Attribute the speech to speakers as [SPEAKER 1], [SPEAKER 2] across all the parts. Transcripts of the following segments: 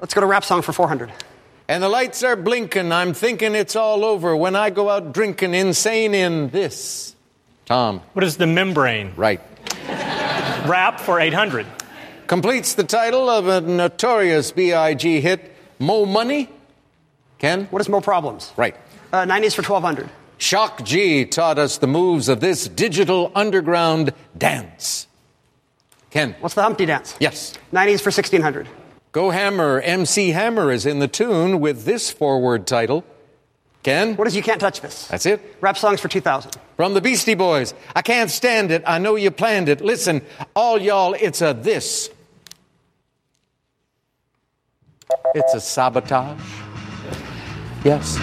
[SPEAKER 1] Let's go to rap song for 400.
[SPEAKER 2] And the lights are blinking. I'm thinking it's all over when I go out drinking, insane in this. Tom,
[SPEAKER 3] What is the membrane?
[SPEAKER 2] right.
[SPEAKER 3] Rap for 800.
[SPEAKER 2] Completes the title of a notorious B.I.G. hit, Mo Money. Ken?
[SPEAKER 1] What is Mo Problems?
[SPEAKER 2] Right.
[SPEAKER 1] Uh, 90s for 1200.
[SPEAKER 2] Shock G taught us the moves of this digital underground dance. Ken?
[SPEAKER 1] What's the Humpty Dance?
[SPEAKER 2] Yes.
[SPEAKER 1] 90s for 1600.
[SPEAKER 2] Go Hammer, MC Hammer is in the tune with this forward title. Ken?
[SPEAKER 1] What is You Can't Touch This?
[SPEAKER 2] That's it.
[SPEAKER 1] Rap songs for 2000.
[SPEAKER 2] From the Beastie Boys. I can't stand it. I know you planned it. Listen, all y'all, it's a this. It's a sabotage. Yes.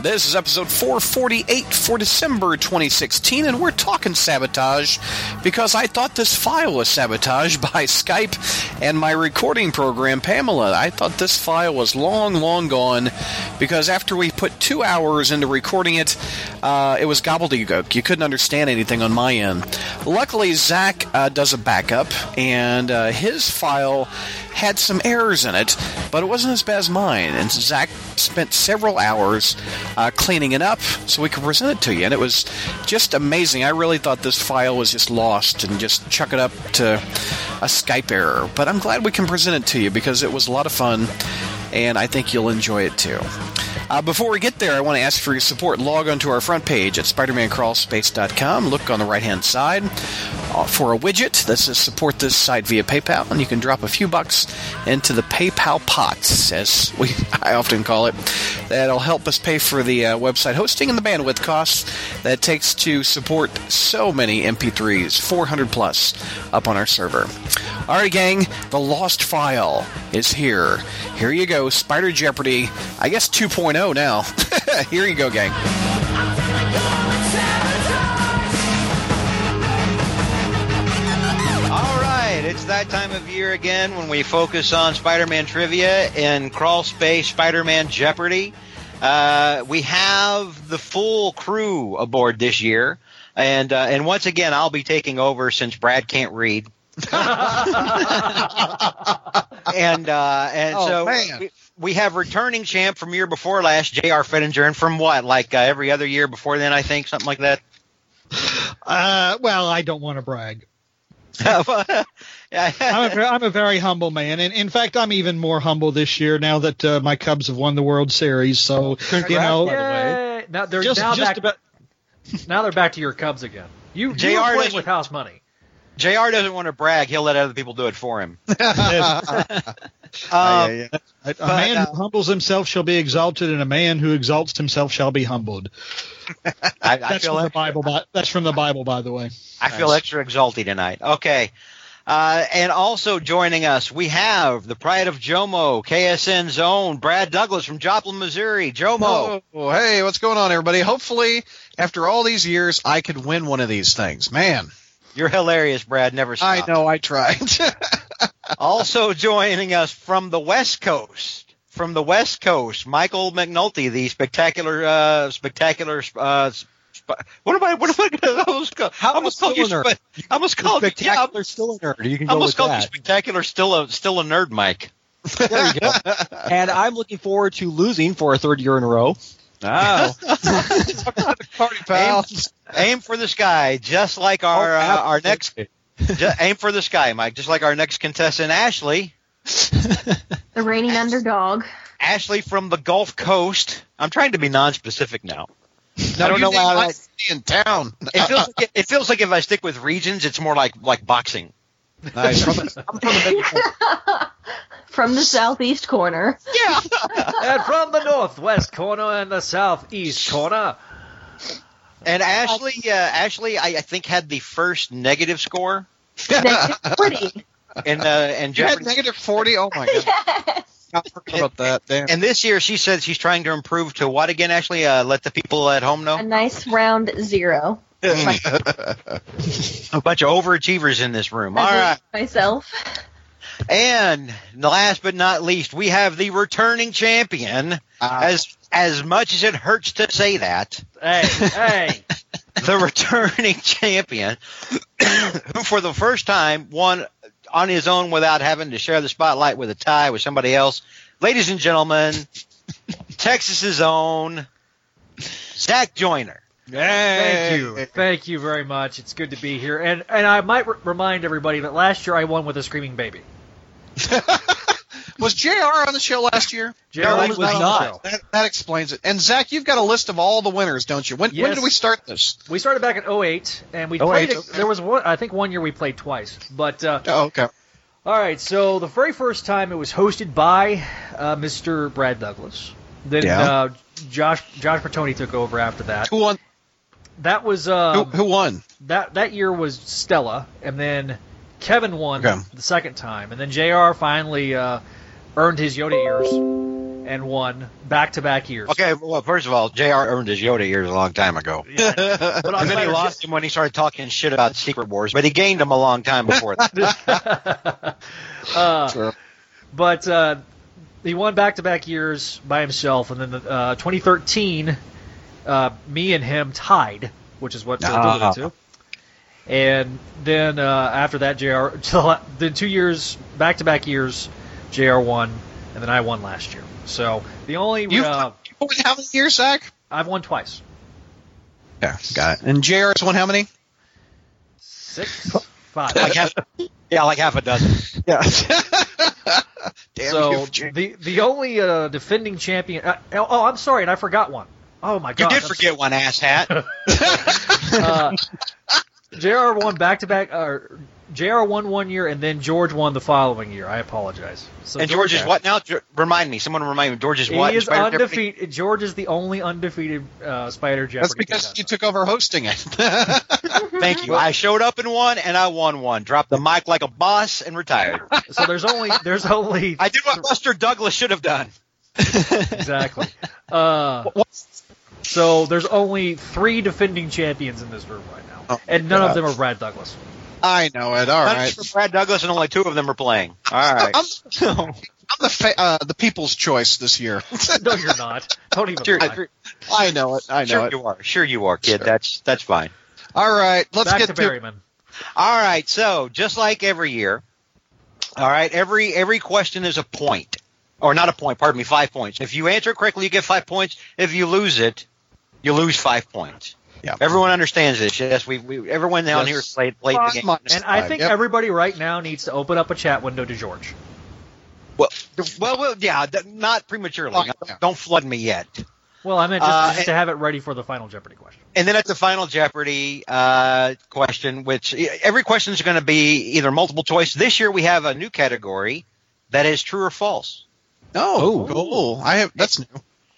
[SPEAKER 4] This is episode 448 for December 2016, and we're talking sabotage because I thought this file was sabotaged by Skype and my recording program, Pamela. I thought this file was long, long gone because after we put two hours into recording it, uh, it was gobbledygook. You couldn't understand anything on my end. Luckily, Zach uh, does a backup, and uh, his file had some errors in it, but it wasn't as bad as mine. And Zach spent several hours uh, cleaning it up so we could present it to you. And it was just amazing. I really thought this file was just lost and just chuck it up to a Skype error. But I'm glad we can present it to you because it was a lot of fun, and I think you'll enjoy it too. Uh, before we get there, I want to ask for your support. Log onto our front page at SpidermanCrawlspace.com. Look on the right hand side uh, for a widget that says support this site via PayPal, and you can drop a few bucks into the PayPal pots, as we I often call it. That'll help us pay for the uh, website hosting and the bandwidth costs that it takes to support so many MP3s, 400 plus, up on our server. All right, gang, the lost file is here. Here you go, Spider Jeopardy, I guess 2.0 now. here you go, gang.
[SPEAKER 5] All right, it's that time of year again when we focus on Spider-Man trivia in Crawl Space Spider-Man Jeopardy. Uh, we have the full crew aboard this year, and uh, and once again I'll be taking over since Brad can't read. uh, and uh, and
[SPEAKER 4] Oh,
[SPEAKER 5] so
[SPEAKER 4] man.
[SPEAKER 5] We, we have returning champ from year before last, J.R. Fettinger, and from what like uh, every other year before then, I think something like that.
[SPEAKER 6] Uh, well, I don't want to brag.
[SPEAKER 5] Yeah.
[SPEAKER 6] I'm a, ver- I'm a very humble man, and in fact, I'm even more humble this year now that uh, my Cubs have won the World Series. So you know, uh,
[SPEAKER 7] Yay. Now they're
[SPEAKER 6] just
[SPEAKER 7] now
[SPEAKER 6] just
[SPEAKER 7] back.
[SPEAKER 6] about.
[SPEAKER 7] Now they're back to your Cubs again. You, you
[SPEAKER 5] JR
[SPEAKER 7] were playing
[SPEAKER 5] doesn't-
[SPEAKER 7] with house money.
[SPEAKER 5] JR doesn't want to brag. He'll let other people do it for him.
[SPEAKER 4] Aye,
[SPEAKER 5] Um,
[SPEAKER 4] aye, aye.
[SPEAKER 6] A, a
[SPEAKER 5] But,
[SPEAKER 6] man
[SPEAKER 5] uh,
[SPEAKER 6] who humbles himself shall be exalted, and a man who exalts himself shall be humbled.
[SPEAKER 5] I, I
[SPEAKER 6] That's
[SPEAKER 5] feel
[SPEAKER 6] from the
[SPEAKER 5] extra,
[SPEAKER 6] Bible. By, that's from the Bible, by the way.
[SPEAKER 5] I feel extra exalty tonight. Okay. Uh, and also joining us, we have the pride of Jomo, KSN's own Brad Douglas from Joplin, Missouri. Jomo,
[SPEAKER 4] Oh, hey, what's going on, everybody? Hopefully, after all these years, I could win one of these things. Man,
[SPEAKER 5] you're hilarious, Brad. Never
[SPEAKER 4] I
[SPEAKER 5] stop.
[SPEAKER 4] know I tried.
[SPEAKER 5] also joining us from the West Coast, from the West Coast, Michael McNulty, the spectacular, uh, spectacular. Uh, sp- what am I? What am I gonna I almost call? I almost called you.
[SPEAKER 4] Spiller.
[SPEAKER 5] Spe- I almost called you. Yeah,
[SPEAKER 4] Spectacular, still a nerd. You can
[SPEAKER 5] I
[SPEAKER 4] go
[SPEAKER 5] almost
[SPEAKER 4] with
[SPEAKER 5] called you
[SPEAKER 4] that.
[SPEAKER 5] spectacular. Still a still a nerd, Mike.
[SPEAKER 4] There you go. and I'm looking forward to losing for a third year in a row.
[SPEAKER 5] Oh,
[SPEAKER 4] Party
[SPEAKER 5] pals. aim for the sky, just like our uh, our next. ju- aim for the sky, Mike. Just like our next contestant, Ashley.
[SPEAKER 8] The reigning underdog.
[SPEAKER 5] Ashley from the Gulf Coast. I'm trying to be non-specific now. I don't know why I-
[SPEAKER 4] in town.
[SPEAKER 5] It feels like it, it feels like if I stick with regions, it's more like like boxing.
[SPEAKER 4] Nice. I'm from the
[SPEAKER 8] From the southeast corner.
[SPEAKER 7] and from the northwest corner and the southeast corner.
[SPEAKER 5] And Ashley, uh, Ashley, I, I think had the first negative score
[SPEAKER 8] That is pretty.
[SPEAKER 5] in uh, and
[SPEAKER 4] you had
[SPEAKER 5] Jeopardy.
[SPEAKER 4] negative forty. Oh my god!
[SPEAKER 8] yes.
[SPEAKER 4] I forgot about that. Damn.
[SPEAKER 5] And this year, she said she's trying to improve to what again? Ashley, uh, let the people at home know.
[SPEAKER 8] A nice round zero.
[SPEAKER 5] a bunch of overachievers in this room. All
[SPEAKER 8] I
[SPEAKER 5] right.
[SPEAKER 8] believe in Myself.
[SPEAKER 5] And last but not least, we have the returning champion.
[SPEAKER 7] Uh-huh.
[SPEAKER 4] Ah.
[SPEAKER 5] As as much as it hurts to say that,
[SPEAKER 7] Hey, hey.
[SPEAKER 5] the returning champion, who for the first time won on his own without having to share the spotlight with a tie with somebody else. Ladies and gentlemen, Texas's own Zach Joyner.
[SPEAKER 6] Thank you. Thank you very much. It's good to be here. And and I might re- remind everybody that last year I won with a screaming baby.
[SPEAKER 7] Was JR on the show last year?
[SPEAKER 6] Gerald
[SPEAKER 7] That
[SPEAKER 6] was
[SPEAKER 7] on
[SPEAKER 6] not.
[SPEAKER 7] the show. That, that explains it. And Zach, you've got a list of all the winners, don't you? When, when
[SPEAKER 6] Yes.
[SPEAKER 7] did we start this?
[SPEAKER 6] We Oh started back in 08, and we
[SPEAKER 7] 08,
[SPEAKER 6] played. it- There was one. I think one year we played twice. But uh,
[SPEAKER 7] Oh, okay.
[SPEAKER 6] all right, so the very first time it was hosted by uh, Mr. Brad Douglas. Then
[SPEAKER 7] Yeah.
[SPEAKER 6] uh, Josh Josh Bertoni took over after that.
[SPEAKER 7] Who won?
[SPEAKER 6] That was
[SPEAKER 7] Who,
[SPEAKER 6] um,
[SPEAKER 7] who won?
[SPEAKER 6] that that year was Stella, and then Kevin won
[SPEAKER 7] Okay.
[SPEAKER 6] the second time, and then Jr. finally uh, earned his Yoda ears and won back to back years.
[SPEAKER 5] Okay, well, first of all, JR earned his Yoda ears a long time ago.
[SPEAKER 6] but
[SPEAKER 5] And then he lost him when he started talking shit about Secret Wars, but he gained him a long time before that.
[SPEAKER 6] uh, But uh, he won back to back years by himself, and then the, uh, 2013, uh, me and him tied, which is what uh,
[SPEAKER 7] Ah.
[SPEAKER 6] did it to. And then uh, after that, Jr. till- then two years back to back years, Jr. won, and then I won last year. So the only
[SPEAKER 7] You-
[SPEAKER 6] uh,
[SPEAKER 7] Who won how many years, Zach?
[SPEAKER 6] I've won twice.
[SPEAKER 7] Yeah, got it. And JR's won how many?
[SPEAKER 6] Six, five.
[SPEAKER 5] Like half, yeah, like half a dozen.
[SPEAKER 7] Yeah. Damn
[SPEAKER 6] so
[SPEAKER 7] you, Jr.
[SPEAKER 6] the the only uh, defending champion. Uh, oh, I'm sorry, and I forgot one. Oh my
[SPEAKER 5] You
[SPEAKER 6] god!
[SPEAKER 5] did
[SPEAKER 6] that's-
[SPEAKER 5] forget one asshat.
[SPEAKER 6] uh, Jr. won back to back. or Jr. won one year, and then George won the following year. I apologize. So
[SPEAKER 5] And George is what now? Ge- Remind me. Someone remind me. George is
[SPEAKER 6] He
[SPEAKER 5] what? in
[SPEAKER 6] is
[SPEAKER 5] spite of everything?
[SPEAKER 6] undefeated. George is the only undefeated uh, Spider Jeopardy.
[SPEAKER 7] That's because you
[SPEAKER 6] contestant.
[SPEAKER 7] took over hosting it.
[SPEAKER 5] Thank you. I showed up and won, and I won one. Dropped the mic like a boss and retired.
[SPEAKER 6] so there's only there's only
[SPEAKER 5] I did what Buster Douglas should have done.
[SPEAKER 6] exactly. Uh, so there's only three defending champions in this room right now,
[SPEAKER 7] Oh,
[SPEAKER 6] and none
[SPEAKER 7] God.
[SPEAKER 6] of them are Brad Douglas.
[SPEAKER 7] I know it. All
[SPEAKER 5] All
[SPEAKER 7] right.
[SPEAKER 5] right. for Brad Douglas, and only two of them are playing. All right.
[SPEAKER 7] I'm, I'm the fa- uh, the people's choice this year.
[SPEAKER 6] No, you're not. Don't even
[SPEAKER 5] Sure,
[SPEAKER 6] lie.
[SPEAKER 5] sure,
[SPEAKER 7] I know it. I know
[SPEAKER 5] sure
[SPEAKER 7] it.
[SPEAKER 5] you are. Sure you are, kid.
[SPEAKER 7] Sure.
[SPEAKER 5] That's that's fine.
[SPEAKER 7] All right. Let's
[SPEAKER 6] Back
[SPEAKER 7] get
[SPEAKER 6] to
[SPEAKER 7] to
[SPEAKER 6] Berryman.
[SPEAKER 5] All right. So just like every year, all right. Every every question is a point, or not a point. Pardon me. Five points. If you answer correctly, you get five points. If you lose it, you lose five points.
[SPEAKER 7] Yeah.
[SPEAKER 5] Everyone understands this. Yes, we, we everyone down
[SPEAKER 7] Yes.
[SPEAKER 5] here has played played the
[SPEAKER 7] Five
[SPEAKER 5] game.
[SPEAKER 7] minus
[SPEAKER 6] And I
[SPEAKER 7] five.
[SPEAKER 6] think
[SPEAKER 7] Yep.
[SPEAKER 6] everybody right now needs to open up a chat window to George.
[SPEAKER 5] Well, well, well yeah, th- not prematurely.
[SPEAKER 7] Oh, yeah.
[SPEAKER 5] Don't flood me yet.
[SPEAKER 6] Well, I meant just,
[SPEAKER 5] Uh,
[SPEAKER 6] just to have it ready for the final Jeopardy question.
[SPEAKER 5] And then at the final Jeopardy uh, question, which e, every question is going to be either multiple choice. This year we have a new category that is true or false,
[SPEAKER 7] Oh, cool. I have. That's new.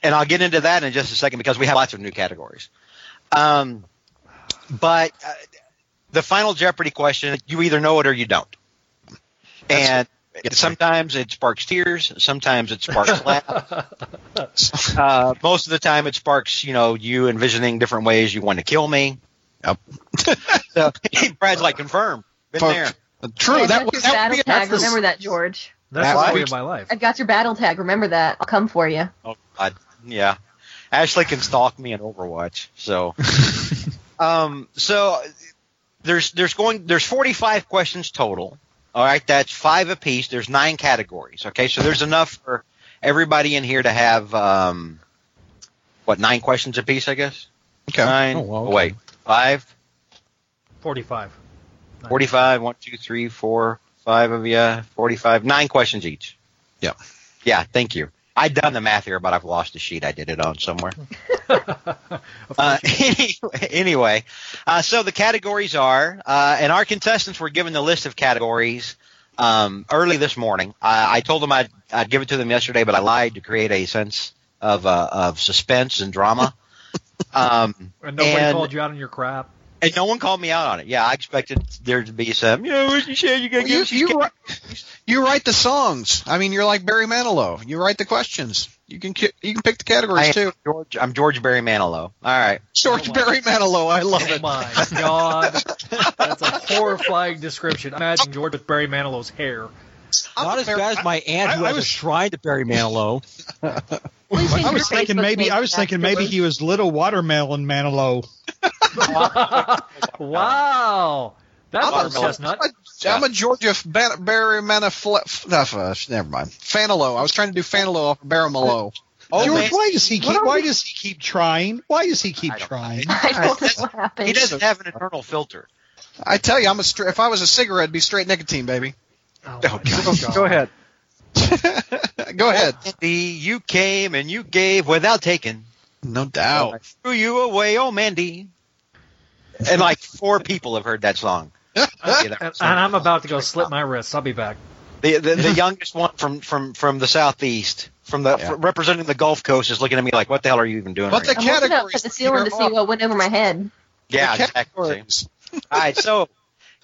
[SPEAKER 5] and I'll get into that in just a second because we have lots of new categories. Um, but uh, the final Jeopardy question, you either know it or you don't, and. Sometimes it sparks tears. Sometimes it sparks laughs. uh, most of the time, it sparks you know you envisioning different ways you want to kill me.
[SPEAKER 7] Yep.
[SPEAKER 5] So Brad's like confirmed. Been
[SPEAKER 7] Fuck.
[SPEAKER 5] there.
[SPEAKER 7] True.
[SPEAKER 8] I
[SPEAKER 7] Oh, that
[SPEAKER 8] got
[SPEAKER 7] would
[SPEAKER 8] your
[SPEAKER 7] that
[SPEAKER 8] battle
[SPEAKER 7] would be.
[SPEAKER 8] tag.
[SPEAKER 6] that's the-
[SPEAKER 8] Remember that, George.
[SPEAKER 6] That's
[SPEAKER 7] That
[SPEAKER 6] the
[SPEAKER 7] was-
[SPEAKER 6] story of my life.
[SPEAKER 8] I've got your battle tag. Remember that. I'll come for you.
[SPEAKER 5] I, yeah. Ashley can stalk me in Overwatch. So, um, so there's there's going there's 45 questions total. All right, that's five apiece. There's nine categories. Okay, so there's enough for everybody in here to have um, what nine questions apiece, I guess.
[SPEAKER 7] Okay.
[SPEAKER 5] Nine.
[SPEAKER 9] Oh, well,
[SPEAKER 5] oh,
[SPEAKER 9] okay.
[SPEAKER 5] wait, five.
[SPEAKER 6] 45.
[SPEAKER 5] 45, 1, 2, 3, 4, 5 of you, 45, nine questions each.
[SPEAKER 7] Yep.
[SPEAKER 5] Yeah, thank you. i done the math here, but I've lost the sheet I did it on somewhere. uh, anyway, anyway uh, so the categories are, uh, and our contestants were given the list of categories um, early this morning. I, I told them I'd, I'd give it to them yesterday, but I lied to create a sense of, uh, of suspense and drama. um,
[SPEAKER 6] And nobody
[SPEAKER 5] And-
[SPEAKER 6] called you out on your crap.
[SPEAKER 5] and no one called me out on it. Yeah, I expected there to be some. You know, what you said you got to
[SPEAKER 7] You,
[SPEAKER 5] give us
[SPEAKER 7] you,
[SPEAKER 5] these
[SPEAKER 7] write- you write the songs. I mean, you're like Barry Manilow. You write the questions. You can ki- you can pick the
[SPEAKER 5] I am
[SPEAKER 7] categories too.
[SPEAKER 5] George, I'm George Barry Manilow. All right.
[SPEAKER 7] George
[SPEAKER 6] Oh, my.
[SPEAKER 7] Barry Manilow. I love
[SPEAKER 6] Oh
[SPEAKER 7] it.
[SPEAKER 6] my god. That's a horrifying description. Imagine George with Barry Manilow's hair.
[SPEAKER 7] I'm
[SPEAKER 10] Not as
[SPEAKER 7] Barry-
[SPEAKER 10] bad as my aunt who
[SPEAKER 11] I- I
[SPEAKER 10] has
[SPEAKER 11] was-
[SPEAKER 10] a shrine to Barry Manilow.
[SPEAKER 8] Please
[SPEAKER 11] I
[SPEAKER 8] change your
[SPEAKER 11] was thinking
[SPEAKER 8] Facebook
[SPEAKER 11] maybe
[SPEAKER 8] name
[SPEAKER 11] I was
[SPEAKER 8] to
[SPEAKER 11] thinking maybe
[SPEAKER 8] George.
[SPEAKER 11] he was Little Watermelon Manilow.
[SPEAKER 12] Wow. That's
[SPEAKER 7] I'm a-
[SPEAKER 12] a chestnut.
[SPEAKER 7] I'm a Georgia f- Ba- Barry Manifest. uh, never mind. Fanalo. I was trying to do Fanalo off Baramalo.
[SPEAKER 5] Oh,
[SPEAKER 13] George,
[SPEAKER 5] man.
[SPEAKER 13] why does he
[SPEAKER 12] What
[SPEAKER 13] keep?
[SPEAKER 12] are
[SPEAKER 13] Why
[SPEAKER 12] we-
[SPEAKER 13] does he keep trying? Why does he keep trying?
[SPEAKER 8] I don't know what happened.
[SPEAKER 5] He doesn't have an internal filter.
[SPEAKER 7] I tell you, I'm a. Str- if I was a cigarette, it'd be straight nicotine, baby.
[SPEAKER 12] Oh,
[SPEAKER 7] Oh, God.
[SPEAKER 12] Go ahead.
[SPEAKER 7] Go ahead.
[SPEAKER 5] The you came and you gave without taking.
[SPEAKER 7] No doubt.
[SPEAKER 5] Threw you away, oh Mandy. And like four people have heard that song. Yeah, that
[SPEAKER 12] And,
[SPEAKER 5] was-
[SPEAKER 12] and I'm about to go slit my wrists. I'll be back.
[SPEAKER 5] the, the the youngest one from from from the southeast, from the
[SPEAKER 7] Yeah.
[SPEAKER 5] from representing the Gulf Coast, is looking at me like, "What the hell are you even doing?"
[SPEAKER 7] What
[SPEAKER 5] right
[SPEAKER 7] the
[SPEAKER 8] I'm looking up
[SPEAKER 7] categories
[SPEAKER 8] at the ceiling
[SPEAKER 7] here
[SPEAKER 8] to see
[SPEAKER 7] are-
[SPEAKER 8] what went over my head.
[SPEAKER 5] now?" Yeah,
[SPEAKER 7] The
[SPEAKER 5] exactly.
[SPEAKER 7] categories.
[SPEAKER 5] All right, so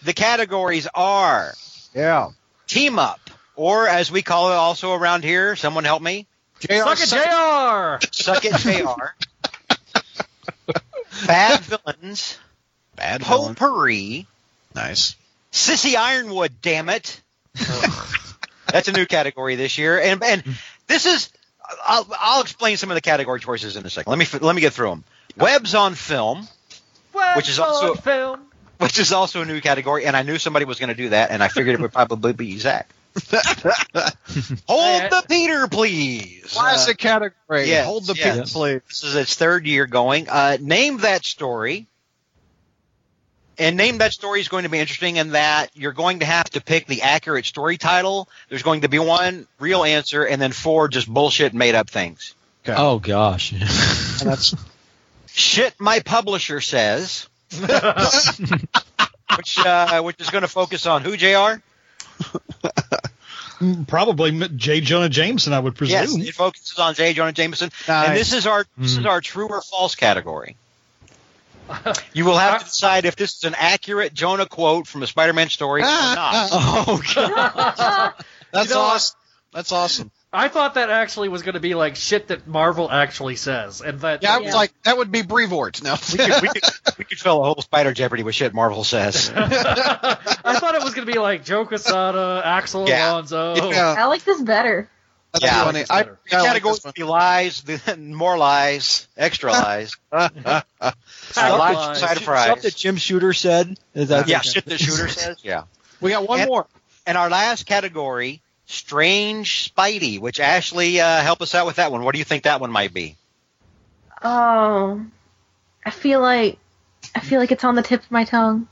[SPEAKER 5] the categories are
[SPEAKER 7] Yeah.
[SPEAKER 5] team up, or as we call it also around here, someone help me,
[SPEAKER 7] JR,
[SPEAKER 12] Suck it, JR!
[SPEAKER 5] suck it, Jr. Bad villains,
[SPEAKER 7] Bad villain.
[SPEAKER 5] potpourri,
[SPEAKER 7] Nice.
[SPEAKER 5] sissy Ironwood, damn it. That's a new category this year, and and this is. I'll, I'll explain some of the category choices in a second. Let me let me get through them. Webs on film. Which is also-
[SPEAKER 12] What's on film.
[SPEAKER 5] which is also a new category, and I knew somebody was going to do that, and I figured it would probably be Zach. Hold the Peter, please.
[SPEAKER 7] Classic category.
[SPEAKER 5] yes,
[SPEAKER 7] Hold the
[SPEAKER 5] yes.
[SPEAKER 7] pin, please.
[SPEAKER 5] This is its third year going. Uh, name that story. And name that story is going to be interesting in that you're going to have to pick the accurate story title. There's going to be one real answer, and then four just bullshit made up things.
[SPEAKER 6] Oh gosh.
[SPEAKER 5] Shit, my publisher says. which uh, which is going to focus on who Jr.
[SPEAKER 13] Probably M- J. Jonah Jameson, I would
[SPEAKER 5] Yes,
[SPEAKER 13] presume.
[SPEAKER 5] it focuses on J. Jonah Jameson, and
[SPEAKER 7] Nice. Mm-hmm.
[SPEAKER 5] this is our this is our true or false category. You will have to decide if this is an accurate Jonah quote from a Spider-Man story or not.
[SPEAKER 7] Oh, God. That's
[SPEAKER 12] You know what?
[SPEAKER 7] awesome. That's awesome.
[SPEAKER 12] I thought that actually was going to be like shit that Marvel actually says, and that
[SPEAKER 7] Yeah, I was
[SPEAKER 8] Yeah.
[SPEAKER 7] like, that would be Brevoort. No.
[SPEAKER 5] We could, we, could, we could fill a whole Spider Jeopardy with shit Marvel says.
[SPEAKER 12] I thought it was going to be like Joe Quesada, Axel
[SPEAKER 5] Yeah.
[SPEAKER 12] Alonso.
[SPEAKER 7] Yeah,
[SPEAKER 8] I like this better.
[SPEAKER 7] that's
[SPEAKER 5] Yeah.
[SPEAKER 7] funny.
[SPEAKER 12] It's
[SPEAKER 7] I,
[SPEAKER 12] better.
[SPEAKER 5] The
[SPEAKER 7] I like
[SPEAKER 5] categories
[SPEAKER 7] this one.
[SPEAKER 5] would be lies, the- more lies, extra lies, lies, side of
[SPEAKER 6] Stuff that
[SPEAKER 5] fries.
[SPEAKER 6] Jim Shooter said. Is that
[SPEAKER 5] Yeah, shit the shooter says. Yeah.
[SPEAKER 7] we got one
[SPEAKER 5] And-
[SPEAKER 7] more.
[SPEAKER 5] And our last category, strange Spidey, which Ashley uh, help us out with that one. What do you think that one might be?
[SPEAKER 8] Oh, I feel like I feel like it's on the tip of my tongue.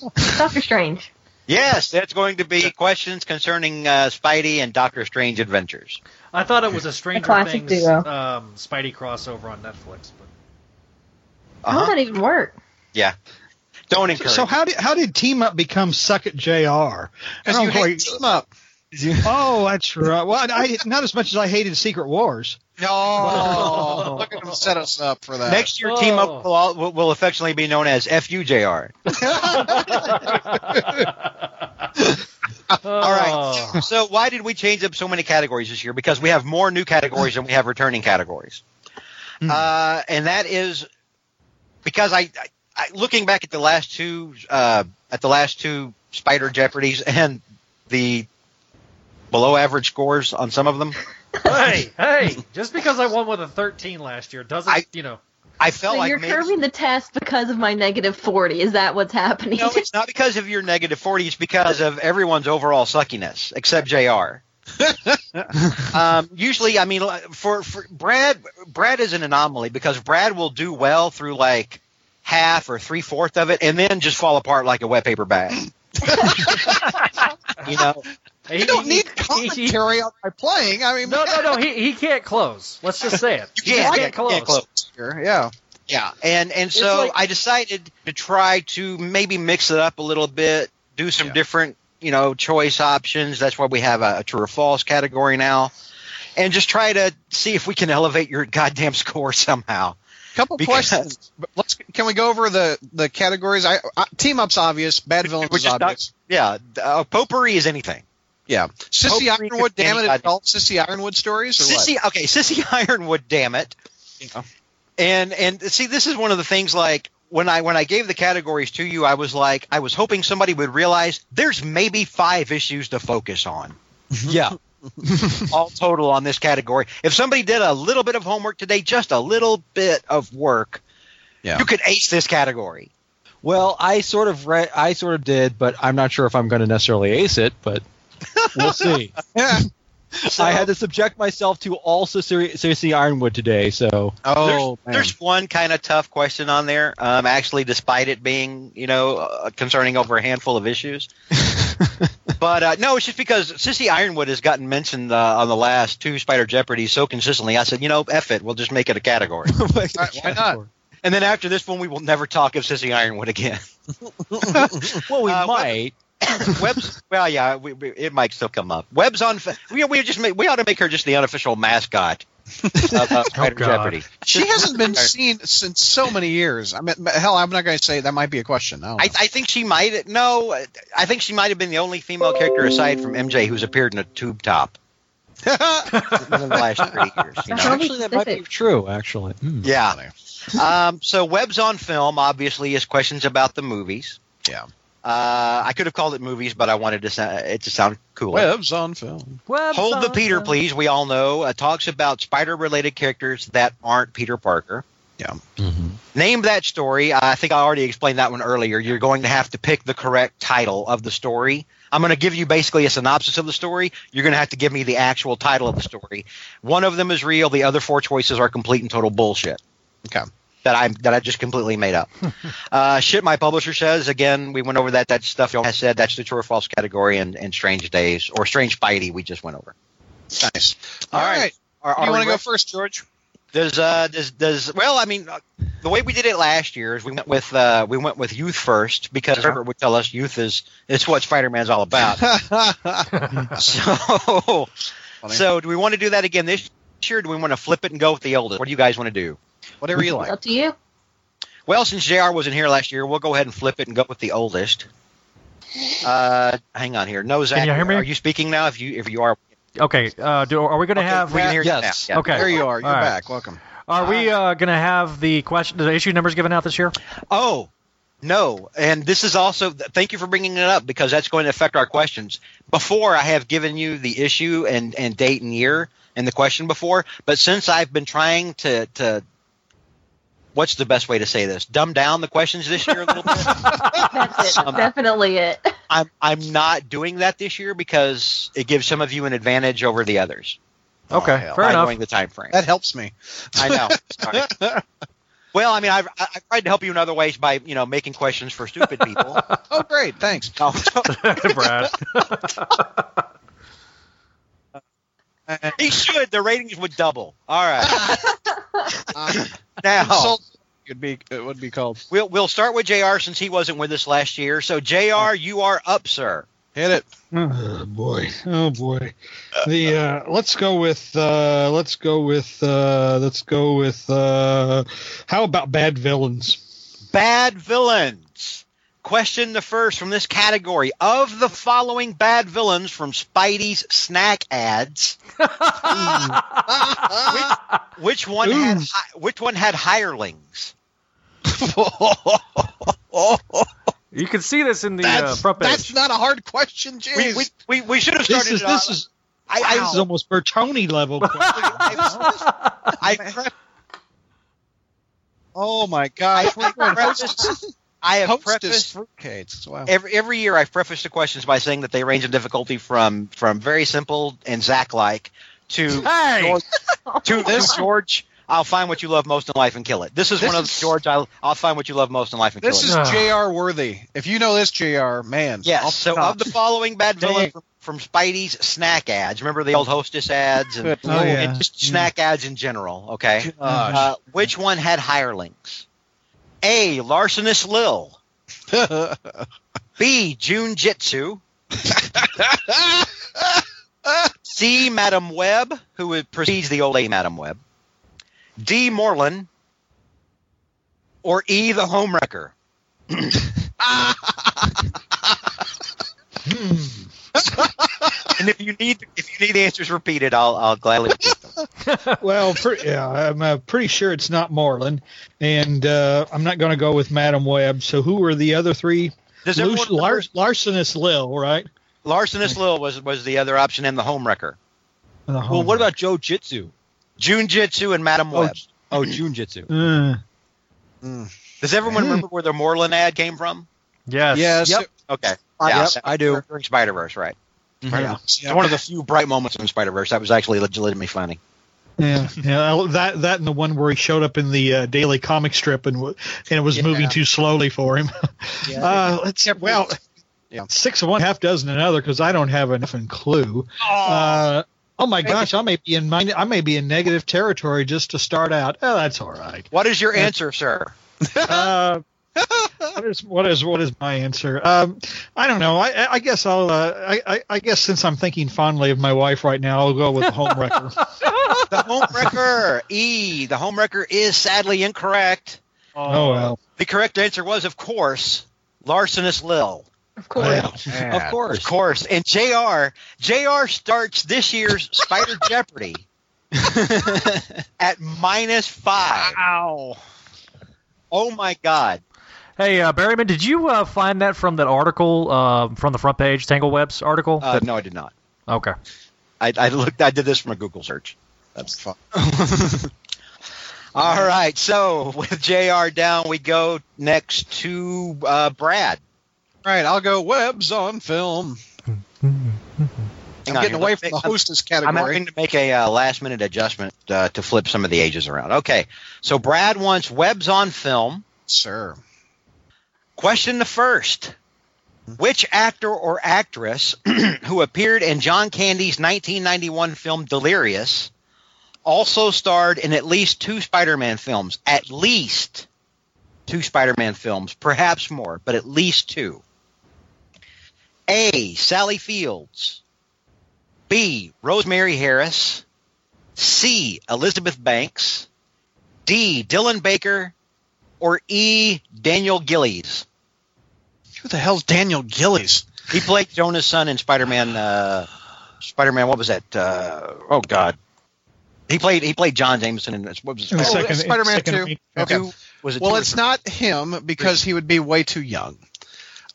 [SPEAKER 8] Doctor Strange.
[SPEAKER 5] Yes, that's going to be questions concerning uh, Spidey and Doctor Strange adventures.
[SPEAKER 12] I thought it was a Stranger
[SPEAKER 8] classic
[SPEAKER 12] Things
[SPEAKER 8] duo.
[SPEAKER 12] um, Spidey crossover on Netflix. But
[SPEAKER 8] How would that even work?
[SPEAKER 5] Don't encourage.
[SPEAKER 13] So how did how did team up become suck at Jr? I
[SPEAKER 7] Because you
[SPEAKER 13] don't
[SPEAKER 7] hate
[SPEAKER 13] quite-
[SPEAKER 7] team up.
[SPEAKER 13] oh, that's right. Well, I not as much as I hated Secret Wars.
[SPEAKER 7] No, look at him set us up for that.
[SPEAKER 5] Next year, team
[SPEAKER 12] Oh.
[SPEAKER 5] up will, all, will- will affectionately be known as FUJR.
[SPEAKER 12] all right,
[SPEAKER 5] So why did we change up so many categories this year? Because we have more new categories than we have returning categories, uh, and that is because I, I, I looking back at the last two uh, at the last two Spider Jeopardies and the below average scores on some of them.
[SPEAKER 12] hey, hey! Just because I won with a 13 last year doesn't,
[SPEAKER 5] I-
[SPEAKER 12] you know?
[SPEAKER 5] I felt
[SPEAKER 8] So
[SPEAKER 5] like
[SPEAKER 8] you're
[SPEAKER 5] maybe-
[SPEAKER 8] curving the test because of my negative forty. Is that what's happening?
[SPEAKER 5] No, it's not because of your negative 40. It's because of everyone's overall suckiness, except JR. um, usually, I mean, li- for, for Brad, Brad is an anomaly because Brad will do well through like half or three fourth of it and then just fall apart like a wet paper bag. you know,
[SPEAKER 7] I don't need commentary on my playing. I mean,
[SPEAKER 12] No, no, no. He, he can't close. Let's just say it. He
[SPEAKER 5] Yeah,
[SPEAKER 12] just
[SPEAKER 5] yeah,
[SPEAKER 12] can't close.
[SPEAKER 5] can't close.
[SPEAKER 7] here, yeah.
[SPEAKER 5] Yeah, and and so
[SPEAKER 12] like-
[SPEAKER 5] I decided to try to maybe mix it up a little bit, do some different you know choice options. That's why we have a, a true or false category now, and just try to see if we can elevate your goddamn score somehow.
[SPEAKER 7] Couple
[SPEAKER 5] Because-
[SPEAKER 7] questions. But Let's can we go over the the categories? I, I team up's obvious. Bad villains
[SPEAKER 5] Which
[SPEAKER 7] is
[SPEAKER 5] is not-
[SPEAKER 7] obvious.
[SPEAKER 5] Yeah, uh, potpourri is anything.
[SPEAKER 7] yeah. Sissy
[SPEAKER 5] Potpourri
[SPEAKER 7] Ironwood.
[SPEAKER 5] could be
[SPEAKER 7] Damn it!
[SPEAKER 5] anybody.
[SPEAKER 7] Adult Sissy Ironwood stories. Or
[SPEAKER 5] Sissy, okay, Sissy Ironwood, damn it. And and see, this is one of the things like when I when I gave the categories to you, I was like, I was hoping somebody would realize there's maybe five issues to focus on.
[SPEAKER 6] Yeah.
[SPEAKER 5] all total on this category. If somebody did a little bit of homework today, just a little bit of work,
[SPEAKER 7] Yeah.
[SPEAKER 5] You could ace this category.
[SPEAKER 6] Well, I sort of re- I sort of did, but I'm not sure if I'm going to necessarily ace it. But we'll see. I had to subject myself to also Cer- Cersei Ironwood today, so
[SPEAKER 7] Oh,
[SPEAKER 5] there's, there's one kind of tough question on there. Um, actually, despite it being you know uh, concerning over a handful of issues, but uh, no, it's just because Sissy Ironwood has gotten mentioned uh, on the last two Spider Jeopardy so consistently. I said, you know, F it, we'll just make it a category.
[SPEAKER 6] why
[SPEAKER 5] not? and then after this one, we will never talk of Sissy Ironwood again.
[SPEAKER 6] Well, we
[SPEAKER 5] Uh, what-
[SPEAKER 6] might.
[SPEAKER 5] Web's well, yeah, we, we, it might still come up. Web's on. fa- We, we just make, we ought to make her just the unofficial mascot of uh, Spider
[SPEAKER 3] God.
[SPEAKER 5] Jeopardy.
[SPEAKER 7] Oh, she hasn't been seen since so many years. I mean, hell, I'm not going to say that might be a question. I don't
[SPEAKER 5] I,
[SPEAKER 7] know.
[SPEAKER 5] I think she might. No, I think she might have been the only female character aside from MJ who's appeared in a tube top in the last three years. you know?
[SPEAKER 8] That's
[SPEAKER 6] Actually, that might be
[SPEAKER 8] specific.
[SPEAKER 6] true. Actually, Hmm.
[SPEAKER 5] Yeah. Um, so webs on film obviously is questions about the movies.
[SPEAKER 7] Yeah.
[SPEAKER 5] Uh, I could have called it movies, but I wanted to sa- it to sound cooler.
[SPEAKER 7] Webs on film.
[SPEAKER 5] Hold the Peter, please. We all know uh, talks about spider-related characters that aren't Peter Parker. Name that story. I think I already explained that one earlier. You're going to have to pick the correct title of the story. I'm going to give you basically a synopsis of the story. You're going to have to give me the actual title of the story. One of them is real. The other four choices are complete and total bullshit.
[SPEAKER 7] Okay.
[SPEAKER 5] That I that I just completely made up. uh, shit, my publisher says again. We went over that. That stuff y'all has said. That's the true or false category and, and strange days or strange Spidey. We just went over.
[SPEAKER 7] Nice.
[SPEAKER 5] All
[SPEAKER 7] All
[SPEAKER 5] right.
[SPEAKER 7] right.
[SPEAKER 5] Are,
[SPEAKER 7] Do you
[SPEAKER 5] are
[SPEAKER 7] want
[SPEAKER 5] we
[SPEAKER 7] to go
[SPEAKER 5] ready?
[SPEAKER 7] first, George?
[SPEAKER 5] Does uh does does well? I mean, uh, the way we did it last year is we went with uh we went with youth first because
[SPEAKER 7] Uh-huh.
[SPEAKER 5] Herbert would tell us youth is it's what Spider Man's all about. so so do we want to do that again this year? Or do we want to flip it and go with the oldest? What do you guys want to do?
[SPEAKER 7] Whatever you like.
[SPEAKER 8] Up to you.
[SPEAKER 5] Well, since Jr. wasn't here last year, we'll go ahead and flip it and go with the oldest. Uh, hang on here. No, Zach,
[SPEAKER 3] you hear me?
[SPEAKER 5] are you speaking now? If you if you are,
[SPEAKER 3] Okay. Uh, do, are we going to
[SPEAKER 5] Okay,
[SPEAKER 3] have?
[SPEAKER 5] we can hear
[SPEAKER 6] yes.
[SPEAKER 5] you now. Yeah.
[SPEAKER 3] Okay.
[SPEAKER 7] There you are. You're
[SPEAKER 3] All right.
[SPEAKER 7] back. Welcome.
[SPEAKER 3] Are we uh, going to have the question? The issue numbers given out this year?
[SPEAKER 5] Oh, no. And this is also, th- thank you for bringing it up because that's going to affect our questions. Before, I have given you the issue and, and date and year and the question before, but since I've been trying to, to, what's the best way to say this? Dumb down the questions this year a little bit.
[SPEAKER 8] That's it.
[SPEAKER 5] Um,
[SPEAKER 8] Definitely it.
[SPEAKER 5] I'm, I'm not doing that this year because it gives some of you an advantage over the others
[SPEAKER 3] Okay.
[SPEAKER 7] hell.
[SPEAKER 3] fair
[SPEAKER 5] by
[SPEAKER 3] enough.
[SPEAKER 5] knowing the time frame.
[SPEAKER 7] That helps me.
[SPEAKER 5] I know. Sorry. well, I mean, I've, I- I've tried to help you in other ways by, you know, making questions for stupid people.
[SPEAKER 7] Oh, great. Thanks.
[SPEAKER 5] No.
[SPEAKER 3] Brad.
[SPEAKER 5] He should. The ratings would double. All right.
[SPEAKER 7] Uh,
[SPEAKER 5] Now
[SPEAKER 7] so- it'd be, it would be called.
[SPEAKER 5] we'll we'll start with Jr. since he wasn't with us last year. So Jr., you are up, sir.
[SPEAKER 7] Hit it.
[SPEAKER 13] Oh boy! Oh boy! The uh, let's go with uh, let's go with uh, let's go with uh, how about bad villains?
[SPEAKER 5] Bad villains. Question the first from this category of the following bad villains from Spidey's snack ads. which, which one had
[SPEAKER 13] Hmm. Ooh.
[SPEAKER 5] hi- which one had hirelings?
[SPEAKER 3] You can see this in the uh,
[SPEAKER 7] That's,
[SPEAKER 3] front page.
[SPEAKER 7] that's not a hard question, James.
[SPEAKER 5] We, we, we, we should have started
[SPEAKER 13] This is
[SPEAKER 5] it on-
[SPEAKER 13] this is
[SPEAKER 5] I, I,
[SPEAKER 13] this is almost Bertoni level.
[SPEAKER 5] I prepped
[SPEAKER 7] oh, my gosh. We're going hostess,
[SPEAKER 5] I have
[SPEAKER 7] hostess
[SPEAKER 5] prefaced
[SPEAKER 7] fruitcakes. Wow.
[SPEAKER 5] every every year I preface the questions by saying that they range in difficulty from from very simple and Zach like to
[SPEAKER 3] Hey!
[SPEAKER 5] to
[SPEAKER 7] This-
[SPEAKER 5] George. I'll find what you love most in life and kill it. This is
[SPEAKER 7] This
[SPEAKER 5] one of
[SPEAKER 7] is-
[SPEAKER 5] George. I'll, I'll find what you love most in life and
[SPEAKER 7] This
[SPEAKER 5] kill
[SPEAKER 7] is
[SPEAKER 5] it.
[SPEAKER 3] Ugh.
[SPEAKER 7] JR worthy. If you know this JR, man. I'll-
[SPEAKER 5] Yes. So of the following bad villain from, from Spidey's snack ads. Remember the old hostess ads and,
[SPEAKER 7] Good
[SPEAKER 13] Oh,
[SPEAKER 7] lord.
[SPEAKER 13] yeah.
[SPEAKER 5] and just snack ads in general. Okay.
[SPEAKER 7] Gosh.
[SPEAKER 5] Uh, which one had hirelings? A. Larcenous Lil. B. June Jitsu. C. Madam Webb, who precedes the old A. Madam Webb. D. Moreland. Or E. The Homewrecker. and if you need if you need answers repeated, I'll I'll gladly. repeat them.
[SPEAKER 13] well, pre- yeah, I'm uh, pretty sure it's not Marlin, and uh, I'm not going to go with Madam Web. So who are the other three?
[SPEAKER 5] Does
[SPEAKER 13] Lu-
[SPEAKER 5] everyone
[SPEAKER 13] Lar- Larcenous Lil, right?
[SPEAKER 5] Larcenous Lil was was the other option and the Homewrecker.
[SPEAKER 6] Well, what about Joe Jitsu?
[SPEAKER 5] June Jitsu and Madam
[SPEAKER 6] Oh Oh,
[SPEAKER 5] Webb.
[SPEAKER 6] J- oh June Jitsu.
[SPEAKER 13] Uh,
[SPEAKER 5] Does everyone
[SPEAKER 6] Hmm.
[SPEAKER 5] remember where the Moreland ad came from?
[SPEAKER 3] Yes.
[SPEAKER 6] Yes.
[SPEAKER 5] Yep. Okay.
[SPEAKER 6] I- yep,
[SPEAKER 5] so-
[SPEAKER 6] I do.
[SPEAKER 5] During Spider Verse, right?
[SPEAKER 6] Yeah.
[SPEAKER 5] It's one of the few bright moments in Spider Verse that was actually leg- legitimately funny.
[SPEAKER 13] Yeah, yeah, that that and the one where he showed up in the uh, daily comic strip and w- and it was moving too slowly for him. Uh, let's well,
[SPEAKER 5] Yeah.
[SPEAKER 13] six of one, half dozen another because I don't have enough clue. Uh, oh my gosh, I may be in mine. I may be in negative territory just to start out. Oh, that's all right.
[SPEAKER 5] What is your answer, sir?
[SPEAKER 13] Uh, what is what is what is my answer? Um, I don't know. I- I, I guess I'll. Uh, I, I, I guess since I'm thinking fondly of my wife right now, I'll go with Homewrecker.
[SPEAKER 5] The homewrecker. e. The homewrecker is sadly incorrect.
[SPEAKER 13] oh well.
[SPEAKER 5] The correct answer was, of course, Larcenous Lil.
[SPEAKER 8] Of course.
[SPEAKER 6] Of course.
[SPEAKER 5] Of course. And JR, JR starts this year's Spider Jeopardy at minus five. Wow. Oh my God.
[SPEAKER 3] Hey, uh, Barryman, did you uh, find that from that article um from the front page, Tangleweb's article?
[SPEAKER 5] Uh, no, I did not.
[SPEAKER 3] okay.
[SPEAKER 5] I, I looked. I did this from a Google search. That's fun. All right. So with Jr. down, we go next to uh, Brad.
[SPEAKER 7] All right, I'll go webs on film. I'm
[SPEAKER 5] Hang on
[SPEAKER 7] getting
[SPEAKER 5] here.
[SPEAKER 7] away
[SPEAKER 5] Let's
[SPEAKER 7] from the
[SPEAKER 5] make-
[SPEAKER 7] hostess
[SPEAKER 5] I'm
[SPEAKER 7] category.
[SPEAKER 5] having to make a uh, last minute adjustment uh, to flip some of the ages around. Okay. So Brad wants webs on film.
[SPEAKER 7] Sir.
[SPEAKER 5] Question the first. Which actor or actress who appeared in John Candy's 1991 film Delirious also starred in at least two Spider Man films? At least two Spider Man films, perhaps more, but at least two. A. Sally Fields. B. Rosemary Harris. C. Elizabeth Banks. D. Dylan Baker. Or E. Daniel Gillies.
[SPEAKER 7] Who the hell's Daniel Gillies?
[SPEAKER 5] He played Jonah's son in Spider Man. Uh, Spider Man. What was that? Uh, oh God. He played. He played John Jameson in what was
[SPEAKER 13] In
[SPEAKER 5] it?
[SPEAKER 13] the
[SPEAKER 7] Oh,
[SPEAKER 13] second, in the
[SPEAKER 7] Spider-Man
[SPEAKER 13] second
[SPEAKER 7] 2.
[SPEAKER 13] week.
[SPEAKER 7] Okay.
[SPEAKER 5] Two- Was it?
[SPEAKER 7] Well,
[SPEAKER 5] two or
[SPEAKER 7] it's
[SPEAKER 5] three?
[SPEAKER 7] not him because he would be way too young.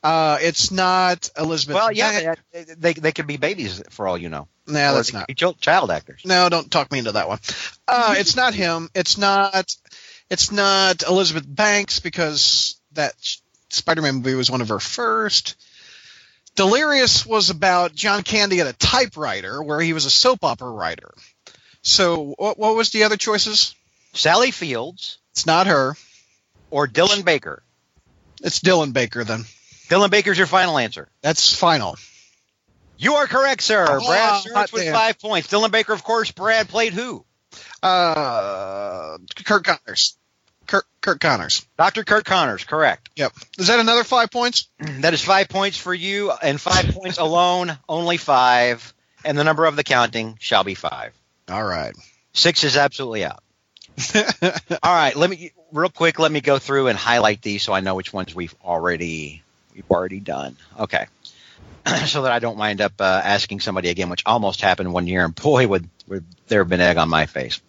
[SPEAKER 7] Uh, it's not Elizabeth.
[SPEAKER 5] Oh, Well, yeah,
[SPEAKER 7] Banks.
[SPEAKER 5] they, they, they could be babies for all you know.
[SPEAKER 7] no,
[SPEAKER 5] Or
[SPEAKER 7] that's
[SPEAKER 5] they could
[SPEAKER 7] not.
[SPEAKER 5] be chil- child actors.
[SPEAKER 7] No, don't talk me into that one. Uh, it's not him. It's not. It's not Elizabeth Banks because that sh- Spider-Man movie was one of her first. Delirious was about John Candy at a typewriter, where he was a soap opera writer. So, what, what was the other choices?
[SPEAKER 5] Sally Fields
[SPEAKER 7] It's not her.
[SPEAKER 5] or Dylan Baker.
[SPEAKER 7] It's Dylan Baker. Then
[SPEAKER 5] Dylan Baker's your final answer.
[SPEAKER 7] that's final.
[SPEAKER 5] You are correct, sir.
[SPEAKER 7] Oh,
[SPEAKER 5] Brad
[SPEAKER 7] hot
[SPEAKER 5] starts with
[SPEAKER 7] damn.
[SPEAKER 5] five points. Dylan Baker, of course. Brad played who?
[SPEAKER 7] Uh, Kurt Connors. Kurt, Kurt Connors.
[SPEAKER 5] Dr. Kurt Connors, correct.
[SPEAKER 7] Yep. Is that another five points?
[SPEAKER 5] That is five points for you, and five points alone, only five. And the number of the counting shall be five.
[SPEAKER 7] All right.
[SPEAKER 5] Six is absolutely out. All right, let me real quick. Let me go through and highlight these so I know which ones we've already we've already done. Okay, so that I don't wind up uh, asking somebody again, which almost happened one year, and boy, would, would there have been egg on my face.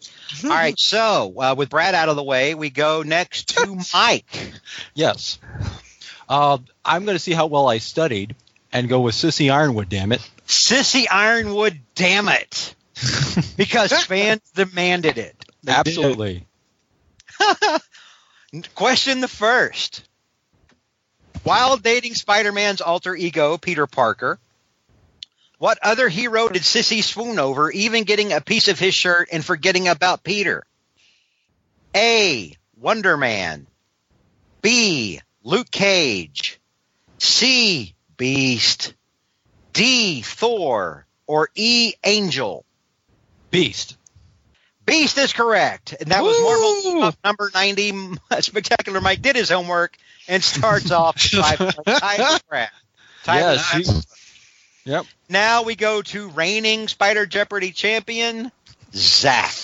[SPEAKER 5] All right, so uh, with Brad out of the way, we go next to Mike.
[SPEAKER 6] Yes. Uh, I'm going to see how well I studied and go with Sissy Ironwood. Damn it.
[SPEAKER 5] Sissy Ironwood, damn it. because fans demanded it.
[SPEAKER 6] Absolutely.
[SPEAKER 5] Question the first. While dating Spider Man's alter ego, Peter Parker, what other hero did Sissy swoon over, even getting a piece of his shirt and forgetting about Peter? A. Wonder Man. B. Luke Cage. C. Beast. D. Thor. Or E. Angel.
[SPEAKER 6] Beast.
[SPEAKER 5] Beast is correct, and that was Marvel number ninety. Spectacular Mike did his homework and starts off by Ty Pratt. Ty
[SPEAKER 6] Yes.
[SPEAKER 5] Pratt.
[SPEAKER 6] you- yep.
[SPEAKER 5] Now we go to reigning Spider Jeopardy champion Zach.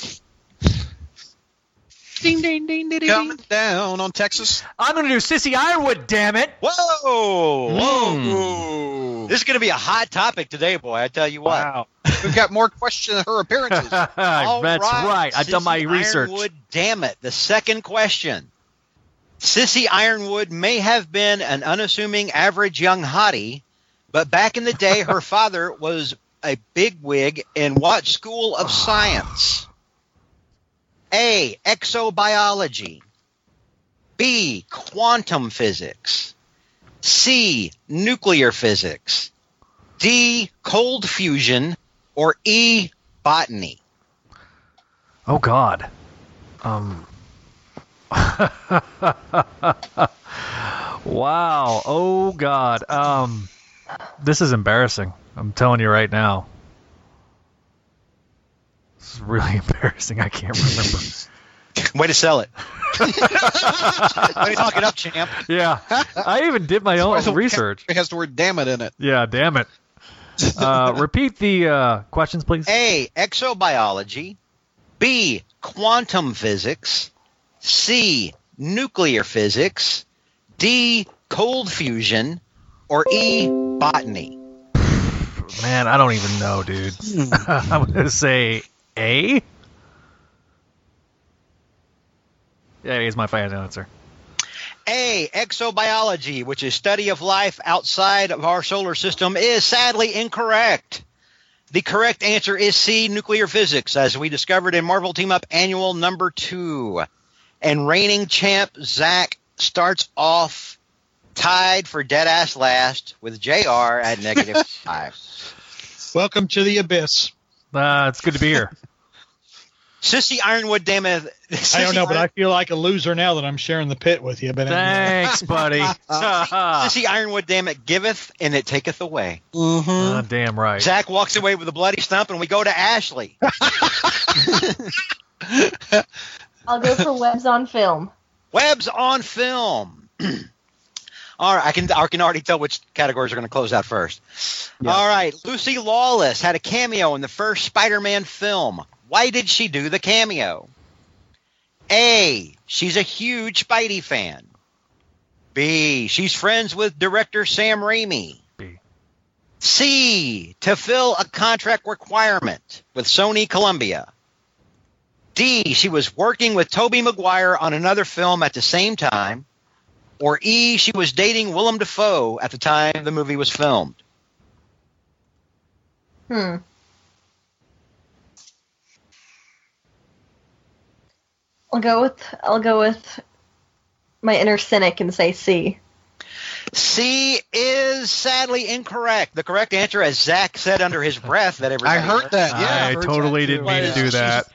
[SPEAKER 7] Coming down on Texas.
[SPEAKER 3] I'm going to do Sissy Ironwood, damn it. Hmm.
[SPEAKER 5] Whoa! Whoa! This is going to be a hot topic today, boy. I tell you what.
[SPEAKER 12] Wow.
[SPEAKER 7] We've got more questions her appearances.
[SPEAKER 3] That's
[SPEAKER 5] All
[SPEAKER 3] right. I've done
[SPEAKER 5] Sissy
[SPEAKER 3] my research.
[SPEAKER 5] Ironwood, damn it. The second question. Sissy Ironwood may have been an unassuming average young hottie, but back in the day, her father was a bigwig in what school of science? A. Exobiology. B. Quantum physics. C. Nuclear physics. D. Cold fusion. Or E. Botany.
[SPEAKER 3] Oh God. Um. wow. Oh God. Um. This is embarrassing. I'm telling you right now. This is really embarrassing. I can't remember.
[SPEAKER 5] Way to sell it. Way to talk it up, champ.
[SPEAKER 3] yeah. I even did my own
[SPEAKER 7] Also,
[SPEAKER 3] research.
[SPEAKER 7] It has the word damn it in it.
[SPEAKER 3] Yeah. Damn it. Uh, repeat the uh, questions, please.
[SPEAKER 5] A. Exobiology. B. Quantum physics. C. Nuclear physics. D. Cold fusion. Or E. Botany.
[SPEAKER 3] Man, I don't even know, dude.
[SPEAKER 13] Hmm.
[SPEAKER 3] I'm gonna say A. Yeah, is my final answer.
[SPEAKER 5] A. Exobiology, which is study of life outside of our solar system, is sadly incorrect. The correct answer is C. Nuclear physics, as we discovered in Marvel Team Up Annual Number Two. And reigning champ Zach starts off tied for dead ass last with Jr. at negative five.
[SPEAKER 13] Welcome to the abyss.
[SPEAKER 3] Uh, it's good to be here.
[SPEAKER 5] Sissy Ironwood, damn it.
[SPEAKER 13] I don't know, but I feel like a loser now that I'm sharing the pit with you. But anyway.
[SPEAKER 3] Thanks, buddy. Ah,
[SPEAKER 5] Sissy Ironwood, damn it, giveth and it taketh away.
[SPEAKER 3] Uh, damn right.
[SPEAKER 5] Zach walks away with a bloody stump, and we go to Ashley.
[SPEAKER 8] I'll go for webs on film.
[SPEAKER 5] Webs on film. All right, I can I can already tell which categories are going to close out first. All right, Lucy Lawless had a cameo in the first Spider-Man film. Why did she do the cameo? A. She's a huge Spidey fan. B. She's friends with director Sam Raimi.
[SPEAKER 3] B.
[SPEAKER 5] C. To fill a contract requirement with Sony Columbia. D. She was working with Toby Maguire on another film at the same time. Or E. She was dating Willem Dafoe at the time the movie was filmed.
[SPEAKER 8] Hmm. I'll go with I'll go with my inner cynic and say C.
[SPEAKER 5] C is sadly incorrect. The correct answer, as Zach said under his breath, that everybody
[SPEAKER 7] I heard that. Yeah,
[SPEAKER 3] I
[SPEAKER 7] heard
[SPEAKER 3] totally
[SPEAKER 7] that, too.
[SPEAKER 3] didn't mean to do that.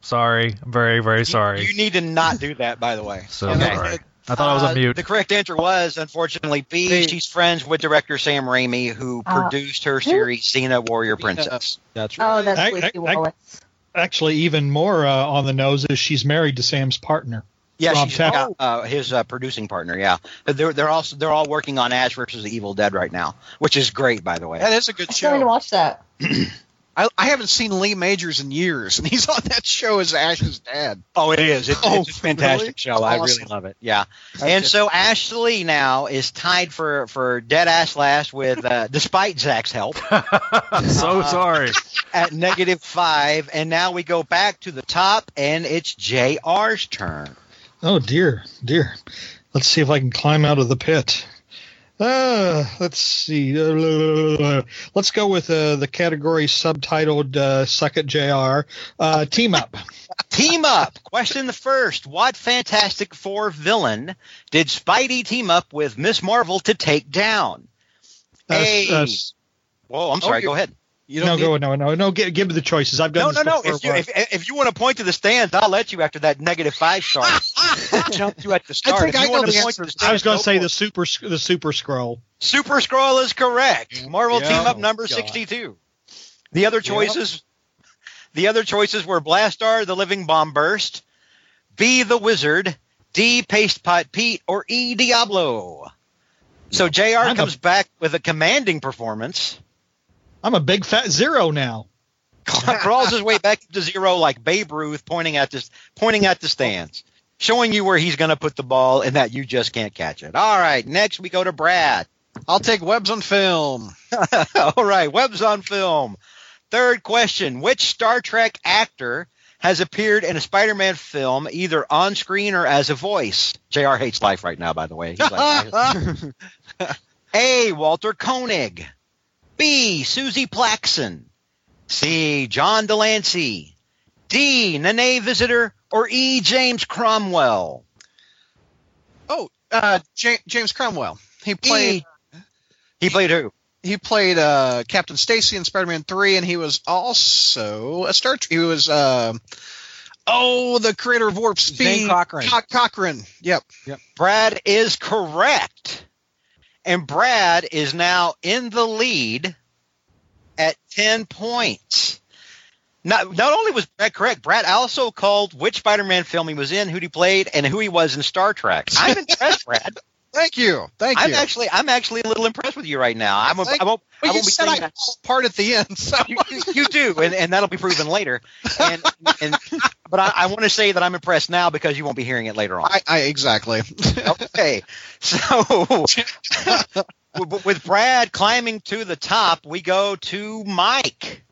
[SPEAKER 3] Sorry. I'm very, very sorry.
[SPEAKER 5] You need to not do that, by the way.
[SPEAKER 3] so
[SPEAKER 5] Okay.
[SPEAKER 3] sorry. I thought I was on
[SPEAKER 5] Uh,
[SPEAKER 3] mute.
[SPEAKER 5] The correct answer was, unfortunately, B. She's friends with director Sam Raimi, who
[SPEAKER 8] Uh,
[SPEAKER 5] produced her series Xena Warrior Princess.
[SPEAKER 6] That's right.
[SPEAKER 8] Oh, that's
[SPEAKER 13] I-
[SPEAKER 8] Lucy
[SPEAKER 13] I- I-
[SPEAKER 8] Wallace.
[SPEAKER 13] Actually, even more uh, on the nose is she's married to Sam's partner.
[SPEAKER 5] Yeah,
[SPEAKER 13] Rob
[SPEAKER 5] she's
[SPEAKER 13] Tech.
[SPEAKER 5] got, uh, his uh, producing partner. Yeah, But they're they're also they're all working on Ash versus the Evil Dead right now, which is great, by the way.
[SPEAKER 7] That is a good
[SPEAKER 8] I still need to
[SPEAKER 7] show.
[SPEAKER 8] watch that.
[SPEAKER 7] I, I haven't seen Lee Majors in years, and he's on that show as Ash's dad.
[SPEAKER 5] Oh, it is. It's,
[SPEAKER 7] Oh,
[SPEAKER 5] it's a fantastic
[SPEAKER 7] really?
[SPEAKER 5] show. I
[SPEAKER 7] Awesome.
[SPEAKER 5] really love it. Yeah. And so Ashley now is tied for for dead ass last with, uh, despite Zach's help,
[SPEAKER 3] I'm so sorry.
[SPEAKER 5] at negative five. And now we go back to the top, and it's Jr's turn.
[SPEAKER 13] Oh dear, dear. Let's see if I can climb out of the pit. Uh, let's see. Uh, let's go with uh, the category subtitled uh, "Suck It, Jr." Uh, team up.
[SPEAKER 5] Team up. Question the first: What Fantastic Four villain did Spidey team up with Miss Marvel to take down?
[SPEAKER 13] Uh,
[SPEAKER 5] Hey.
[SPEAKER 13] uh,
[SPEAKER 5] Whoa, I'm sorry.
[SPEAKER 7] you're-
[SPEAKER 5] go ahead.
[SPEAKER 7] You
[SPEAKER 13] no,
[SPEAKER 7] don't
[SPEAKER 13] go no, no, no. Give, give me the choices. I've
[SPEAKER 5] No,
[SPEAKER 13] done
[SPEAKER 5] no,
[SPEAKER 13] this
[SPEAKER 5] no.
[SPEAKER 13] before,
[SPEAKER 5] If you if, if you want to point to the stands, I'll let you after that negative five star. Jumped you at the start.
[SPEAKER 7] think
[SPEAKER 5] If you
[SPEAKER 7] I know
[SPEAKER 5] want
[SPEAKER 7] the
[SPEAKER 5] to point
[SPEAKER 7] answer.
[SPEAKER 5] to the
[SPEAKER 13] but I was going
[SPEAKER 5] stands,
[SPEAKER 13] to say
[SPEAKER 5] go
[SPEAKER 13] the super sc- the super scroll.
[SPEAKER 5] Super Scroll is correct. Marvel
[SPEAKER 7] Yeah.
[SPEAKER 5] team up number
[SPEAKER 7] Oh, God.
[SPEAKER 5] 62. The other choices The other choices were Blastar, the Living Bomb Burst, B the Wizard, D Paste Pot Pete, or E Diablo. So JR
[SPEAKER 13] I'm a-
[SPEAKER 5] comes back with a commanding performance,
[SPEAKER 13] I'm a big fat zero now.
[SPEAKER 5] crawls his way back to zero like Babe Ruth pointing at this pointing at the stands, showing you where he's gonna put the ball and that you just can't catch it. All right, next we go to Brad.
[SPEAKER 7] I'll take Webs on Film.
[SPEAKER 5] All right, webs on film. Third question Which Star Trek actor has appeared in a Spider Man film, either on screen or as a voice? JR hates life right now, by the way. He's like- a. Walter Koenig. B. Susie Plaxon. C. John Delancey. D. Nene Visitor. Or E. James Cromwell.
[SPEAKER 7] Oh, uh, Ja- James Cromwell. He played
[SPEAKER 5] He played who?
[SPEAKER 7] he played uh, Captain Stacy in Spider-Man Three, and he was also a Star. Trek. He was uh, oh the creator of Warp Speed,
[SPEAKER 6] Zane Cochran.
[SPEAKER 7] Co- Cochran. Yep.
[SPEAKER 5] Brad is correct. And Brad is now in the lead at 10 points. Not, not only was Brad correct, Brad also called which Spider Man film he was in, who he played, and who he was in Star Trek. I'm impressed, Brad.
[SPEAKER 7] Thank you. Thank
[SPEAKER 5] I'm
[SPEAKER 7] you.
[SPEAKER 5] actually I'm actually a little impressed with you right now. I'm a,
[SPEAKER 7] Thank-
[SPEAKER 5] I won't, I
[SPEAKER 7] well, you
[SPEAKER 5] won't be
[SPEAKER 7] said I
[SPEAKER 5] saying that.
[SPEAKER 7] part at the end, so
[SPEAKER 5] You, you- you do, and, and that'll be proven later. And, and but I, I want to say that I'm impressed now because you won't be hearing it later on.
[SPEAKER 7] I, I exactly.
[SPEAKER 5] okay. So with with Brad climbing to the top, we go to Mike.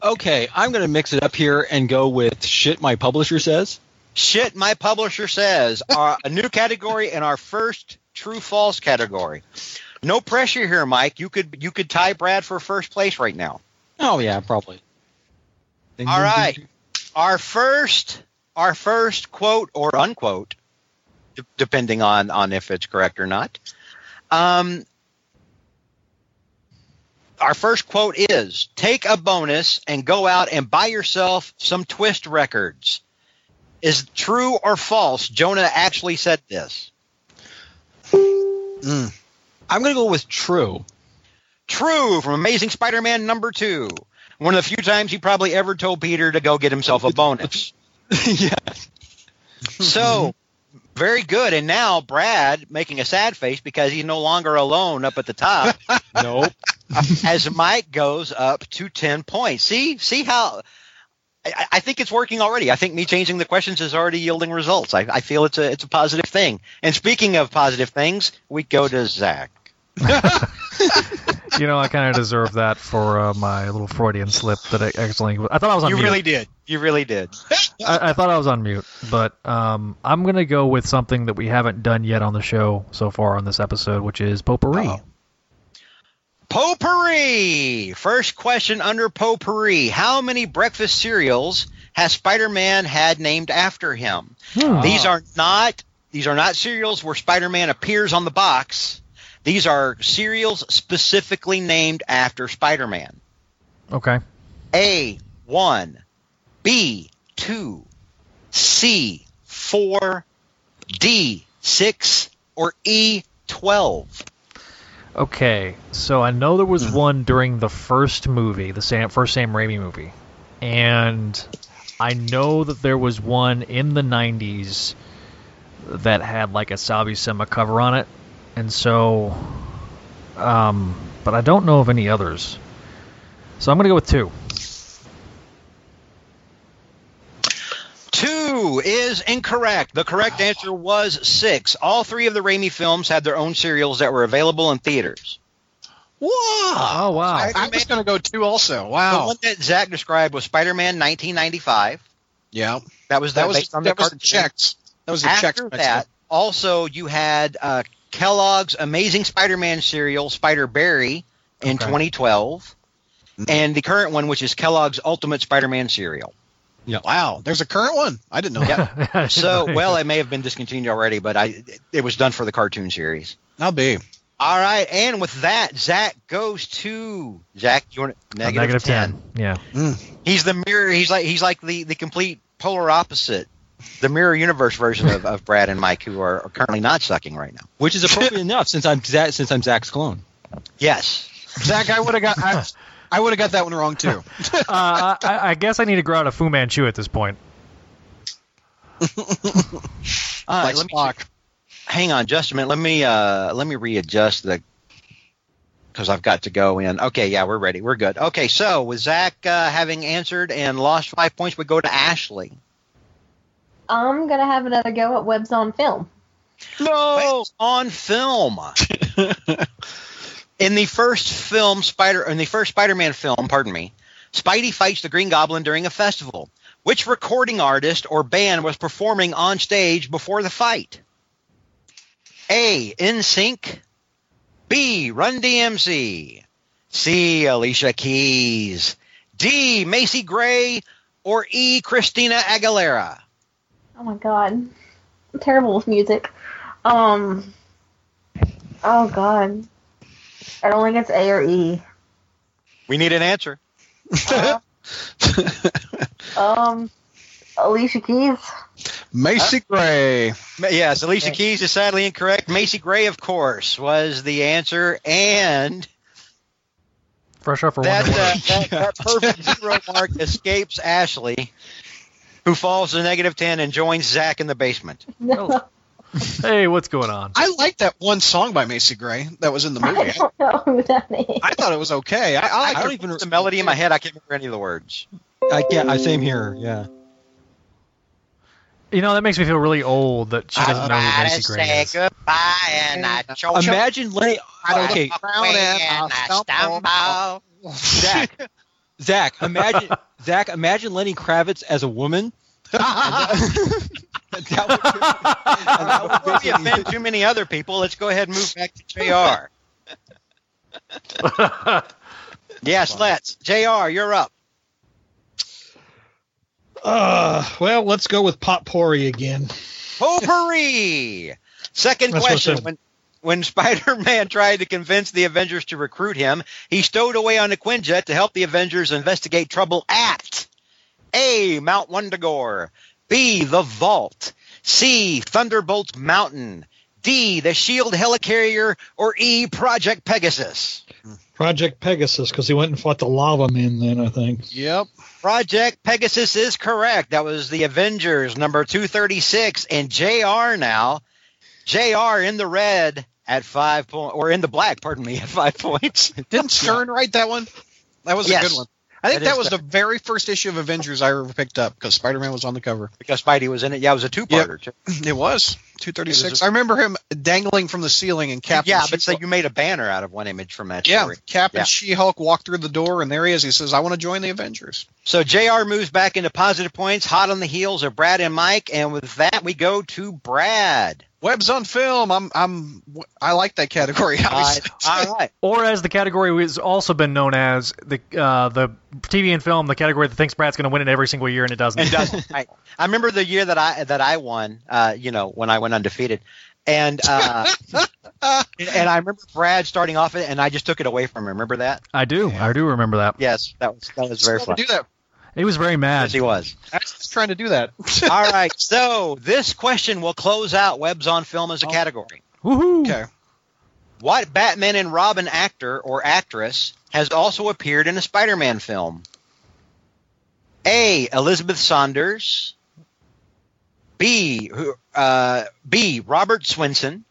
[SPEAKER 6] Okay, I'm going to mix it up here and go with shit my publisher says.
[SPEAKER 5] Shit, my publisher says our, a new category and our first true false category. No pressure here, Mike. You could you could tie Brad for first place right now.
[SPEAKER 6] Oh yeah, probably. Ding,
[SPEAKER 5] All
[SPEAKER 6] ding,
[SPEAKER 5] right.
[SPEAKER 6] ding, ding.
[SPEAKER 5] Our first our first quote or unquote, d- depending on on if it's correct or not. Um, our first quote is take a bonus and go out and buy yourself some twist records. Is it true or false? Jonah actually said this.
[SPEAKER 6] I'm going to go with true.
[SPEAKER 5] True from Amazing Spider Man number two. One of the few times he probably ever told Peter to go get himself a bonus.
[SPEAKER 6] yeah.
[SPEAKER 5] So very good. And now Brad making a sad face because he's no longer alone up at the top
[SPEAKER 6] Nope.
[SPEAKER 5] as Mike goes up to 10 points. See, see how I, I think it's working already. I think me changing the questions is already yielding results. I, I feel it's a, it's a positive thing. And speaking of positive things, we go to Zach.
[SPEAKER 3] You know, I kind of deserve that for uh, my little Freudian slip that I accidentally. I thought I was on
[SPEAKER 5] You
[SPEAKER 3] mute.
[SPEAKER 5] really did. You really did.
[SPEAKER 3] I, I thought I was on mute, but um, I'm gonna go with something that we haven't done yet on the show so far on this episode, which is potpourri.
[SPEAKER 5] Potpourri. First question under potpourri. How many breakfast cereals has Spider-Man had named after him? These are not these are not cereals where Spider-Man appears on the box. These are cereals specifically named after Spider-Man.
[SPEAKER 3] Okay.
[SPEAKER 5] A one, B two, C four, D six, or E twelve.
[SPEAKER 3] Okay, so I know there
[SPEAKER 6] Hmm.
[SPEAKER 3] was one during the first movie, the Sam, first Sam Raimi movie, and I know that there was one in the '90s that had like a Sabi Sema cover on it, and so, um, but I don't know of any others. So I'm gonna go with two.
[SPEAKER 5] Two is incorrect. The correct answer was six. All three of the Raimi films had their own cereals that were available in theaters.
[SPEAKER 7] Whoa!
[SPEAKER 3] Oh wow!
[SPEAKER 7] I, I was going to go two also.
[SPEAKER 5] The
[SPEAKER 7] Wow.
[SPEAKER 5] one that Zach described was Spider-Man 1995.
[SPEAKER 7] Yeah.
[SPEAKER 5] That was the,
[SPEAKER 7] That was
[SPEAKER 5] based on
[SPEAKER 7] that
[SPEAKER 5] the
[SPEAKER 7] was
[SPEAKER 5] cartoon.
[SPEAKER 7] checks. That was the checks.
[SPEAKER 5] After that, also you had uh, Kellogg's Amazing Spider-Man cereal, Spider Berry, in
[SPEAKER 3] Okay.
[SPEAKER 5] 2012, and the current one, which is Kellogg's Ultimate Spider-Man cereal.
[SPEAKER 7] Wow. There's a current one. I didn't know that.
[SPEAKER 5] So, well, it may have been discontinued already, but I it was done for the cartoon series.
[SPEAKER 7] I'll be.
[SPEAKER 5] All right, and with that, Zach goes to Zach. You want
[SPEAKER 3] A
[SPEAKER 5] negative, negative ten.
[SPEAKER 3] Yeah.
[SPEAKER 5] He's the mirror. He's like he's like the the complete polar opposite, the mirror universe version of, of Brad and Mike, who are, are currently not sucking right now.
[SPEAKER 6] Which is appropriate enough since I'm Zach, since I'm Zach's clone.
[SPEAKER 5] Yes,
[SPEAKER 7] Zach, I would have got. I, I would have got that one wrong too.
[SPEAKER 3] uh, I, I guess I need to grow out a Fu Manchu at this point.
[SPEAKER 5] All right,
[SPEAKER 7] like
[SPEAKER 5] let me
[SPEAKER 7] Spock.
[SPEAKER 5] hang on just a minute. Let me uh let me readjust the because I've got to go in. Okay, yeah, we're ready. We're good. Okay, so with Zach uh, having answered and lost five points, we go to Ashley.
[SPEAKER 8] I'm gonna have another go at webs on film.
[SPEAKER 5] No, on film. in the first film, Spider in the first Spider-Man film, pardon me, Spidey fights the Green Goblin during a festival. Which recording artist or band was performing on stage before the fight? A. In Sync. B. Run DMC. C. Alicia Keys. D. Macy Gray. Or E. Christina Aguilera.
[SPEAKER 8] Oh my god, I'm terrible with music. Um. Oh God. I don't think it's A or E.
[SPEAKER 5] We need an answer.
[SPEAKER 8] Uh, um. Alicia Keys.
[SPEAKER 6] Macy Gray.
[SPEAKER 5] Ma- Yes, Alicia Keys is sadly incorrect. Macy Gray, of course, was the answer, and
[SPEAKER 3] Fresh off her
[SPEAKER 5] that,
[SPEAKER 3] one.
[SPEAKER 5] uh, that, that perfect zero mark escapes Ashley, who falls to negative ten and joins Zach in the basement.
[SPEAKER 3] Hey, what's going on?
[SPEAKER 7] I like that one song by Macy Gray that was in
[SPEAKER 5] Oh,
[SPEAKER 7] the movie.
[SPEAKER 8] I don't know who that is.
[SPEAKER 7] I thought it was okay. I, I,
[SPEAKER 6] I
[SPEAKER 7] liked
[SPEAKER 6] don't
[SPEAKER 7] it.
[SPEAKER 6] even.
[SPEAKER 5] It's the melody in my head. I can't remember any of the words.
[SPEAKER 6] I can't. I same here. Yeah.
[SPEAKER 3] You know, that makes me feel really old that she doesn't know who Macy Gray is.
[SPEAKER 5] goodbye and I chose
[SPEAKER 6] Imagine Lenny. Okay,
[SPEAKER 7] Oh,
[SPEAKER 6] Zach. Zach. Imagine Zach. Imagine Lenny Kravitz as a woman. And that would- and that would
[SPEAKER 5] Before we
[SPEAKER 6] basically-
[SPEAKER 5] offend too many other people, let's go ahead and move back to JR. yes, let's. JR, you're up.
[SPEAKER 13] Uh, well, let's go with potpourri again.
[SPEAKER 5] Potpourri. Second
[SPEAKER 13] That's what I
[SPEAKER 5] question.
[SPEAKER 13] said.
[SPEAKER 5] When, when Spider Man tried to convince the Avengers to recruit him, he stowed away on the Quinjet to help the Avengers investigate trouble at A. Mount Wondagore, B. The Vault, C. Thunderbolt Mountain, E D. The Shield Helicarrier, or E. Project Pegasus.
[SPEAKER 13] Project Pegasus, because he went and fought the lava men then, I think.
[SPEAKER 7] Yep.
[SPEAKER 5] Project Pegasus is correct. That was the Avengers number 236 and JR now. JR in the red at 5 point or in the black, pardon me, at 5 points.
[SPEAKER 7] Didn't Stern write that one? That was
[SPEAKER 5] Yes.
[SPEAKER 7] a good one. I think
[SPEAKER 5] That
[SPEAKER 7] that,
[SPEAKER 5] is
[SPEAKER 7] was
[SPEAKER 5] the-
[SPEAKER 7] the very first issue of Avengers I ever picked up because Spider Man was on the cover.
[SPEAKER 5] because Spidey was in it. Yeah, it was a two-parter. too.
[SPEAKER 7] It was
[SPEAKER 5] It
[SPEAKER 7] 236.
[SPEAKER 5] was
[SPEAKER 7] I remember him dangling from the ceiling and Captain
[SPEAKER 5] yeah, but so
[SPEAKER 7] She-Hulk-
[SPEAKER 5] you made a banner out of one image from that
[SPEAKER 7] yeah,
[SPEAKER 5] story.
[SPEAKER 7] Cap and
[SPEAKER 5] Yeah.
[SPEAKER 7] She Hulk walk through the door, and there he is. He says, I want to join the Avengers.
[SPEAKER 5] So JR moves back into positive points, hot on the heels of Brad and Mike, and with that we go to Brad.
[SPEAKER 7] Web's on film. I'm, I'm, I like that category.
[SPEAKER 5] Uh,
[SPEAKER 7] obviously.
[SPEAKER 5] all right.
[SPEAKER 3] Or as the category has also been known as the uh, the TV and film, the category that thinks Brad's going to win it every single year and it doesn't.
[SPEAKER 5] and doesn't. I, I remember the year that I that I won. Uh, you know, when I went undefeated, and uh, and, and I remember Brad starting off it, and I just took it away from him. Remember that?
[SPEAKER 3] I do. I do remember that.
[SPEAKER 5] Yes, that was that was very
[SPEAKER 7] Trying
[SPEAKER 5] fun.
[SPEAKER 7] to do that.
[SPEAKER 3] He was very
[SPEAKER 5] Yes,
[SPEAKER 3] mad.
[SPEAKER 5] he was.
[SPEAKER 7] I was just trying to do that.
[SPEAKER 5] All right, so this question will close out Webs on Film as a category.
[SPEAKER 3] Woohoo!
[SPEAKER 7] okay.
[SPEAKER 5] What Batman and Robin actor or actress has also appeared in a Spider Man film? A. Elizabeth Saunders. B. who- Uh, B. Robert Swinson.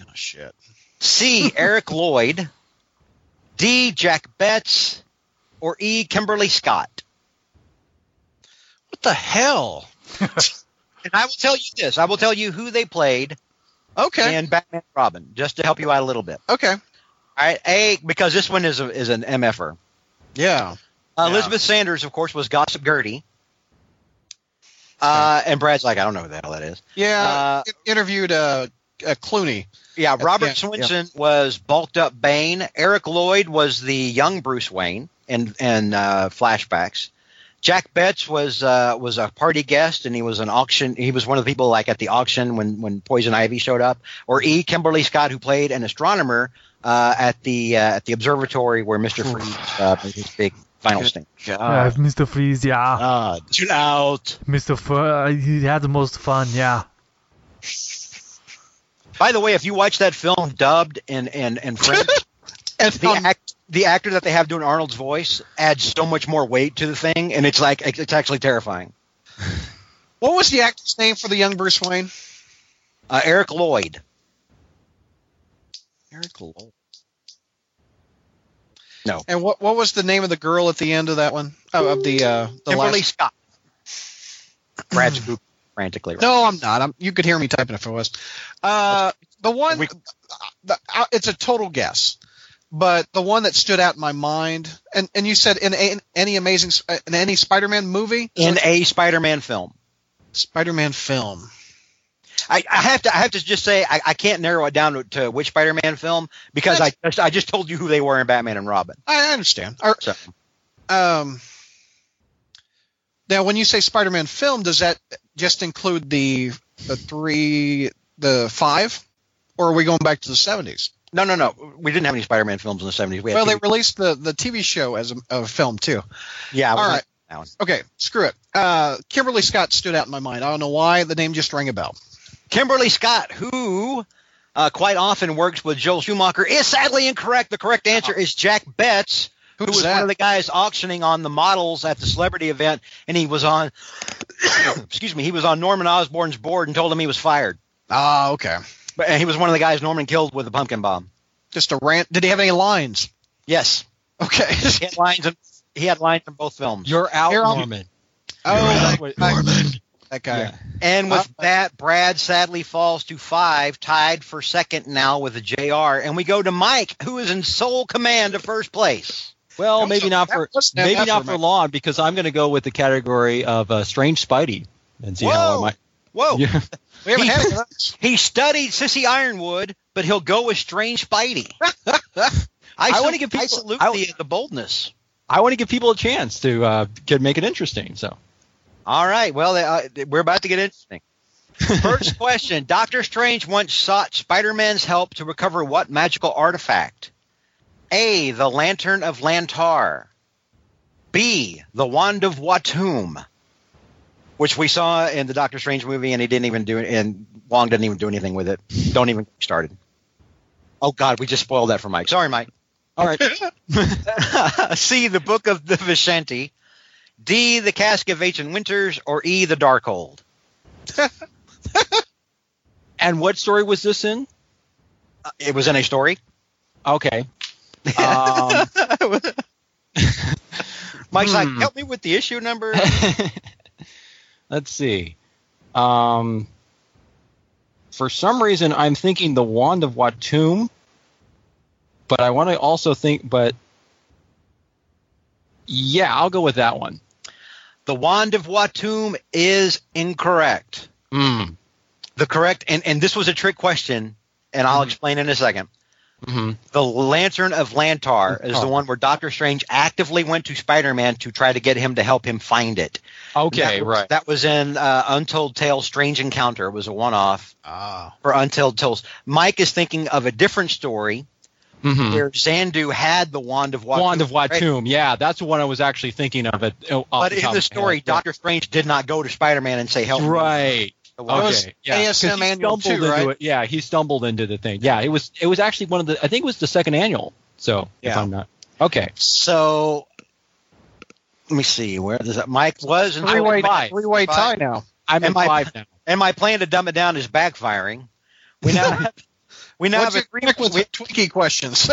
[SPEAKER 7] Oh, shit.
[SPEAKER 5] C. Eric Lloyd. D. Jack Betts. Or E. Kimberly Scott.
[SPEAKER 7] What the hell?
[SPEAKER 5] And I will tell you this. I will tell you who they played
[SPEAKER 7] Okay.
[SPEAKER 5] in Batman and Robin, just to help you out a little bit.
[SPEAKER 7] Okay.
[SPEAKER 5] All right, A, because this one is a, is an MFer.
[SPEAKER 7] Yeah.
[SPEAKER 5] Uh,
[SPEAKER 7] Yeah.
[SPEAKER 5] Elizabeth Sanders, of course, was Gossip Gertie. Uh, and Brad's like, I don't know who the hell that is.
[SPEAKER 7] Yeah.
[SPEAKER 5] Uh,
[SPEAKER 7] I interviewed uh, uh, Clooney.
[SPEAKER 5] yeah, Robert
[SPEAKER 7] yeah,
[SPEAKER 5] Swinson was bulked up Bane. Eric Lloyd was the young Bruce Wayne in in uh, flashbacks. Jack Betts was uh, was a party guest, and he was an auction. He was one of the people like at the auction when when Poison Ivy showed up, or E. Kimberly Scott, who played an astronomer uh, at the uh, at the observatory where Mister Freeze uh, made his big final stand.
[SPEAKER 3] Uh, Mr. Freeze, yeah.
[SPEAKER 6] Ah,
[SPEAKER 7] God. Chill out.
[SPEAKER 3] Mr. Fur, uh, he had the most fun, yeah.
[SPEAKER 5] By the way, if you watch that film dubbed and and and French, the
[SPEAKER 7] um,
[SPEAKER 5] act the actor that they have doing Arnold's voice adds so much more weight to the thing, and it's like it's actually terrifying.
[SPEAKER 7] What was the actor's name for the young Bruce Wayne?
[SPEAKER 5] Uh, Eric Lloyd.
[SPEAKER 7] Eric Lowell.
[SPEAKER 5] No.
[SPEAKER 7] And what what was the name of the girl at the end of that one? Oh, of the uh, the
[SPEAKER 5] Kimberly
[SPEAKER 7] last.
[SPEAKER 5] Scott. Brad's goop frantically. Right?
[SPEAKER 7] No, I'm not. I'm, you could hear me typing if I was. Uh, the one,
[SPEAKER 5] We-
[SPEAKER 7] the, uh, it's a total guess, but the one that stood out in my mind, and, and you said in, a, in any amazing Sp- uh, in any Spider-Man movie,
[SPEAKER 5] In a Spider-Man film,
[SPEAKER 7] Spider-Man film.
[SPEAKER 5] I, I have to I have to just say I, I can't narrow it down to, to which Spider-Man film because I just, I just told you who they were in Batman and Robin.
[SPEAKER 7] I understand. Or,
[SPEAKER 5] So
[SPEAKER 7] um, now, when you say Spider-Man film, does that just include the the three the five, or are we going back to the seventies?
[SPEAKER 5] No, no, no. We didn't have any Spider-Man films in the seventies. We had
[SPEAKER 7] Well, they
[SPEAKER 5] TV
[SPEAKER 7] released the the TV show as a, a film too.
[SPEAKER 5] yeah.
[SPEAKER 7] All
[SPEAKER 5] All
[SPEAKER 7] right.
[SPEAKER 5] right.
[SPEAKER 7] Okay, screw it. Uh, Kimberly Scott stood out in my mind. I don't know why. The name just rang a bell.
[SPEAKER 5] Kimberly Scott, who uh, quite often works with Joel Schumacher, is sadly incorrect. The correct answer is Jack Betts, who
[SPEAKER 7] Who's
[SPEAKER 5] was
[SPEAKER 7] that?
[SPEAKER 5] one of the guys auctioning on the models at the celebrity event, and he was on. excuse me. He was on Norman Osborn's board and told him he was fired.
[SPEAKER 7] Ah, okay.
[SPEAKER 5] But and he was one of the guys Norman killed with a pumpkin bomb.
[SPEAKER 7] Just a rant. Did he have any lines?
[SPEAKER 5] Yes,
[SPEAKER 7] Okay.
[SPEAKER 5] he had lines. In, he had lines in both films.
[SPEAKER 6] You're out,
[SPEAKER 7] You're out.
[SPEAKER 6] Norman.
[SPEAKER 7] oh, that, that- that guy.
[SPEAKER 6] Yeah.
[SPEAKER 5] And with
[SPEAKER 7] Uh,
[SPEAKER 5] that, Brad sadly falls to five, tied for second now with a JR. And we go to Mike, who is in sole command of first place.
[SPEAKER 6] Well,
[SPEAKER 7] That
[SPEAKER 6] maybe
[SPEAKER 7] was-
[SPEAKER 6] not
[SPEAKER 7] that
[SPEAKER 6] for
[SPEAKER 7] was an
[SPEAKER 6] maybe
[SPEAKER 7] effort,
[SPEAKER 6] not for
[SPEAKER 7] man.
[SPEAKER 6] long because I'm going to go with the category of uh, strange Spidey and see how I
[SPEAKER 5] Whoa.
[SPEAKER 6] might.
[SPEAKER 5] Whoa.
[SPEAKER 6] Yeah.
[SPEAKER 7] We haven't
[SPEAKER 5] He-
[SPEAKER 7] had any of those.
[SPEAKER 5] He studied Sissy Ironwood, but he'll go with Strange Spidey. I,
[SPEAKER 6] I wanna
[SPEAKER 5] sal-
[SPEAKER 6] give
[SPEAKER 5] I
[SPEAKER 6] people-
[SPEAKER 5] salute
[SPEAKER 6] I-
[SPEAKER 5] the, the boldness.
[SPEAKER 6] I want to give people a chance to uh, get, make it interesting. So
[SPEAKER 5] All right. Well, uh, we're about to get interesting. First question Doctor Strange once sought Spider Man's help to recover what magical artifact? A. The Lantern of Lantar. B. The Wand of Watum, which we saw in the Doctor Strange movie, and he didn't even do it, and Wong didn't even do anything with it. Don't even get started. Oh, God, we just spoiled that for Mike. Sorry, Mike.
[SPEAKER 6] all right,
[SPEAKER 5] C. The Book of the Vicente. D. The Cask of Ancient Winters. Or E. The Darkhold.
[SPEAKER 6] and what story was this in?
[SPEAKER 5] Uh, It was in a story.
[SPEAKER 6] Okay. Um,
[SPEAKER 5] Mike's like,
[SPEAKER 6] Hmm.
[SPEAKER 5] help me with the issue number.
[SPEAKER 6] Let's see. Um, for some reason, I'm thinking the Wand of Watum, but I want to also think, but yeah, I'll go with that one.
[SPEAKER 5] the Wand of Watum is incorrect.
[SPEAKER 6] Mm.
[SPEAKER 5] The correct, and, and this was a trick question, and I'll explain in a second.
[SPEAKER 6] hmm
[SPEAKER 5] The Lantern of Lantar is the
[SPEAKER 6] Oh.
[SPEAKER 5] one where Doctor Strange actively went to Spider Man to try to get him to help him find it.
[SPEAKER 6] Okay,
[SPEAKER 5] That was-
[SPEAKER 6] right.
[SPEAKER 5] That was in uh, Untold Tales Strange Encounter. It was a one off
[SPEAKER 7] Ah.
[SPEAKER 5] for Untold Tales. Mike is thinking of a different story
[SPEAKER 6] Mhm.
[SPEAKER 5] where Xandu had the Wand of Watum.
[SPEAKER 6] Wand of
[SPEAKER 5] right?
[SPEAKER 6] Watum. Yeah, that's the one I was actually thinking of. It, oh, off
[SPEAKER 5] But
[SPEAKER 6] the
[SPEAKER 5] in
[SPEAKER 6] top
[SPEAKER 5] the
[SPEAKER 6] of my
[SPEAKER 5] story,
[SPEAKER 6] head.
[SPEAKER 5] Doctor Strange did not go to Spider Man and say, help me.
[SPEAKER 6] Right.
[SPEAKER 7] That was
[SPEAKER 6] Okay. Yeah. 'cause
[SPEAKER 7] ASM
[SPEAKER 6] he
[SPEAKER 7] annual
[SPEAKER 6] stumbled
[SPEAKER 7] too,
[SPEAKER 6] into
[SPEAKER 7] right?
[SPEAKER 6] it. Yeah, he stumbled into the thing. Yeah, it was it was actually one of the I think it was the second annual. So if
[SPEAKER 5] Yeah.
[SPEAKER 6] I'm not okay,
[SPEAKER 5] So let me see where does that Mike was in
[SPEAKER 6] Three-way-
[SPEAKER 5] five.
[SPEAKER 6] three-way
[SPEAKER 5] tie
[SPEAKER 6] now. I'm in
[SPEAKER 5] Am I-
[SPEAKER 6] five now.
[SPEAKER 5] And my plan to dumb it down is backfiring. We now have, we now
[SPEAKER 7] What's
[SPEAKER 5] have a
[SPEAKER 7] it
[SPEAKER 5] three,
[SPEAKER 7] with
[SPEAKER 5] we,
[SPEAKER 7] Twinkie questions?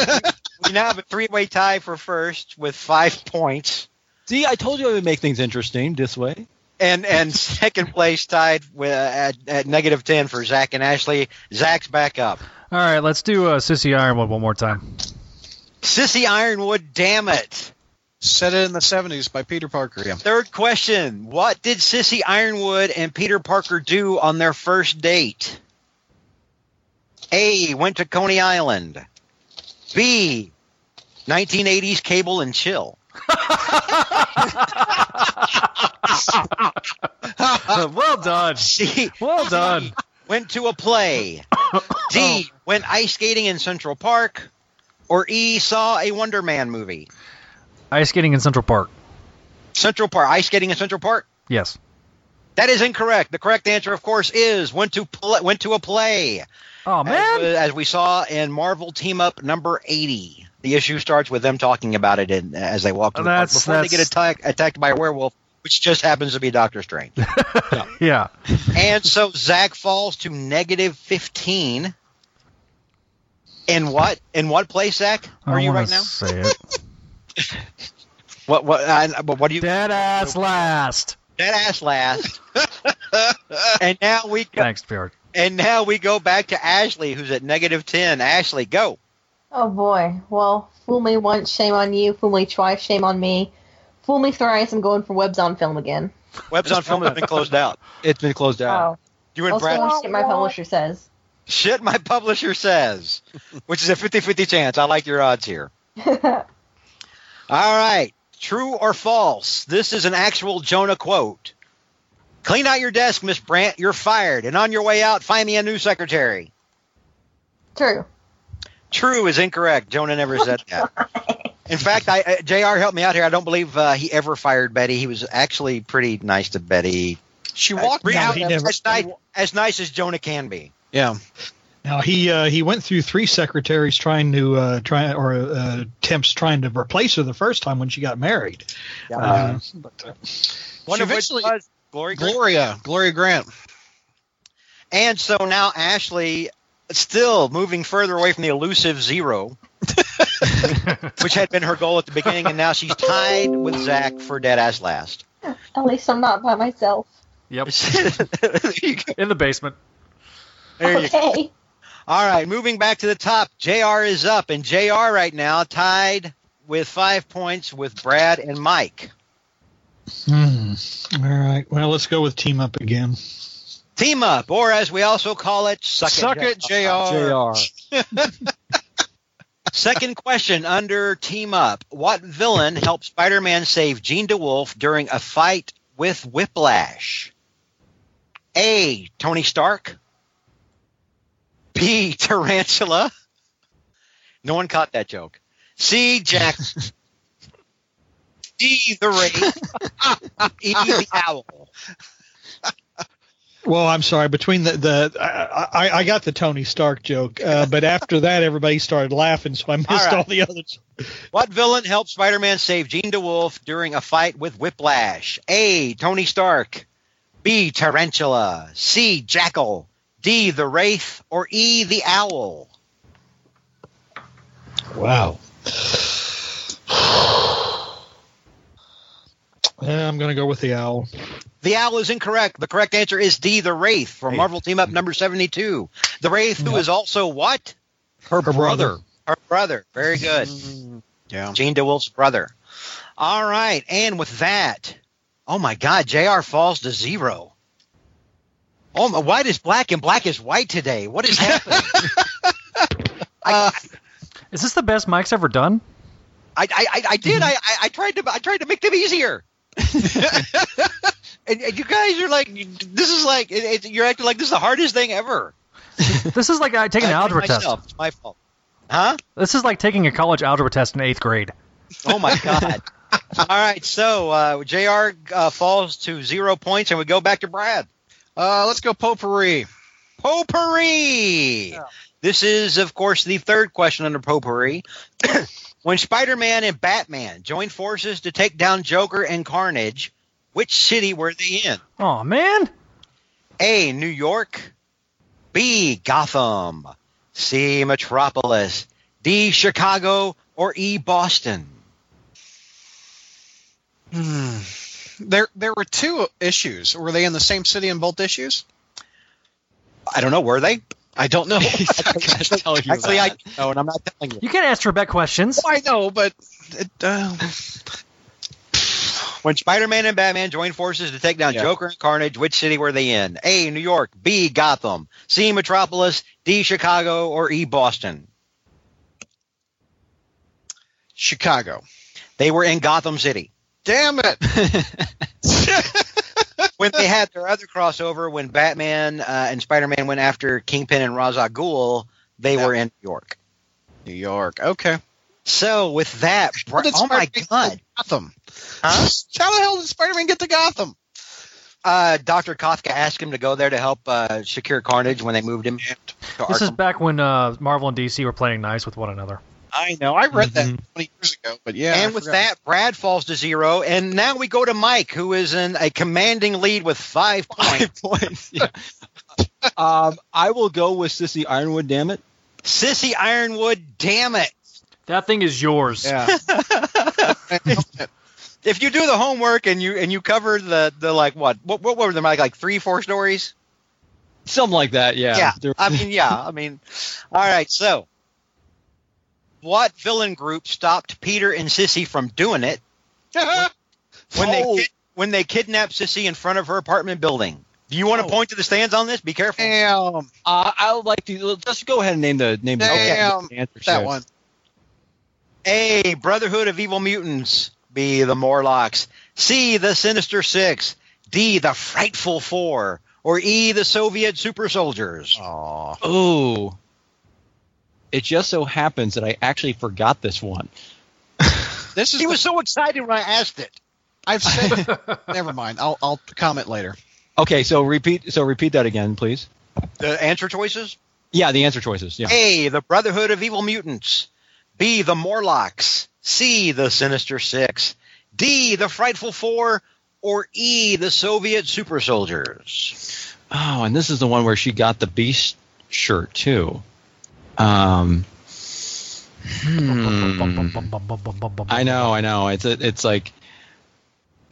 [SPEAKER 5] we now have a three-way tie for first with five points,
[SPEAKER 6] See, I told you I would make things interesting this way.
[SPEAKER 5] and and second place tied with at, at negative ten for Zach and Ashley. Zach's back up.
[SPEAKER 3] All right, let's do uh, Sissy Ironwood one more time.
[SPEAKER 5] Sissy Ironwood, damn it.
[SPEAKER 7] Set it in the seventies by Peter Parker. Yeah.
[SPEAKER 5] Third question: What did Sissy Ironwood and Peter Parker do on their first date? A. Went to Coney Island. B. 1980s cable and chill.
[SPEAKER 3] well done.
[SPEAKER 5] C.
[SPEAKER 3] Well done.
[SPEAKER 5] Went to a play.
[SPEAKER 3] Oh.
[SPEAKER 5] D. Went ice skating in Central Park. Or E. Saw a Wonder Man movie.
[SPEAKER 3] Ice skating in Central Park.
[SPEAKER 5] Central Park. Ice skating in Central Park.
[SPEAKER 3] Yes.
[SPEAKER 5] That is incorrect. The correct answer, of course, is went to pl- went to a play.
[SPEAKER 3] Oh
[SPEAKER 5] As,
[SPEAKER 3] man.
[SPEAKER 5] as we saw in Marvel Team Up number 80. The issue starts with them talking about it in, as they walk to the park
[SPEAKER 3] That's-
[SPEAKER 5] before they
[SPEAKER 3] that's-
[SPEAKER 5] get attack, attacked by a werewolf, which just happens to be Doctor Strange.
[SPEAKER 3] Yeah.
[SPEAKER 5] and so Zach falls to negative 15. In what? In what place, Zach?
[SPEAKER 3] I
[SPEAKER 5] Are you
[SPEAKER 3] wanna
[SPEAKER 5] right now?
[SPEAKER 3] Say it.
[SPEAKER 5] What? What? I, but what do you?
[SPEAKER 3] Dead ass last.
[SPEAKER 5] Dead ass last. and now we go,
[SPEAKER 3] Thanks, Bjorn.
[SPEAKER 5] and now we go back to Ashley, who's at negative ten. Ashley, go.
[SPEAKER 8] Oh boy. Well, fool me once, shame on you. Fool me twice, shame on me. Fool me thrice, I'm going for webs on film again.
[SPEAKER 5] Webs on film has been closed out.
[SPEAKER 6] It's been closed out.
[SPEAKER 8] Oh,
[SPEAKER 5] You and
[SPEAKER 8] also
[SPEAKER 5] Brad
[SPEAKER 8] want shit my publisher says.
[SPEAKER 5] Shit, my publisher says, which is a 50 50 chance. I like your odds here. All right. True or false? This is an actual Jonah quote. Clean out your desk, Miss Brandt. You're fired. And on your way out, find me a new secretary.
[SPEAKER 8] True.
[SPEAKER 5] True is incorrect. Jonah never said that. In fact, I, uh, Jr. helped me out here. I don't believe uh, he ever fired Betty. He was actually pretty nice to Betty.
[SPEAKER 7] She walked
[SPEAKER 5] As-
[SPEAKER 13] no,
[SPEAKER 7] out.
[SPEAKER 13] he never-
[SPEAKER 5] as, nice, as nice as Jonah can be.
[SPEAKER 7] Yeah.
[SPEAKER 13] Now he uh, he went through three secretaries trying to uh, try or uh, temps trying to replace her the first time when she got married. Uh, but, uh,
[SPEAKER 5] One
[SPEAKER 7] She
[SPEAKER 5] of which
[SPEAKER 7] eventually-
[SPEAKER 5] was Glory Grant.
[SPEAKER 7] Gloria. Gloria Grant.
[SPEAKER 5] And so now Ashley, still moving further away from the elusive zero, which had been her goal at the beginning, and now she's tied with Zach for dead ass last.
[SPEAKER 8] At least I'm not by myself.
[SPEAKER 3] Yep.
[SPEAKER 5] there you go.
[SPEAKER 3] In the basement.
[SPEAKER 5] There you go.
[SPEAKER 8] okay.
[SPEAKER 5] All right, moving back to the top. JR is up, and JR right now tied with five points with Brad and Mike.
[SPEAKER 13] hmm. All right. Well, let's go with team up again.
[SPEAKER 5] Team up, or as we also call it, suck it.
[SPEAKER 7] Suck it, JR.
[SPEAKER 6] Jr.
[SPEAKER 5] Second question under Team Up. What villain helped Spider Man save Gene DeWolf during a fight with Whiplash? A. Tony Stark. B. Tarantula. No one caught that joke. C. Jack. D. The Wraith. e. The Owl.
[SPEAKER 13] Well, I'm sorry. Between the the I, I, I got the Tony Stark joke, uh, but after that everybody started laughing, so I missed all,
[SPEAKER 5] right.
[SPEAKER 13] the others.
[SPEAKER 5] What villain helped Spider Man save Gene DeWolf during a fight with Whiplash? A. Tony Stark. B. Tarantula. C. Jackal. D. The Wraith. Or E. The Owl.
[SPEAKER 13] Wow. Yeah, I'm gonna go with the owl.
[SPEAKER 5] The Owl is incorrect. The correct answer is D. The Wraith from Marvel Team Up number 72. The Wraith, who is also what?
[SPEAKER 6] Her,
[SPEAKER 13] brother.
[SPEAKER 5] Her brother. Very good.
[SPEAKER 3] Mm-hmm.
[SPEAKER 7] Yeah.
[SPEAKER 5] Gene DeWolf's brother. All right. And with that, oh my God, JR falls to zero. Oh my, white is black and black is white today. What is happening? I,
[SPEAKER 3] Uh, Is this the best Mike's ever done? Mm-hmm.
[SPEAKER 5] I, I, I- I did. I, I, I tried to. I tried to make them easier. and, and you guys are like, this is like, it, it, you're acting like this is the hardest thing ever.
[SPEAKER 3] This is like uh, taking an
[SPEAKER 5] I did it
[SPEAKER 3] algebra test.
[SPEAKER 5] myself. It's my fault. Huh?
[SPEAKER 3] This is like taking a college algebra test in eighth grade.
[SPEAKER 5] Oh my god! All right, so uh, Jr. Uh, falls to zero points, and we go back to Brad.
[SPEAKER 7] Uh, let's go potpourri.
[SPEAKER 5] Potpourri. This is, of course, the third question under potpourri. when Spider-Man and Batman joined forces to take down Joker and Carnage, which city were they in?
[SPEAKER 3] Oh man.
[SPEAKER 5] A. New York. B. Gotham. C. Metropolis. D. Chicago. Or E. Boston.
[SPEAKER 7] There, there were two issues. Were they in the same city in both issues?
[SPEAKER 5] I don't know. Were they?
[SPEAKER 7] I don't know.
[SPEAKER 5] Actually, I
[SPEAKER 7] no, and I'm not telling you. Oh,
[SPEAKER 3] You can't ask Trebek questions.
[SPEAKER 7] I know, but it, uh,
[SPEAKER 5] When Spider-Man and Batman joined forces to take down
[SPEAKER 7] Yeah.
[SPEAKER 5] Joker and Carnage, which city were they in? A. New York. B. Gotham. C. Metropolis. D. Chicago. Or E. Boston.
[SPEAKER 7] Chicago.
[SPEAKER 5] They were in Gotham City
[SPEAKER 7] Damn it!
[SPEAKER 5] when they had their other crossover. When Batman uh, and Spider-Man went after Kingpin and Ra's al Ghul, they
[SPEAKER 7] Yeah.
[SPEAKER 5] were in New York.
[SPEAKER 7] New York. Okay.
[SPEAKER 5] So with that, Bra-
[SPEAKER 7] How did
[SPEAKER 5] oh my
[SPEAKER 7] Spider-Man get
[SPEAKER 5] God,
[SPEAKER 7] to Gotham.
[SPEAKER 5] Huh?
[SPEAKER 7] How the hell did Spider-Man get to Gotham?
[SPEAKER 5] uh, Doctor Kafka asked him to go there to help uh, secure Carnage when they moved him. To
[SPEAKER 3] This is
[SPEAKER 5] Arkham.
[SPEAKER 3] back when uh, Marvel and DC were playing nice with one another.
[SPEAKER 7] I know. I read
[SPEAKER 6] Mm-hmm.
[SPEAKER 7] that 20 years ago, but yeah. I
[SPEAKER 5] and with
[SPEAKER 7] forgot.
[SPEAKER 5] that, Brad falls to zero. And now we go to Mike, who is in a commanding lead with five points.
[SPEAKER 6] points. Yeah. um, I will go with Sissy Ironwood. Damn it.
[SPEAKER 5] Sissy Ironwood, damn it.
[SPEAKER 3] That thing is yours.
[SPEAKER 6] Yeah.
[SPEAKER 5] If you do the homework and you and you cover the, the like what what what were there like like three four stories?
[SPEAKER 6] Something like that. Yeah. There-
[SPEAKER 5] I mean yeah, I mean all right, so what villain group stopped Peter and Sissy from doing it when
[SPEAKER 6] Oh.
[SPEAKER 5] they kid, when they kidnapped Sissy in front of her apartment building? Do you want to point to the stands on this? Be careful.
[SPEAKER 7] Damn.
[SPEAKER 6] Uh, I would like to let's go ahead and name the name.
[SPEAKER 7] Damn,
[SPEAKER 6] the, answer,
[SPEAKER 7] That
[SPEAKER 6] so.
[SPEAKER 7] one.
[SPEAKER 5] A. Brotherhood of Evil Mutants. B. The Morlocks. C. The Sinister Six. D, the Frightful Four, or E, the Soviet Super Soldiers.
[SPEAKER 7] Aw.
[SPEAKER 6] Oh. It just so happens that I actually forgot this one.
[SPEAKER 7] This is
[SPEAKER 5] He was so excited when I asked it.
[SPEAKER 7] I've said. never mind. I'll I'll comment later.
[SPEAKER 6] Okay, so repeat so repeat that again, please.
[SPEAKER 5] The answer choices?
[SPEAKER 6] Yeah, the answer choices. Yeah.
[SPEAKER 5] A, the Brotherhood of Evil Mutants. B, the Morlocks. C, the Sinister Six. D, the Frightful Four. Or E, the Soviet Super Soldiers.
[SPEAKER 6] Oh, and this is the one where she got the beast shirt too. Um hmm. I know, I know. It's a, it's like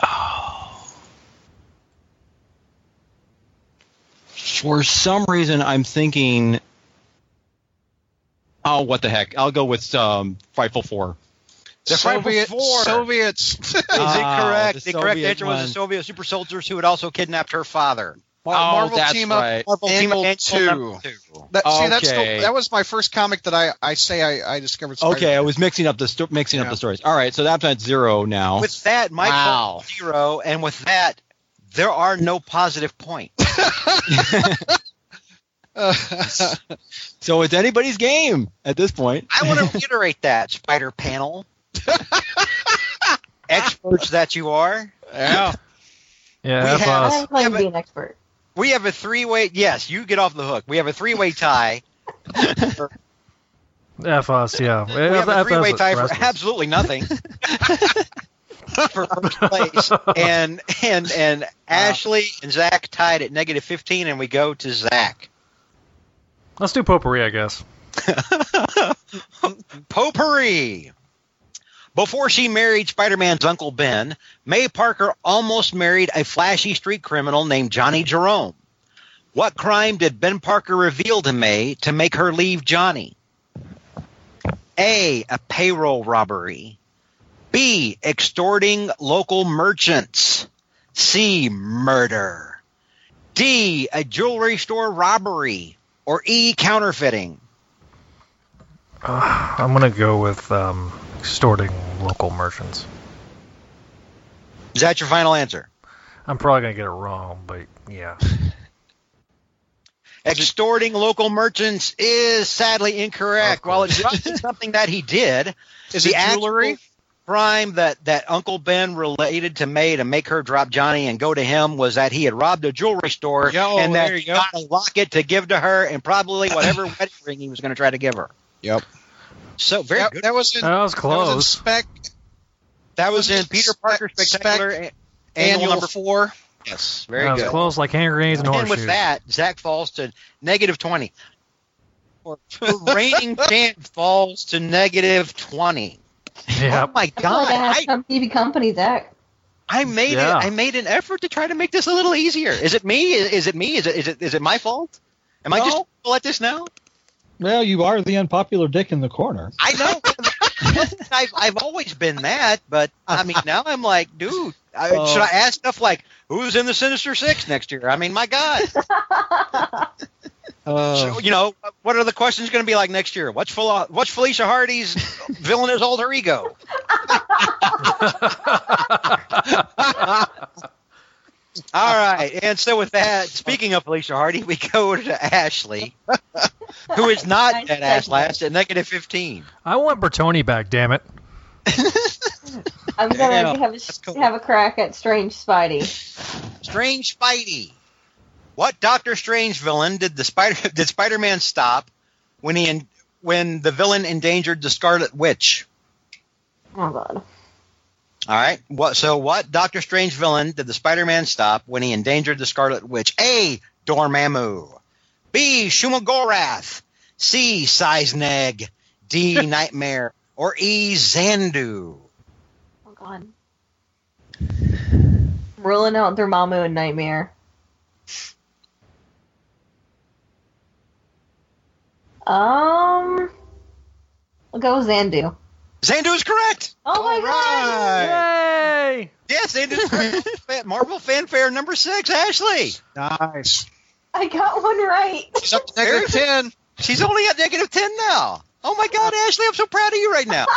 [SPEAKER 6] oh. For some reason I'm thinking Oh, what the heck. I'll go with um Frightful 4.
[SPEAKER 5] The
[SPEAKER 7] Soviet,
[SPEAKER 5] Frightful Four.
[SPEAKER 7] Soviets.
[SPEAKER 5] Is it
[SPEAKER 6] Oh,
[SPEAKER 5] correct?
[SPEAKER 6] the
[SPEAKER 5] The, correct
[SPEAKER 6] Soviet
[SPEAKER 5] answer was
[SPEAKER 6] one.
[SPEAKER 5] the Soviet Super Soldiers who had also kidnapped her father.
[SPEAKER 7] Mar-
[SPEAKER 6] Oh,
[SPEAKER 7] Uh, Marvel
[SPEAKER 6] that's
[SPEAKER 7] team up.
[SPEAKER 6] right.
[SPEAKER 7] Marvel
[SPEAKER 5] And-
[SPEAKER 7] team up
[SPEAKER 5] and-
[SPEAKER 7] two.
[SPEAKER 5] two.
[SPEAKER 7] That, See, that's
[SPEAKER 6] Okay.
[SPEAKER 7] the, that was my first comic that I, I say I, I discovered. Spider-Man.
[SPEAKER 6] Okay, I was mixing up the sto- mixing up
[SPEAKER 7] Yeah.
[SPEAKER 6] the stories. All right, so that's at 0 now.
[SPEAKER 5] With that, Mike
[SPEAKER 7] Wow.
[SPEAKER 5] falls to zero, and with that, there are no positive points.
[SPEAKER 6] so it's anybody's game at this point.
[SPEAKER 5] I want to reiterate that, Spider Panel. Experts that you are.
[SPEAKER 7] yeah.
[SPEAKER 5] We
[SPEAKER 3] Yeah, that's
[SPEAKER 5] have-
[SPEAKER 3] us.
[SPEAKER 8] I claim
[SPEAKER 5] Yeah,
[SPEAKER 8] to be an expert.
[SPEAKER 5] We have a three way. Yes, you get off the hook. We have a three way tie.
[SPEAKER 3] F us, yeah.
[SPEAKER 5] We have a three way tie for
[SPEAKER 3] abs.
[SPEAKER 5] absolutely nothing. for first place, and and and Ashley and Zach tied at negative fifteen, and we go to Zach.
[SPEAKER 3] Let's do potpourri, I guess.
[SPEAKER 5] Potpourri. Before she married Spider Man's Uncle Ben, May Parker almost married a flashy street criminal named Johnny Jerome. What crime did Ben Parker reveal to May to make her leave Johnny? A. A payroll robbery. B. Extorting local merchants. C. Murder. D. A jewelry store robbery. Or E. Counterfeiting.
[SPEAKER 3] Uh, I'm gonna go with um, extorting local merchants.
[SPEAKER 5] Is that your final answer?
[SPEAKER 3] I'm probably gonna get it wrong, but yeah.
[SPEAKER 5] Extorting local merchants is sadly incorrect. While it's not something that he did,
[SPEAKER 7] Is
[SPEAKER 5] the
[SPEAKER 7] it
[SPEAKER 5] actual
[SPEAKER 7] jewelry?
[SPEAKER 5] crime that, that Uncle Ben related to May to make her drop Johnny and go to him was that he had robbed a jewelry store
[SPEAKER 7] Yeah, oh,
[SPEAKER 5] and that
[SPEAKER 7] there you
[SPEAKER 5] he
[SPEAKER 7] go.
[SPEAKER 5] got a locket to give to her and probably whatever wedding ring he was going to try to give her.
[SPEAKER 7] Yep.
[SPEAKER 5] So very
[SPEAKER 7] That,
[SPEAKER 5] good.
[SPEAKER 7] that was in,
[SPEAKER 3] That was
[SPEAKER 7] that was in
[SPEAKER 3] close.
[SPEAKER 7] spec
[SPEAKER 5] That was in
[SPEAKER 7] Spec-
[SPEAKER 5] Peter Parker
[SPEAKER 7] Spec-
[SPEAKER 5] Spectacular a- Annual,
[SPEAKER 7] annual
[SPEAKER 5] number
[SPEAKER 7] four.
[SPEAKER 5] Yes, very
[SPEAKER 3] That was
[SPEAKER 5] good.
[SPEAKER 3] close, like hand grenades and
[SPEAKER 5] And
[SPEAKER 3] horseshoes.
[SPEAKER 5] with that, Zach falls to negative 20. Or the reigning champ falls to negative 20.
[SPEAKER 3] Yep.
[SPEAKER 5] Oh my
[SPEAKER 8] I feel
[SPEAKER 5] god.
[SPEAKER 8] like I have
[SPEAKER 5] I,
[SPEAKER 8] some TV company, Zach.
[SPEAKER 5] I made
[SPEAKER 3] Yeah.
[SPEAKER 5] it I made an effort to try to make this a little easier. Is it me? Is, is it me? Is it is it is it my fault? Am I just
[SPEAKER 13] No.
[SPEAKER 5] terrible at this now?
[SPEAKER 13] Well, you are the unpopular dick in the corner.
[SPEAKER 5] I know. I've, I've always been that, but I mean now I'm like, dude, I,
[SPEAKER 13] Oh.
[SPEAKER 5] should I ask stuff like who's in the Sinister Six next year? I mean, my God,
[SPEAKER 13] Uh,
[SPEAKER 5] So, you know, what are the questions going to be like next year? What's, Fel- what's Felicia Hardy's villainous alter ego? All right. And so, with that, speaking of Felicia Hardy, we go to Ashley, who is not
[SPEAKER 8] Nice
[SPEAKER 5] at Ash
[SPEAKER 8] segment.
[SPEAKER 5] last at negative 15.
[SPEAKER 3] I want Bertoni back, damn it.
[SPEAKER 8] I'm
[SPEAKER 5] Damn,
[SPEAKER 8] gonna have a,
[SPEAKER 5] cool.
[SPEAKER 8] have a crack at Strange Spidey.
[SPEAKER 5] Strange Spidey. What Doctor Strange villain did the Spider did Spider Man stop when he en- when the villain endangered the Scarlet Witch?
[SPEAKER 8] Oh god.
[SPEAKER 5] All right. What? So what? Doctor Strange villain did the Spider-Man stop when he endangered the Scarlet Witch? A. Dormammu. B. Shumagorath. C. Seisneg. D. Nightmare. Or E. Zandu.
[SPEAKER 8] Oh god. I'm ruling out Dormammu and Nightmare. Um, I'll go with Zandu.
[SPEAKER 5] Zandu is correct.
[SPEAKER 8] Oh my god!
[SPEAKER 3] Yay!
[SPEAKER 5] Yes, Zandu is correct. Fa- Marvel fanfare number six. Ashley.
[SPEAKER 7] Nice.
[SPEAKER 8] I got one right.
[SPEAKER 7] She's up to negative ten. Uh,
[SPEAKER 5] She's only at negative ten now. Oh my God, Ashley! I'm so proud of you right now.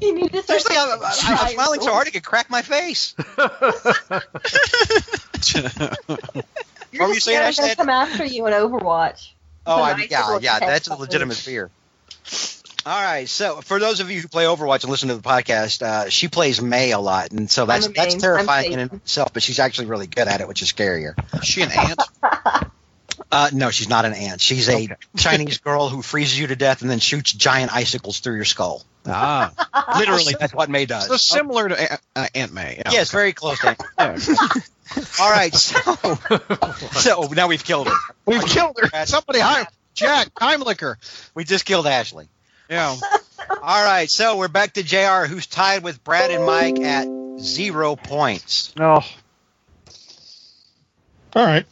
[SPEAKER 8] You need to start
[SPEAKER 5] Seriously, I'm, I'm, I'm smiling so hard it could crack my face.
[SPEAKER 8] You're
[SPEAKER 5] Are you
[SPEAKER 8] just
[SPEAKER 5] saying
[SPEAKER 8] scared
[SPEAKER 5] I
[SPEAKER 8] I'm gonna
[SPEAKER 5] said-
[SPEAKER 8] come after you in Overwatch.
[SPEAKER 5] Oh, I,
[SPEAKER 8] Nice
[SPEAKER 5] yeah,
[SPEAKER 8] little
[SPEAKER 5] yeah,
[SPEAKER 8] tech
[SPEAKER 5] that's a
[SPEAKER 8] company.
[SPEAKER 5] legitimate fear. All right, so for those of you who play Overwatch and listen to the podcast, uh, she plays May a lot, and so that's
[SPEAKER 8] I'm
[SPEAKER 5] that's
[SPEAKER 8] May. I'm
[SPEAKER 5] terrifying in
[SPEAKER 8] Satan.
[SPEAKER 5] itself. But she's actually really good at it, which is scarier. Is she an ant? Uh, no, she's not an ant. She's a Chinese girl who freezes you to death and then shoots giant icicles through your skull.
[SPEAKER 7] Ah,
[SPEAKER 5] Literally, that's what May does. Oh,
[SPEAKER 7] so similar to A- uh, Aunt May. Yeah.
[SPEAKER 5] Yes, very close. To All right, so so now we've killed her.
[SPEAKER 13] We've killed her. Somebody hire Jack Time Liquor.
[SPEAKER 5] We just killed Ashley.
[SPEAKER 7] Yeah.
[SPEAKER 5] All right, so we're back to JR, who's tied with Brad and Mike at zero points.
[SPEAKER 13] No. All right.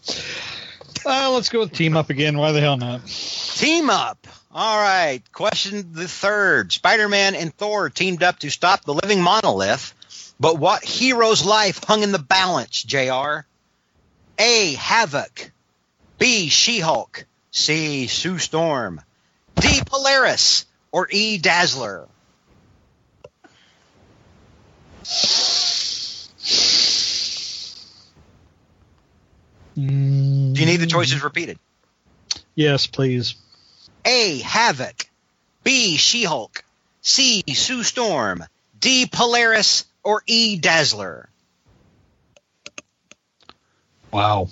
[SPEAKER 13] Uh, let's go with team up again. Why the hell not?
[SPEAKER 5] Team up. All right, question the third. Spider Man and Thor teamed up to stop the living monolith, but what hero's life hung in the balance, JR? A. Havoc. B. She Hulk. C. Sue Storm. D. Polaris. Or E. Dazzler. Do you need the choices repeated?
[SPEAKER 13] Yes, please.
[SPEAKER 5] A. Havoc. B. She Hulk. C. Sue Storm. D. Polaris. Or E. Dazzler.
[SPEAKER 13] Wow.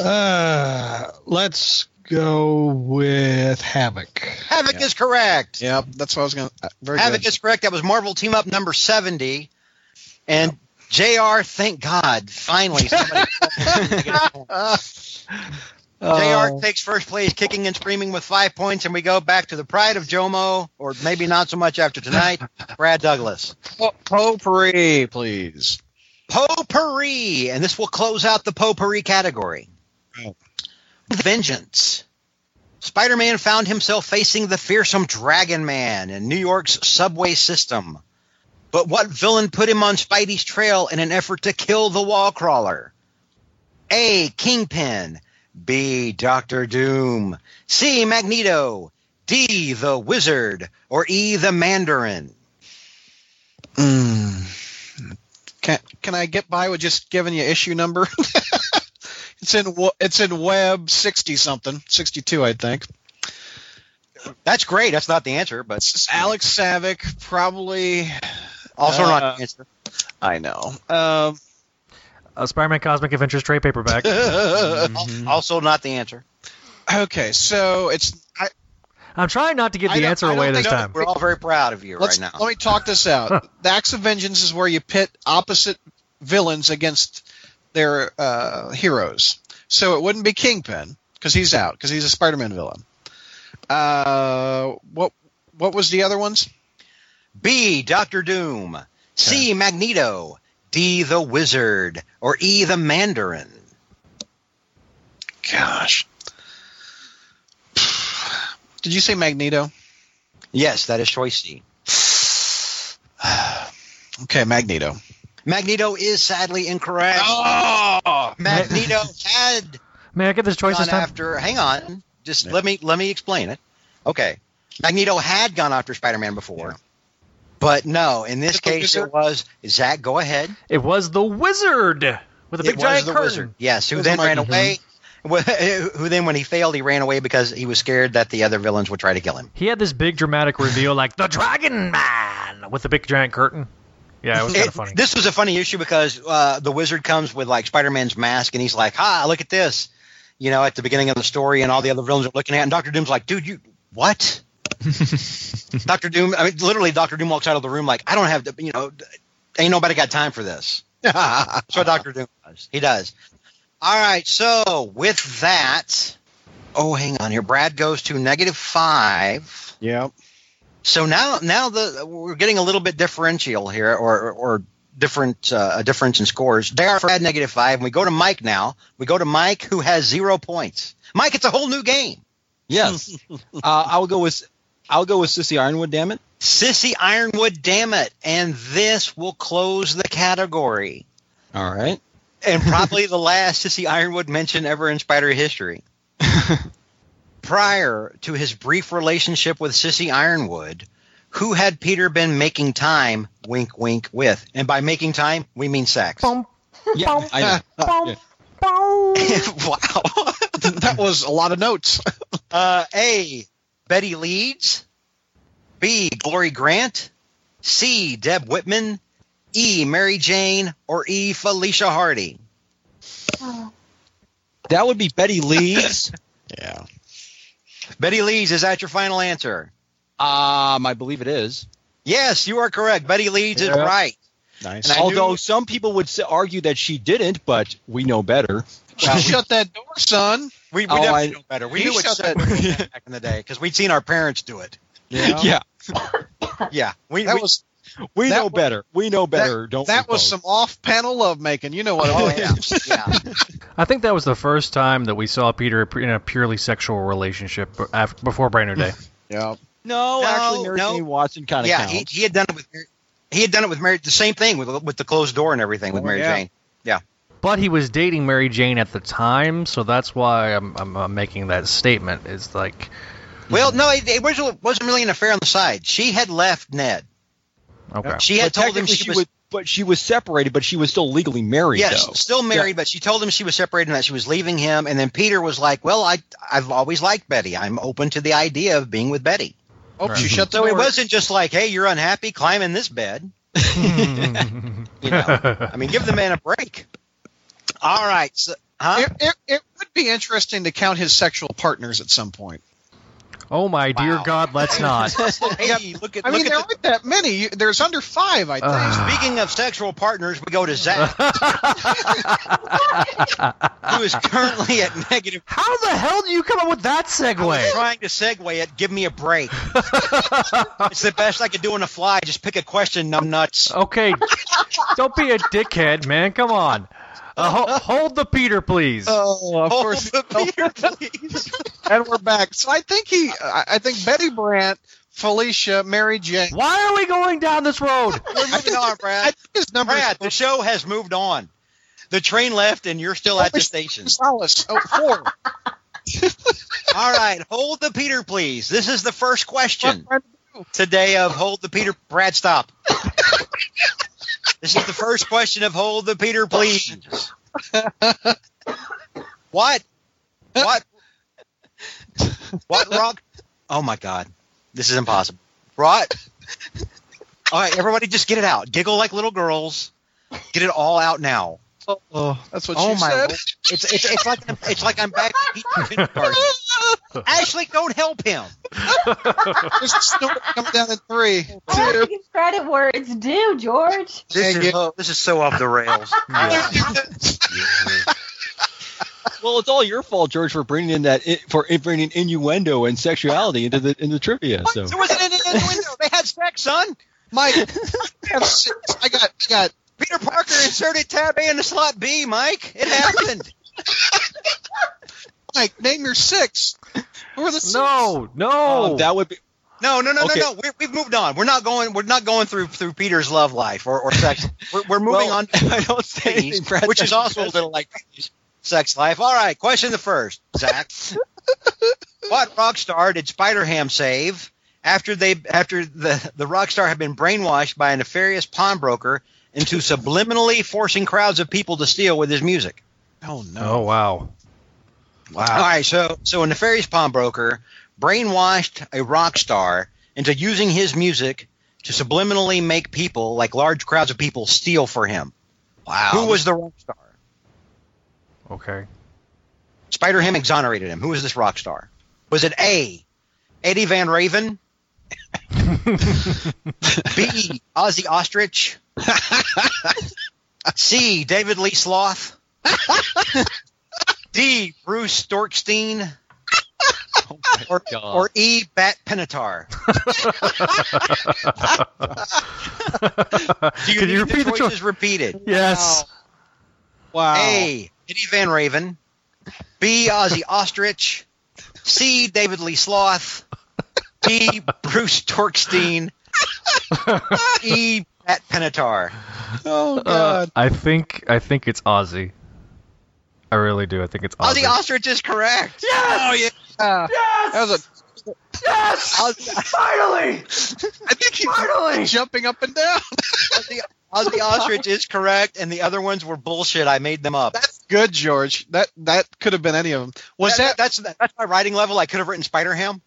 [SPEAKER 13] Uh, let's go with Havoc.
[SPEAKER 5] Havoc is correct.
[SPEAKER 7] Yeah, that's what I was going to. Very
[SPEAKER 5] Havoc
[SPEAKER 7] good.
[SPEAKER 5] is correct. That was Marvel Team Up number 70. And JR, thank God, finally somebody.
[SPEAKER 7] Oh.
[SPEAKER 5] JR takes first place, kicking and screaming with five points, and we go back to the pride of Jomo, or maybe not so much after tonight, Brad Douglas.
[SPEAKER 7] Po- potpourri, please.
[SPEAKER 5] Potpourri, and this will close out the potpourri category.
[SPEAKER 7] Oh.
[SPEAKER 5] Vengeance. Spider Man found himself facing the fearsome Dragon Man in New York's subway system. But what villain put him on Spidey's trail in an effort to kill the wall crawler? A. Kingpin. B. Doctor Doom. C. Magneto. D. The Wizard. Or E. The Mandarin.
[SPEAKER 7] Mm. Can can I get by with just giving you issue number? it's in wo- it's in web sixty something, sixty two, I think.
[SPEAKER 5] That's great. That's not the answer, but
[SPEAKER 7] It's Alex Savick, probably.
[SPEAKER 5] also
[SPEAKER 7] Uh,
[SPEAKER 5] not the answer.
[SPEAKER 7] I know. Um,
[SPEAKER 3] Uh, Spider-Man Cosmic Adventures trade paperback. Mhm.
[SPEAKER 5] Al- Also, not the answer.
[SPEAKER 7] okay, so it's. I,
[SPEAKER 3] I'm trying not to give
[SPEAKER 7] I
[SPEAKER 3] the
[SPEAKER 7] don't-
[SPEAKER 3] answer
[SPEAKER 7] I don't
[SPEAKER 3] away this
[SPEAKER 7] think-
[SPEAKER 3] time.
[SPEAKER 5] We're all very proud of you
[SPEAKER 7] let's
[SPEAKER 5] right now.
[SPEAKER 7] let me talk this out. the Acts of Vengeance is where you pit opposite villains against their uh, heroes. So it wouldn't be Kingpin because he's out because he's a Spider-Man villain. Uh, what what was the other ones?
[SPEAKER 5] B. Doctor Doom. C. Magneto. D. The Wizard. Or E. The Mandarin.
[SPEAKER 7] Gosh. Did you say Magneto?
[SPEAKER 5] Yes, that is choice C.
[SPEAKER 7] Okay, Magneto.
[SPEAKER 5] Magneto is sadly incorrect. Ah! Magneto had
[SPEAKER 3] May I get this choice
[SPEAKER 5] gone
[SPEAKER 3] this time?
[SPEAKER 5] after. Hang on, just let me let me explain it. Okay, Magneto had gone after Spider-Man before, but no. In this
[SPEAKER 7] Just the
[SPEAKER 5] case,
[SPEAKER 7] Wizard?
[SPEAKER 5] it was Zach. Go ahead.
[SPEAKER 3] It was the Wizard with a
[SPEAKER 5] It
[SPEAKER 3] big
[SPEAKER 5] was
[SPEAKER 3] giant
[SPEAKER 5] the
[SPEAKER 3] curtain.
[SPEAKER 5] wizard. Yes, who
[SPEAKER 7] Those
[SPEAKER 5] then
[SPEAKER 7] are my-
[SPEAKER 5] ran away. Who then, when he failed, he ran away because he was scared that the other villains would try to kill him.
[SPEAKER 3] He had this big dramatic reveal, like the Dragon Man with the big giant curtain. Yeah, it was kind
[SPEAKER 5] It-
[SPEAKER 3] of funny.
[SPEAKER 5] This was a funny issue because uh, the wizard comes with like Spider-Man's mask and he's like, "Ha, look at this," you know, at the beginning of the story, and all the other villains are looking at, it, and Doctor Doom's like, "Dude, you what?" Doctor Doom, I mean, literally, Doctor Doom walks out of the room like, "I don't have, to, you know, ain't nobody got time for this." That's what Doctor Doom does. He does. All right, so with that, oh, hang on here. Brad goes to negative five.
[SPEAKER 7] Yeah.
[SPEAKER 5] So now, now the we're getting a little bit differential here, or or different uh, a difference in scores. They are at negative five, and we go to Mike now. We go to Mike, who has zero points. Mike, it's a whole new game.
[SPEAKER 6] Yes. uh, I'll go with I'll go with Sissy Ironwood. Damn it.
[SPEAKER 5] Sissy Ironwood, damn it! And this will close the category,
[SPEAKER 6] All right.
[SPEAKER 5] and probably the last Sissy Ironwood mention ever in Spider history. Prior to his brief relationship with Sissy Ironwood, Who had Peter been making time, wink, wink, with? And by making time, we mean sex. wow.
[SPEAKER 6] Yeah, I know.
[SPEAKER 7] that was a lot of notes.
[SPEAKER 5] Uh, A. Betty Leeds. B. Glory Grant. C. Deb Whitman. E. Mary Jane. Or E. Felicia Hardy.
[SPEAKER 6] That would be Betty Lee's.
[SPEAKER 7] Yeah.
[SPEAKER 5] Betty Leeds, is that your final answer?
[SPEAKER 6] um, I believe it is.
[SPEAKER 5] Yes, you are correct. Betty Leeds is right.
[SPEAKER 7] Nice.
[SPEAKER 5] And I
[SPEAKER 6] Although
[SPEAKER 5] knew-
[SPEAKER 6] some people would s- argue that she didn't, but we know better.
[SPEAKER 7] Shut that door, son.
[SPEAKER 5] We, we
[SPEAKER 6] Oh,
[SPEAKER 5] definitely
[SPEAKER 6] I-
[SPEAKER 5] know better. We
[SPEAKER 7] You
[SPEAKER 5] knew what
[SPEAKER 7] shut
[SPEAKER 5] sex
[SPEAKER 7] that-
[SPEAKER 5] was back in the day because we'd seen our parents do it.
[SPEAKER 6] Yeah,
[SPEAKER 5] Yeah, we,
[SPEAKER 7] That
[SPEAKER 5] we-
[SPEAKER 7] was
[SPEAKER 6] we
[SPEAKER 7] That
[SPEAKER 6] know
[SPEAKER 7] was-
[SPEAKER 6] better. We know better. don't
[SPEAKER 7] that
[SPEAKER 6] we,
[SPEAKER 7] was
[SPEAKER 6] folks?
[SPEAKER 7] some off-panel lovemaking. You know what?
[SPEAKER 5] Oh
[SPEAKER 7] it was.
[SPEAKER 5] yeah, yeah.
[SPEAKER 3] I think that was the first time that we saw Peter in a purely sexual relationship b- af- before Brainerd Day.
[SPEAKER 7] Yeah.
[SPEAKER 6] No,
[SPEAKER 5] No,
[SPEAKER 6] actually, Mary
[SPEAKER 5] no.
[SPEAKER 6] Jane Watson kind of
[SPEAKER 5] yeah,
[SPEAKER 6] counts.
[SPEAKER 5] he, he had done it with Mary, he had done it with Mary. The same thing with with the closed door and everything with
[SPEAKER 6] Oh,
[SPEAKER 5] Mary
[SPEAKER 6] yeah.
[SPEAKER 5] Jane.
[SPEAKER 3] But he was dating Mary Jane at the time, so that's why I'm, I'm, I'm making that statement. It's like,
[SPEAKER 5] Well, no, it, it wasn't wasn't really an affair on the side. She had left Ned.
[SPEAKER 3] okay.
[SPEAKER 5] She had
[SPEAKER 6] but
[SPEAKER 5] told him
[SPEAKER 6] technically
[SPEAKER 5] she, was,
[SPEAKER 6] but she was separated, but she was still legally married.
[SPEAKER 5] yes,
[SPEAKER 6] though.
[SPEAKER 5] still married, but she told him she was separated and that she was leaving him. And then Peter was like, "Well, I I've always liked Betty. I'm open to the idea of being with Betty."
[SPEAKER 7] Oh,
[SPEAKER 3] Right.
[SPEAKER 7] she shut the
[SPEAKER 5] So it
[SPEAKER 7] door.
[SPEAKER 5] wasn't just like, "Hey, you're unhappy, climb in this bed." You know, I mean, give the man a break. All right, so, huh?
[SPEAKER 7] It, it, it would be interesting to count his sexual partners at some point.
[SPEAKER 3] oh my dear
[SPEAKER 5] Wow.
[SPEAKER 3] God, let's not.
[SPEAKER 5] Hey, look at
[SPEAKER 7] I
[SPEAKER 5] look
[SPEAKER 7] mean,
[SPEAKER 5] at
[SPEAKER 7] there
[SPEAKER 5] the-
[SPEAKER 7] aren't that many. You, there's under five, I think.
[SPEAKER 5] Speaking of sexual partners, we go to Zach, who is currently at negative.
[SPEAKER 3] How the hell do you come up with that
[SPEAKER 5] I was
[SPEAKER 3] segue?
[SPEAKER 5] trying to segue it. Give me a break. it's the best I could do on the fly. Just pick a question, numbnuts.
[SPEAKER 3] Okay, don't be a dickhead, man. Come on. Uh, ho- hold the Peter, please.
[SPEAKER 7] Oh, of
[SPEAKER 5] Hold
[SPEAKER 7] course.
[SPEAKER 5] the beer, please.
[SPEAKER 7] and we're back. So I think he, I I think Betty Brandt, Felicia, Mary Jane.
[SPEAKER 3] Why are we going down this road?
[SPEAKER 5] We're moving on, Brad.
[SPEAKER 7] I think his number
[SPEAKER 5] Brad, the
[SPEAKER 7] is
[SPEAKER 5] show has moved on. The train left, and you're still at the station.
[SPEAKER 7] Solace. Oh, four.
[SPEAKER 5] All right, hold the Peter, please. This is the first question today of Hold the Peter. Brad, stop. this is the first question of Hold the Peter, please. What? What? What rock? Oh my God, this is impossible. What? All right, everybody, just get it out. Giggle like little girls. Get it all out now.
[SPEAKER 7] Oh, that's what
[SPEAKER 5] Oh
[SPEAKER 7] she
[SPEAKER 5] my!
[SPEAKER 7] said.
[SPEAKER 5] lord. It's, it's it's like it's like I'm back. at Pete's kindergarten. Ashley, don't help him.
[SPEAKER 7] There's a snort coming down in three.
[SPEAKER 5] Oh,
[SPEAKER 8] I
[SPEAKER 7] Two.
[SPEAKER 8] want to give credit where it's due, George.
[SPEAKER 5] This
[SPEAKER 7] Yeah,
[SPEAKER 5] is, oh, this is so off the rails.
[SPEAKER 6] Well, it's all your fault, George, for bringing in that for bringing innuendo and sexuality into the in the trivia. So
[SPEAKER 5] There wasn't any innuendo. They had sex, son.
[SPEAKER 7] Mike, I have six. I got, I got
[SPEAKER 5] Peter Parker inserted tab A into slot B, Mike. It happened.
[SPEAKER 7] Mike. Name your six. Who are the six?
[SPEAKER 3] No, no.
[SPEAKER 6] um, that would be
[SPEAKER 5] No, no, no,
[SPEAKER 6] Okay.
[SPEAKER 5] no, no. We're, we've moved on. We're not going. We're not going through through Peter's love life or, or sex. We're, we're moving
[SPEAKER 6] well,
[SPEAKER 5] on,
[SPEAKER 6] I don't say anything,
[SPEAKER 5] to
[SPEAKER 6] Brad,
[SPEAKER 5] which is also a little like sex life. All right. Question the first, Zach. what rock star did Spider Ham save after they after the the rock star had been brainwashed by a nefarious pawnbroker into subliminally forcing crowds of people to steal with his music?
[SPEAKER 7] Oh no.
[SPEAKER 3] oh wow.
[SPEAKER 5] All right, so so a nefarious pawnbroker brainwashed a rock star into using his music to subliminally make people, like large crowds of people, steal for him.
[SPEAKER 7] Wow.
[SPEAKER 5] Who was the rock star?
[SPEAKER 3] Okay.
[SPEAKER 5] Spider Ham exonerated him. Who was this rock star? Was it A. Eddie Van Raven? B. Ozzy Ostrich? C. David Lee Sloth? D. Bruce Storkstein?
[SPEAKER 3] Oh
[SPEAKER 5] or,
[SPEAKER 6] God.
[SPEAKER 5] or E. Bat Penatar? Do you
[SPEAKER 3] Can
[SPEAKER 5] need
[SPEAKER 3] you repeat the
[SPEAKER 5] the
[SPEAKER 3] choice?
[SPEAKER 5] choices repeated?
[SPEAKER 3] Yes.
[SPEAKER 6] wow.
[SPEAKER 5] A. Eddie Van Raven. B. Ozzy Ostrich. C. David Lee Sloth. D. Bruce Torkstein. e. Pat Penatar.
[SPEAKER 7] Oh
[SPEAKER 3] Uh,
[SPEAKER 7] god.
[SPEAKER 3] I think I think it's Ozzy. I really do. I think it's Ozzy.
[SPEAKER 5] Oh, Ozzy Ostrich is correct.
[SPEAKER 7] Uh, that was a
[SPEAKER 5] Yes! Finally!
[SPEAKER 7] I think he's
[SPEAKER 5] Finally!
[SPEAKER 7] jumping up and down.
[SPEAKER 5] Ozzy, Ozzy Ostrich is correct, and the other ones were bullshit. I made them up.
[SPEAKER 7] That's good, George. That that could have been any of them.
[SPEAKER 5] Was that, that's that's my writing level? I could have written Spider Ham.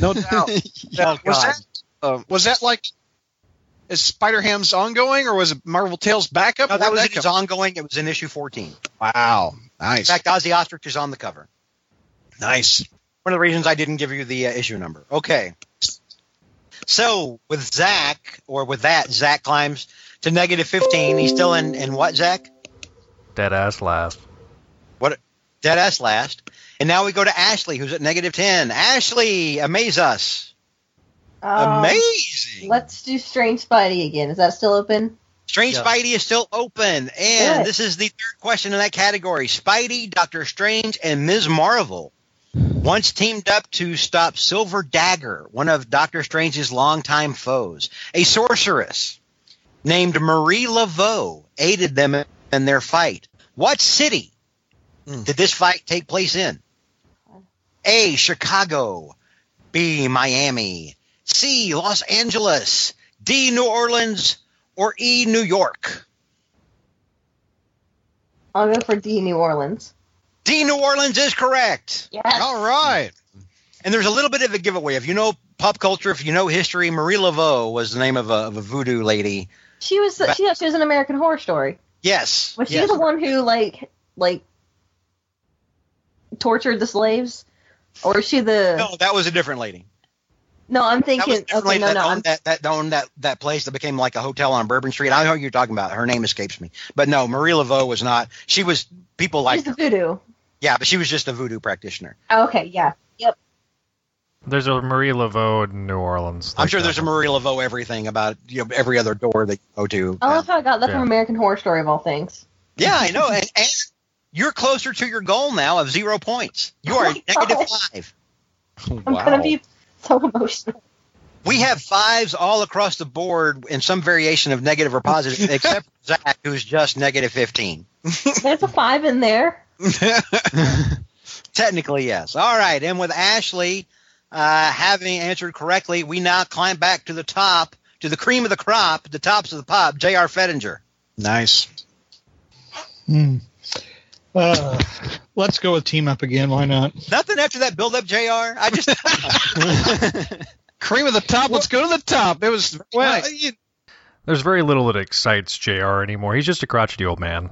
[SPEAKER 6] No doubt.
[SPEAKER 5] Oh,
[SPEAKER 7] was
[SPEAKER 5] God.
[SPEAKER 7] that um, was that like is Spider Ham's ongoing or was it Marvel Tales backup?
[SPEAKER 5] No, that
[SPEAKER 7] Where'd
[SPEAKER 5] was it was
[SPEAKER 7] come-
[SPEAKER 5] ongoing. It was in issue fourteen. In
[SPEAKER 7] wow, nice,
[SPEAKER 5] fact, Ozzy Ostrich is on the cover.
[SPEAKER 7] nice.
[SPEAKER 5] One of the reasons I didn't give you the uh, issue number. Okay. So with Zach or with that, Zach climbs to negative fifteen. He's still in in what Zach?
[SPEAKER 3] Dead ass last.
[SPEAKER 5] Dead ass last. And now we go to Ashley, who's at negative ten. Ashley, amaze us.
[SPEAKER 8] Um,
[SPEAKER 5] Amazing.
[SPEAKER 8] Let's do Strange Spidey again. Is that still open?
[SPEAKER 5] Strange
[SPEAKER 12] Yeah.
[SPEAKER 5] Spidey is still open, and
[SPEAKER 8] Good.
[SPEAKER 5] this is the third question in that category. Spidey, Doctor Strange, and Ms. Marvel once teamed up to stop Silver Dagger, one of Doctor Strange's longtime foes. A sorceress named Marie Laveau aided them in their fight. What city did this fight take place in? A. Chicago, B. Miami, C. Los Angeles, D. New Orleans, or E New York?
[SPEAKER 8] I'll go for D New Orleans.
[SPEAKER 5] D New Orleans is correct.
[SPEAKER 8] Yes.
[SPEAKER 7] All right,
[SPEAKER 5] And there's a little bit of a giveaway. If you know pop culture, if you know history, Marie Laveau was the name of a, of a voodoo lady.
[SPEAKER 8] She was she, she was an American Horror Story.
[SPEAKER 5] Yes.
[SPEAKER 8] Was she
[SPEAKER 5] yes.
[SPEAKER 8] the one who like like tortured the slaves? Or is she the
[SPEAKER 5] No, that was a different lady.
[SPEAKER 8] No,
[SPEAKER 5] That was
[SPEAKER 8] I'm
[SPEAKER 5] a
[SPEAKER 8] thinking
[SPEAKER 5] different
[SPEAKER 8] okay,
[SPEAKER 5] lady
[SPEAKER 8] no,
[SPEAKER 5] that
[SPEAKER 8] no. I'm,
[SPEAKER 5] owned that that owned that that place that became like a hotel on Bourbon Street. I know who you're talking about. Her name escapes me. But no, Marie Laveau was not. She was people like
[SPEAKER 8] she's the voodoo.
[SPEAKER 5] yeah, but she was just a voodoo practitioner.
[SPEAKER 8] Okay, yeah. Yep.
[SPEAKER 3] There's a Marie Laveau in New Orleans.
[SPEAKER 5] I'm
[SPEAKER 3] like
[SPEAKER 5] sure
[SPEAKER 3] that.
[SPEAKER 5] there's a Marie Laveau everything about you know, every other door that you go to.
[SPEAKER 8] I love how I got that
[SPEAKER 3] Yeah.
[SPEAKER 8] from American Horror Story of all things.
[SPEAKER 5] Yeah, I know. And, and you're closer to your goal now of zero points. You are
[SPEAKER 8] Oh
[SPEAKER 5] at
[SPEAKER 8] my
[SPEAKER 5] negative
[SPEAKER 8] gosh.
[SPEAKER 5] five.
[SPEAKER 8] I'm gonna be so emotional.
[SPEAKER 5] We have fives all across the board in some variation of negative or positive, except for Zach, who's just negative 15.
[SPEAKER 8] There's a five in there.
[SPEAKER 5] Technically, yes. All right. And with Ashley uh, having answered correctly, we now climb back to the top, to the cream of the crop, the tops of the pop, J.R. Fettinger.
[SPEAKER 7] nice.
[SPEAKER 13] Hmm. Uh, let's go with team up again. Why not?
[SPEAKER 5] Nothing after that build up, J.R. I just.
[SPEAKER 7] Cream of the top. Let's go to the top. It was
[SPEAKER 13] Well,
[SPEAKER 7] nice.
[SPEAKER 13] you-
[SPEAKER 3] There's very little that excites JR anymore. He's just a crotchety old man.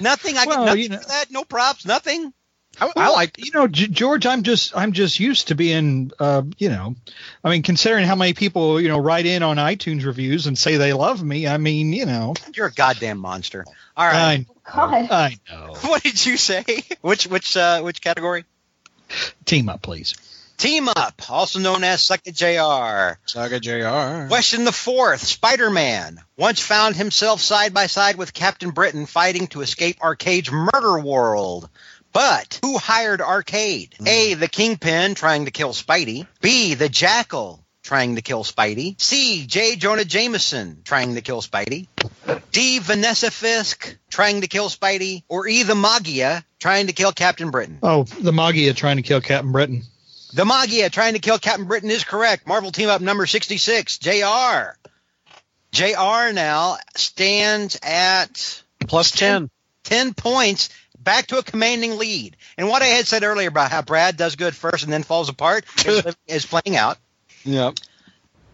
[SPEAKER 5] nothing. I
[SPEAKER 13] Well,
[SPEAKER 5] get nothing
[SPEAKER 13] you know-
[SPEAKER 5] for that. No props. Nothing.
[SPEAKER 7] I, I like
[SPEAKER 13] you know, G- George. I'm just, I'm just used to being, uh, you know, I mean, considering how many people, you know, write in on iTunes reviews and say they love me. I mean, you know,
[SPEAKER 5] You're a goddamn monster. All
[SPEAKER 13] Uh,
[SPEAKER 5] right.
[SPEAKER 8] God.
[SPEAKER 13] I, I know.
[SPEAKER 5] what did you say? Which which uh, which category?
[SPEAKER 13] Team up, please.
[SPEAKER 5] Team up, also known as Suck It JR.
[SPEAKER 7] Saga Jr.
[SPEAKER 5] Question the fourth: Spider-Man once found himself side by side with Captain Britain fighting to escape Arcade's murder world. But who hired Arcade? A. The Kingpin trying to kill Spidey. B. The Jackal trying to kill Spidey. C. J. Jonah Jameson trying to kill Spidey. D. Vanessa Fisk trying to kill Spidey. Or E. The Magia trying to kill Captain Britain.
[SPEAKER 13] Oh, the Magia trying to kill Captain Britain.
[SPEAKER 5] The Magia trying to kill Captain Britain is correct. Marvel team up number 66, JR. JR now stands at
[SPEAKER 6] Plus 10.
[SPEAKER 5] 10 points, back to a commanding lead. And what I had said earlier about how Brad does good first and then falls apart is, is playing out.
[SPEAKER 6] Yep.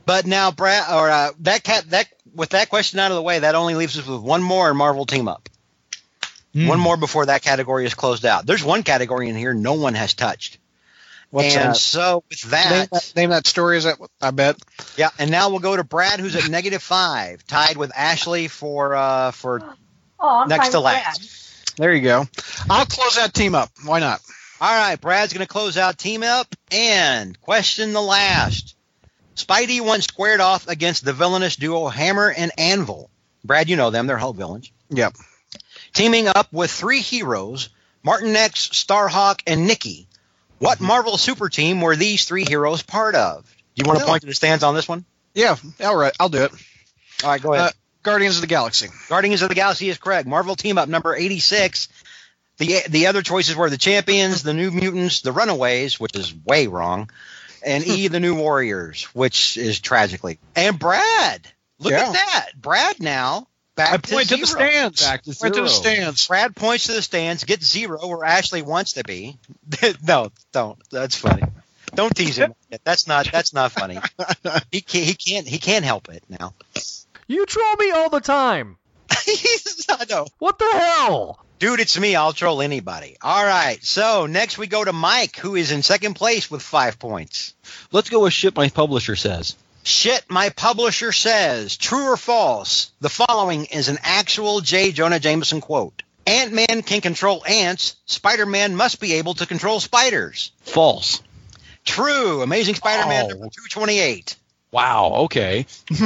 [SPEAKER 5] But now Brad or uh, that cat that with that question out of the way, that only leaves us with one more in Marvel team up.
[SPEAKER 13] Hmm.
[SPEAKER 5] One more before that category is closed out. There's one category in here no one has touched.
[SPEAKER 7] What's
[SPEAKER 5] and
[SPEAKER 7] that?
[SPEAKER 5] so with
[SPEAKER 7] Name
[SPEAKER 5] that,
[SPEAKER 7] that, name that story. Is that? I bet.
[SPEAKER 5] Yeah, and now we'll go to Brad, who's at negative five, tied with Ashley for uh, for. All
[SPEAKER 8] Oh, I'm
[SPEAKER 5] Next
[SPEAKER 8] fine
[SPEAKER 5] to
[SPEAKER 8] with
[SPEAKER 5] last.
[SPEAKER 8] that.
[SPEAKER 7] There you go. I'll close that team up. Why not?
[SPEAKER 5] right, Brad's going to close out team up and question the last. Spidey once squared off against the villainous duo Hammer and Anvil. Brad, you know them; they're Hulk villains.
[SPEAKER 7] Yep.
[SPEAKER 5] Teaming up with three heroes: Martin X, Starhawk, and Nikki. What Marvel super team were these three heroes part of? Mm-hmm. Do you want to
[SPEAKER 7] No.
[SPEAKER 5] point to the stands on this one?
[SPEAKER 7] Yeah. All right. I'll do it.
[SPEAKER 5] All right, go ahead.
[SPEAKER 7] Uh, Guardians of the Galaxy.
[SPEAKER 5] Guardians of the Galaxy is correct. Marvel team up number 86. the the other choices were the champions, the new mutants, the runaways, which is way wrong, and E the new warriors, which is tragically. And Brad, look
[SPEAKER 13] Yeah.
[SPEAKER 5] at that, Brad now back
[SPEAKER 13] I point to, the
[SPEAKER 5] zero.
[SPEAKER 13] stands.
[SPEAKER 6] Back to
[SPEAKER 13] point to the
[SPEAKER 6] zero.
[SPEAKER 13] stands.
[SPEAKER 5] Brad points to the stands, gets zero where Ashley wants to be. no, don't. That's funny. Don't tease him. That's not. That's not funny. He can't. He can't. He can't help it now.
[SPEAKER 3] You troll me all the time.
[SPEAKER 5] He's- I know.
[SPEAKER 3] What the hell?
[SPEAKER 5] Dude, it's me. I'll troll anybody. All right. So next we go to Mike, who is in second place with five points.
[SPEAKER 6] Let's go with shit my publisher says.
[SPEAKER 5] Shit, my publisher says true or false. The following is an actual J. Jonah Jameson quote Ant Man can control ants. Spider Man must be able to control spiders.
[SPEAKER 6] False.
[SPEAKER 5] True. Amazing Spider Man
[SPEAKER 6] Oh.
[SPEAKER 5] number 228.
[SPEAKER 6] Wow. Okay.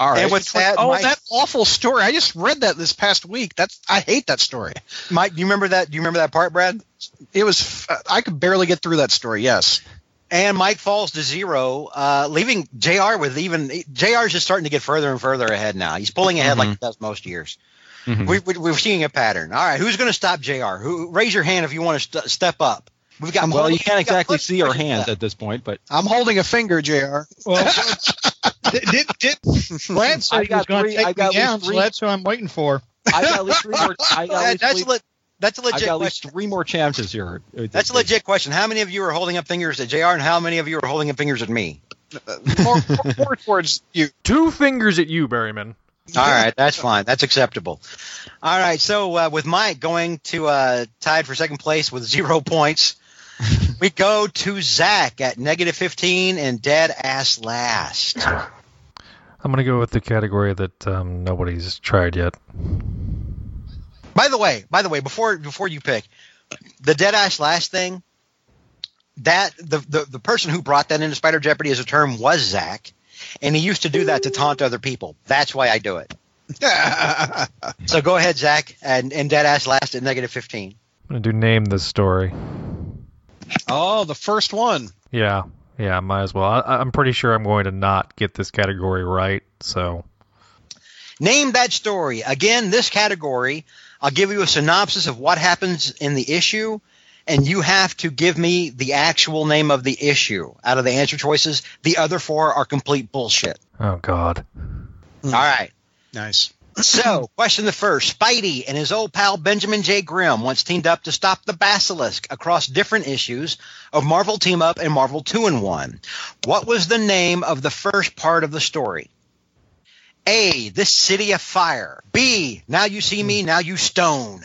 [SPEAKER 6] All right.
[SPEAKER 5] And with that,
[SPEAKER 13] oh,
[SPEAKER 5] Mike,
[SPEAKER 13] that awful story! I just read that this past week. That's I hate that story.
[SPEAKER 5] Mike, do you remember that? Do you remember that part, Brad?
[SPEAKER 13] It was f- I could barely get through that story. Yes,
[SPEAKER 5] And Mike falls to zero, uh, leaving JR with even JR's just starting to get further and further ahead now. He's pulling ahead like he
[SPEAKER 6] Mm-hmm.
[SPEAKER 5] does most years.
[SPEAKER 6] Mhm.
[SPEAKER 5] We, we, we're seeing a pattern. All right, who's going to stop JR? Who raise your hand if you want to st- step up? We've got
[SPEAKER 6] well, you can't
[SPEAKER 5] we've got
[SPEAKER 6] exactly
[SPEAKER 5] plenty
[SPEAKER 6] see our
[SPEAKER 5] of questions
[SPEAKER 6] hands
[SPEAKER 5] left.
[SPEAKER 6] at this point, but
[SPEAKER 13] I'm holding a finger, Jr.
[SPEAKER 4] Well,
[SPEAKER 13] did, did, Vlad
[SPEAKER 6] I
[SPEAKER 13] said he
[SPEAKER 6] got
[SPEAKER 13] was going
[SPEAKER 6] three-
[SPEAKER 13] to
[SPEAKER 6] I
[SPEAKER 13] take
[SPEAKER 6] got
[SPEAKER 13] me
[SPEAKER 6] at least
[SPEAKER 13] down, so
[SPEAKER 6] three.
[SPEAKER 13] that's who I'm waiting for.
[SPEAKER 6] I got at least three more. I got
[SPEAKER 5] That-
[SPEAKER 6] at
[SPEAKER 5] that's
[SPEAKER 6] least,
[SPEAKER 5] le- that's a
[SPEAKER 6] I
[SPEAKER 5] legit
[SPEAKER 6] got at
[SPEAKER 5] question.
[SPEAKER 6] least three more chances here.
[SPEAKER 5] That's a legit question. How many of you are holding up fingers at JR, and how many of you are holding up fingers at me?
[SPEAKER 13] Uh, More, more towards you.
[SPEAKER 3] Two fingers at you, Berryman.
[SPEAKER 5] All right, that's fine. That's acceptable. All right, so uh, with Mike going to uh, tied for second place with zero points, we go to Zach at negative 15 and dead ass last.
[SPEAKER 3] I'm gonna go with the category that um, nobody's tried yet.
[SPEAKER 5] By the way, by the way, before before you pick the dead ass last thing, that the, the the person who brought that into Spider Jeopardy as a term was Zach, and he used to do that to taunt other people. That's why I do it. So go ahead, Zach, and and dead ass last at negative 15.
[SPEAKER 3] I'm gonna do name this story.
[SPEAKER 13] oh, the first one.
[SPEAKER 3] Yeah, yeah, might as well. I, I'm pretty sure I'm going to not get this category right. So
[SPEAKER 5] Name that story. Again, this category, I'll give you a synopsis of what happens in the issue, and you have to give me the actual name of the issue out of the answer choices. The other four are complete bullshit.
[SPEAKER 3] Oh God.
[SPEAKER 5] All right.
[SPEAKER 13] Nice.
[SPEAKER 5] So, question the first Spidey and his old pal Benjamin J. Grimm once teamed up to stop the Basilisk across different issues of Marvel Team Up and Marvel 2 in 1. What was the name of the first part of the story? A. The City of Fire. B. Now You See Me, Now You Stone.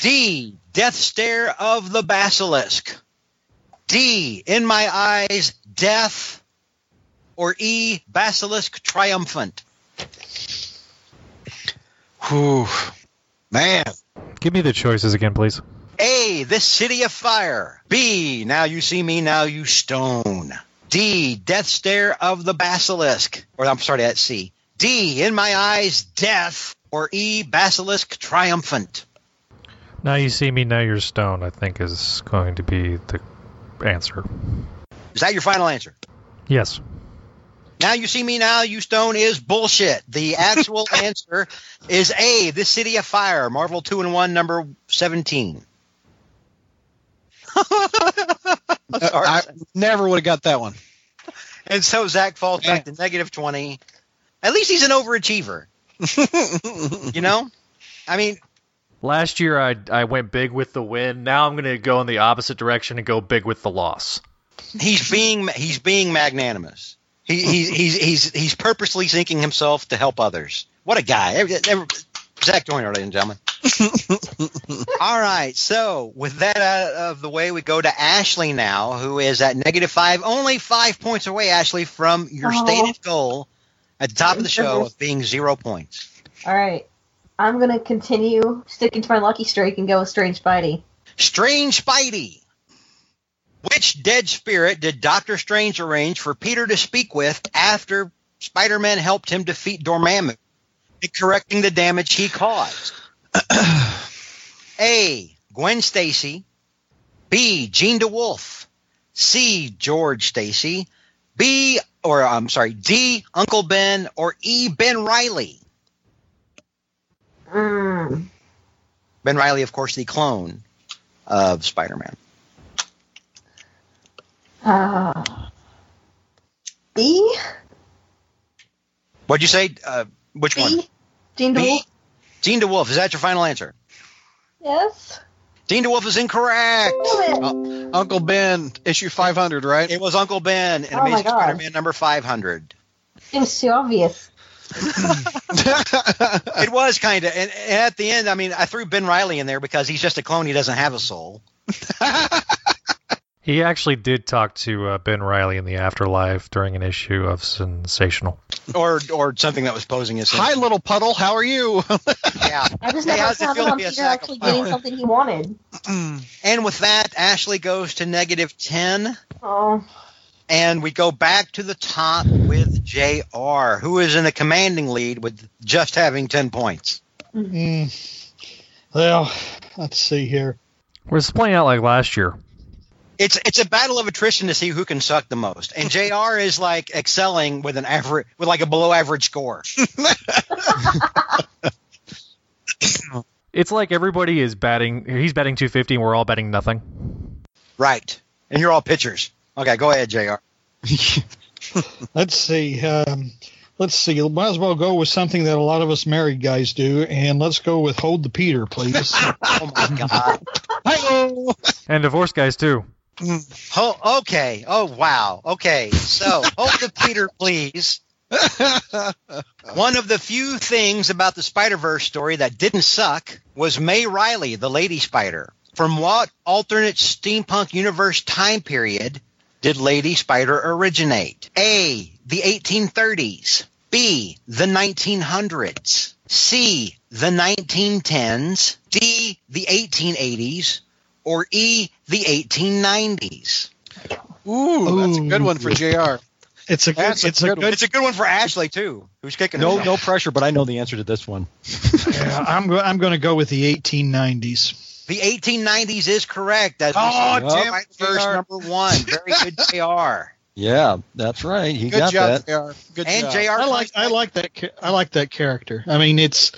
[SPEAKER 5] D. Death Stare of the Basilisk. D. In My Eyes, Death. Or E. Basilisk Triumphant.
[SPEAKER 4] whew, man,
[SPEAKER 3] Give me the choices again, please.
[SPEAKER 5] A. This City of Fire. B. Now You See Me, Now You Stone. D. Death Stare of the Basilisk. Or I'm sorry, that's C. D. In My Eyes, Death. Or E. Basilisk Triumphant.
[SPEAKER 3] Now you see me. Now you're stone. I think is going to be the answer.
[SPEAKER 5] Is that your final answer?
[SPEAKER 3] Yes.
[SPEAKER 5] Now You See Me, Now You Stone is bullshit. The actual answer is A. This City of Fire. Marvel 2 and 1, number 17. Sorry.
[SPEAKER 13] I never would have got that one.
[SPEAKER 5] And so Zach falls back to negative 20. At least he's an overachiever. you know? I mean,
[SPEAKER 12] Last year I I went big with the win. Now I'm gonna go in the opposite direction and go big with the loss.
[SPEAKER 5] he's being he's being magnanimous. He, he's he's he's he's purposely sinking himself to help others. What a guy! Every, every, Zach Joyner, ladies and gentlemen. All right, so with that out of the way, we go to Ashley now, who is at negative five, only five points away, Ashley, from your
[SPEAKER 8] Oh.
[SPEAKER 5] stated goal at the top of the show of being zero points.
[SPEAKER 8] All right. I'm going to continue sticking to my lucky streak and go with Strange Spidey.
[SPEAKER 5] Strange Spidey. Which dead spirit did Doctor Strange arrange for Peter to speak with after Spider Man helped him defeat Dormammu, and correcting the damage he caused? A. Gwen Stacy. B. Jean DeWolf. C. George Stacy. B. Or I'm sorry, D. Uncle Ben. Or E. Ben Riley.
[SPEAKER 8] Mm.
[SPEAKER 5] Ben Riley, of course, the clone of Spider Man.
[SPEAKER 8] Uh, B?
[SPEAKER 5] What'd you say? Uh, which one?
[SPEAKER 8] B? Gene
[SPEAKER 5] B.
[SPEAKER 8] DeWolf?
[SPEAKER 5] Dean DeWolf. Is that your final answer?
[SPEAKER 8] Yes?
[SPEAKER 5] Dean DeWolf is incorrect.
[SPEAKER 8] Damn it.
[SPEAKER 4] Oh, Uncle Ben, issue 500, right?
[SPEAKER 5] It was Uncle Ben in
[SPEAKER 8] Oh my
[SPEAKER 5] Amazing
[SPEAKER 8] God.
[SPEAKER 5] Spider Man number 500.
[SPEAKER 8] Seems too obvious.
[SPEAKER 4] Uh,
[SPEAKER 5] it was kind of. And, and at the end, I mean, I threw Ben Riley in there because he's just a clone. He doesn't have a soul.
[SPEAKER 3] He actually did talk to uh, Ben Riley in the afterlife during an issue of Sensational.
[SPEAKER 5] Or or something that was posing as.
[SPEAKER 4] Hi, little puddle. How are you?
[SPEAKER 5] Yeah.
[SPEAKER 8] I just
[SPEAKER 5] Hey,
[SPEAKER 8] never
[SPEAKER 5] how's it
[SPEAKER 8] counted
[SPEAKER 5] feel to
[SPEAKER 8] on
[SPEAKER 5] be a
[SPEAKER 8] Peter
[SPEAKER 5] sack of
[SPEAKER 8] actually getting
[SPEAKER 5] flour?
[SPEAKER 8] something he wanted.
[SPEAKER 5] And with that, Ashley goes to negative 10.
[SPEAKER 8] Oh,
[SPEAKER 5] And we go back to the top with JR, who is in the commanding lead with just having 10 points.
[SPEAKER 13] Mm. Well, let's see here.
[SPEAKER 3] We're just playing out like last year.
[SPEAKER 5] It's it's a battle of attrition to see who can suck the most. And JR is like excelling with an average with like a below average score.
[SPEAKER 3] It's like everybody is batting. He's batting 250, and we're all batting nothing.
[SPEAKER 5] Right. And you're all pitchers. Okay, go ahead, JR.
[SPEAKER 13] Let's see. Um, let's see. Might as well go with something that a lot of us married guys do, and let's go with hold the Peter, please.
[SPEAKER 5] Oh my god.
[SPEAKER 4] Hi-oh.
[SPEAKER 3] And divorce guys too.
[SPEAKER 5] Oh, okay. Oh wow. Okay. So hold the Peter, please. One of the few things about the Spider Verse story that didn't suck was May Riley, the Lady Spider. From what alternate steampunk universe time period did Lady Spider originate? A. The 1830s. B. The 1900s. C. The 1910s. D. The 1880s. Or E. The 1890s.
[SPEAKER 4] Ooh, that's a good one for JR.
[SPEAKER 13] it's a good.
[SPEAKER 4] That's a
[SPEAKER 13] It's a
[SPEAKER 4] good
[SPEAKER 13] good.
[SPEAKER 5] It's a good one for Ashley too, who's kicking.
[SPEAKER 6] No,
[SPEAKER 5] herself.
[SPEAKER 6] no pressure, but I know the answer to this one.
[SPEAKER 13] yeah, I'm. go- I'm going to go with the 1890s.
[SPEAKER 5] The 1890s is correct. As we
[SPEAKER 4] Oh,
[SPEAKER 5] said.
[SPEAKER 4] damn
[SPEAKER 5] Right
[SPEAKER 4] it,
[SPEAKER 5] first
[SPEAKER 4] JR.
[SPEAKER 5] number one. Very good, Jr.
[SPEAKER 6] Yeah, that's right. You
[SPEAKER 4] Good
[SPEAKER 6] got
[SPEAKER 4] job,
[SPEAKER 6] that.
[SPEAKER 4] JR. Good
[SPEAKER 5] And
[SPEAKER 4] job.
[SPEAKER 5] Jr.
[SPEAKER 13] I like.
[SPEAKER 5] comes
[SPEAKER 13] I
[SPEAKER 5] back-
[SPEAKER 13] like that. cha- I like that character. I mean, it's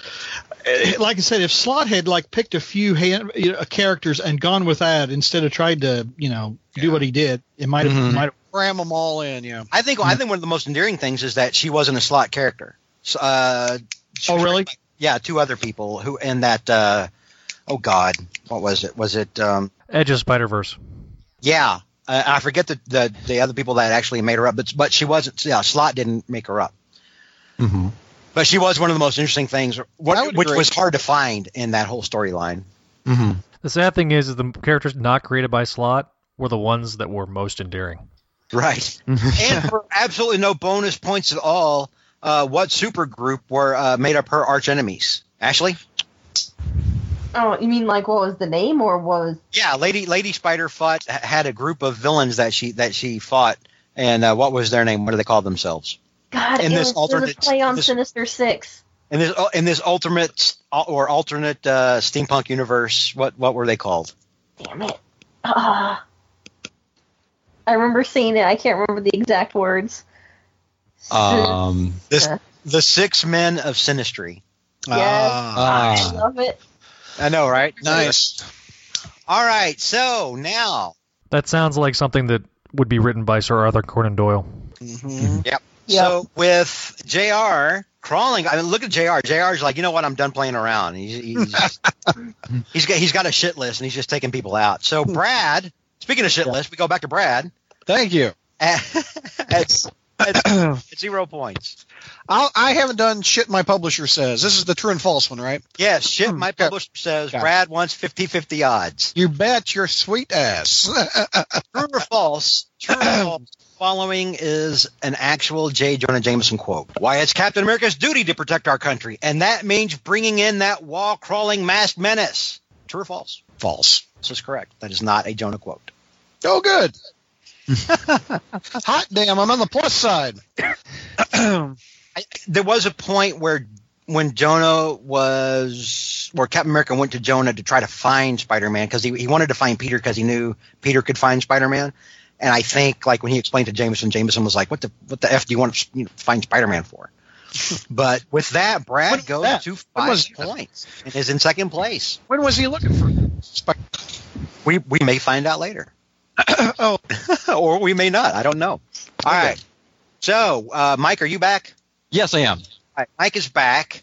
[SPEAKER 13] eh, like I said. If Slot had like picked a few hand, you know, characters and gone with that instead of tried to, you know, do what he did, it might have.
[SPEAKER 4] Mhm.
[SPEAKER 13] Might have.
[SPEAKER 4] Cram them all in, yeah.
[SPEAKER 5] I think. I think one of the most endearing things is that she wasn't a slot character. So, uh, she
[SPEAKER 13] Oh,
[SPEAKER 5] was
[SPEAKER 13] really?
[SPEAKER 5] written by- yeah, two other people who and that. Uh, oh God, what was it? Was it? Um,
[SPEAKER 3] Edge of Spider Verse.
[SPEAKER 5] yeah, uh, I forget the, the the other people that actually made her up, but but she wasn't. Yeah, slot didn't make her up.
[SPEAKER 6] Mm-hmm.
[SPEAKER 5] But she was one of the most interesting things,
[SPEAKER 4] I
[SPEAKER 5] what,
[SPEAKER 4] would
[SPEAKER 5] which
[SPEAKER 4] agree.
[SPEAKER 5] was hard to find in that whole storyline.
[SPEAKER 6] Mm-hmm.
[SPEAKER 3] The sad thing is, is the characters not created by Slot were the ones that were most endearing.
[SPEAKER 5] Right. and for absolutely no bonus points at all, uh, what supergroup were uh, made up her arch enemies? Ashley?
[SPEAKER 8] oh, you mean like what was the name or what was?
[SPEAKER 5] Yeah, Lady Lady Spider fought h- had a group of villains that she that she fought, and uh, what was their name? What do they call themselves?
[SPEAKER 8] God,
[SPEAKER 5] In
[SPEAKER 8] it,
[SPEAKER 5] this
[SPEAKER 8] was, it was a
[SPEAKER 5] alternate-
[SPEAKER 8] play on
[SPEAKER 5] this-
[SPEAKER 8] Sinister Six.
[SPEAKER 5] In this uh, in this ultimate or alternate uh, steampunk universe, what what were they called?
[SPEAKER 8] Damn it. Ah. I remember seeing it. I can't remember the exact words.
[SPEAKER 6] Um,
[SPEAKER 5] This
[SPEAKER 8] Sinister.
[SPEAKER 5] the Six Men of Sinistry.
[SPEAKER 8] Yes.
[SPEAKER 4] Ah,
[SPEAKER 8] I
[SPEAKER 6] ah.
[SPEAKER 8] love it.
[SPEAKER 5] I know, right?
[SPEAKER 4] nice.
[SPEAKER 5] All right, so now,
[SPEAKER 3] That sounds like something that would be written by Sir Arthur Conan Doyle.
[SPEAKER 4] Mhm.
[SPEAKER 8] Yeah.
[SPEAKER 5] so with Jr. crawling, I mean, look at Jr. Jr.'s like, you know what? I'm done playing around. He's he's, he's got he's got a shit list, and he's just taking people out. So Brad, speaking of shit list, we go back to Brad.
[SPEAKER 4] Thank you.
[SPEAKER 5] at, at, at zero points.
[SPEAKER 4] I'll, I haven't done shit my publisher says. This is the true and false one, right?
[SPEAKER 5] Yes, shit. My
[SPEAKER 4] Okay.
[SPEAKER 5] publisher says
[SPEAKER 4] Got it.
[SPEAKER 5] Brad wants 50-50 odds.
[SPEAKER 4] You bet your sweet ass.
[SPEAKER 5] True or false? True or false? Following is an actual J. Jonah Jameson quote. Why it's Captain America's duty to protect our country, and that means bringing in that wall crawling masked menace. True or false?
[SPEAKER 4] false.
[SPEAKER 5] This is correct. That is not a Jonah quote.
[SPEAKER 4] Oh, good. Hot damn, I'm on the plus side.
[SPEAKER 5] I, there was a point where when Jonah was where Captain America went to Jonah to try to find Spider-Man because he, he wanted to find Peter because he knew Peter could find Spider-Man. And I think like when he explained to Jameson, Jameson was like, "What the what the f do you want to you know, find Spider-Man for?" But with that,
[SPEAKER 4] When
[SPEAKER 5] Brad
[SPEAKER 4] was
[SPEAKER 5] goes
[SPEAKER 4] that?
[SPEAKER 5] to
[SPEAKER 4] When
[SPEAKER 5] five
[SPEAKER 4] was that?
[SPEAKER 5] points and is in second place.
[SPEAKER 4] When was he looking for? Spi-
[SPEAKER 5] We we may find out later.
[SPEAKER 4] oh,
[SPEAKER 5] or we may not. I don't know. All right. So, uh, Mike, are you back?
[SPEAKER 6] Yes, I am.
[SPEAKER 5] All right, Mike is back,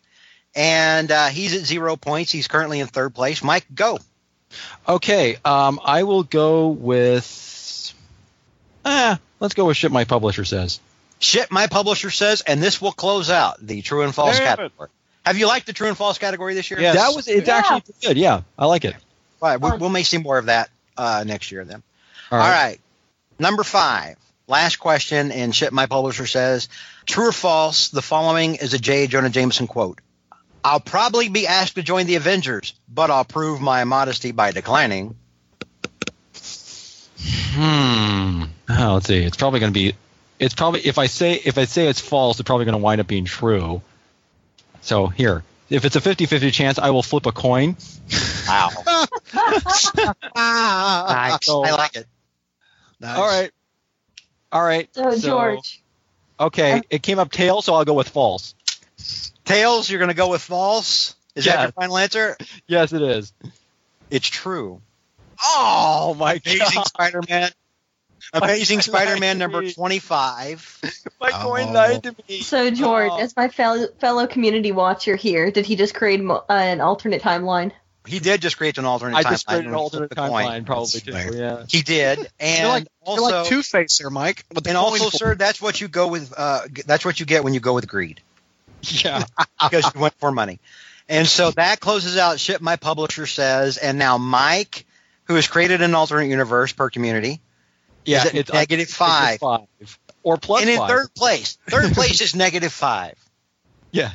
[SPEAKER 5] and uh, he's at zero points. He's currently in third place. Mike, go.
[SPEAKER 6] Okay, um, I will go with. Ah, let's go with shit my publisher says.
[SPEAKER 5] Shit, my publisher says, and this will close out the true and false
[SPEAKER 4] Damn it.
[SPEAKER 5] category. Have you liked the true and false category this year?
[SPEAKER 4] Yes.
[SPEAKER 6] That was it's
[SPEAKER 8] Yeah.
[SPEAKER 6] actually pretty good. Yeah, I like it.
[SPEAKER 5] All right, we, we'll may see more of that uh, next year then.
[SPEAKER 6] All
[SPEAKER 5] All right. Number five. Last question, and shit, my publisher says true or false, the following is a J. Jonah Jameson quote I'll probably be asked to join the Avengers, but I'll prove my modesty by declining.
[SPEAKER 6] Hmm. Oh, let's see. It's probably going to be. It's probably if I say if I say it's false, it's probably going to wind up being true. So here, if it's a 50-50 chance, I will flip a coin.
[SPEAKER 5] Wow.
[SPEAKER 6] Nice.
[SPEAKER 5] Ah, I like it.
[SPEAKER 4] nice.
[SPEAKER 6] All right. All right.
[SPEAKER 8] So,
[SPEAKER 6] So-
[SPEAKER 8] Oh, George,
[SPEAKER 6] Okay. It came up tail, so I'll go with false.
[SPEAKER 5] Tails, you're going to go with false? Is that your
[SPEAKER 6] Yes.
[SPEAKER 5] final answer?
[SPEAKER 6] Yes, it is.
[SPEAKER 5] It's true.
[SPEAKER 6] Oh my
[SPEAKER 5] Amazing
[SPEAKER 6] god!
[SPEAKER 5] Spider Man. Amazing
[SPEAKER 6] I
[SPEAKER 5] Spider Man
[SPEAKER 6] lied.
[SPEAKER 5] number 25.
[SPEAKER 6] My
[SPEAKER 4] Oh.
[SPEAKER 6] coin lied to me.
[SPEAKER 8] so George,
[SPEAKER 6] Oh.
[SPEAKER 8] as my fellow, fellow community watcher here, did he just create mo- uh, an alternate timeline?
[SPEAKER 5] He did just create an alternate
[SPEAKER 6] Oh. I
[SPEAKER 5] timeline.
[SPEAKER 6] just created an
[SPEAKER 5] when he
[SPEAKER 6] alternate
[SPEAKER 5] flipped the coin.
[SPEAKER 6] timeline, probably too.
[SPEAKER 4] That's
[SPEAKER 6] Yeah.
[SPEAKER 5] He did, and
[SPEAKER 4] You're like,
[SPEAKER 5] also,
[SPEAKER 4] you're like Two Face there, Mike. with the
[SPEAKER 5] and also,
[SPEAKER 4] coin flip.
[SPEAKER 5] sir, that's what you go with. Uh, g- that's what you get when you go with greed,
[SPEAKER 6] Yeah.
[SPEAKER 5] because you went for money. And so that closes out shit. My publisher says, and now Mike, who has created an alternate universe per community,
[SPEAKER 6] Yeah.
[SPEAKER 5] Is it negative
[SPEAKER 6] it's
[SPEAKER 5] five?
[SPEAKER 6] five or plus
[SPEAKER 5] and in
[SPEAKER 6] five.
[SPEAKER 5] third place. Third place is negative five.
[SPEAKER 6] Yeah.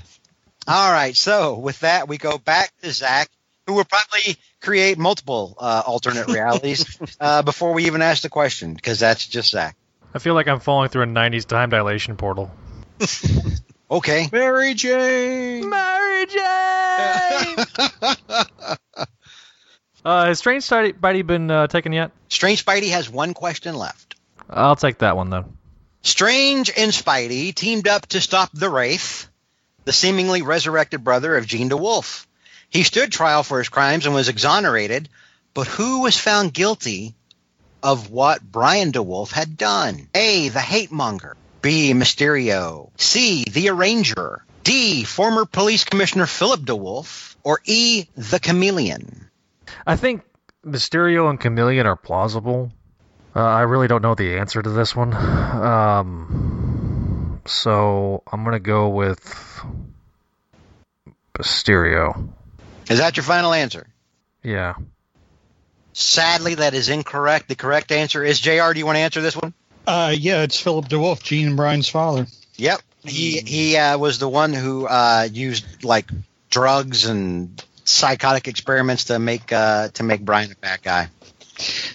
[SPEAKER 5] All right. So with that, we go back to Zach, who will probably create multiple uh, alternate realities uh, before we even ask the question, because that's just Zach.
[SPEAKER 3] I feel like I'm falling through a 90s time dilation portal.
[SPEAKER 5] Okay.
[SPEAKER 4] Mary Jane.
[SPEAKER 3] Uh, has Strange Spidey been uh, taken yet?
[SPEAKER 5] Strange Spidey has one question left.
[SPEAKER 3] I'll take that one then.
[SPEAKER 5] Strange and Spidey teamed up to stop the Wraith, the seemingly resurrected brother of Gene DeWolf. He stood trial for his crimes and was exonerated, but who was found guilty of what Brian DeWolf had done? A. The hate monger. B. Mysterio. C. The arranger. D. Former police commissioner Philip DeWolf. Or E. The chameleon.
[SPEAKER 3] I think Mysterio and Chameleon are plausible. Uh, I really don't know the answer to this one. Um, so I'm going to go with Mysterio.
[SPEAKER 5] Is that your final answer?
[SPEAKER 3] Yeah.
[SPEAKER 5] Sadly, that is incorrect. The correct answer is JR. Do you want to answer this one?
[SPEAKER 13] Uh, yeah, it's Philip DeWolf, Gene and Brian's father.
[SPEAKER 5] Yep.
[SPEAKER 4] Hmm.
[SPEAKER 5] He he uh, was the one who uh, used like drugs and psychotic experiments to make uh, to make Brian a bad guy.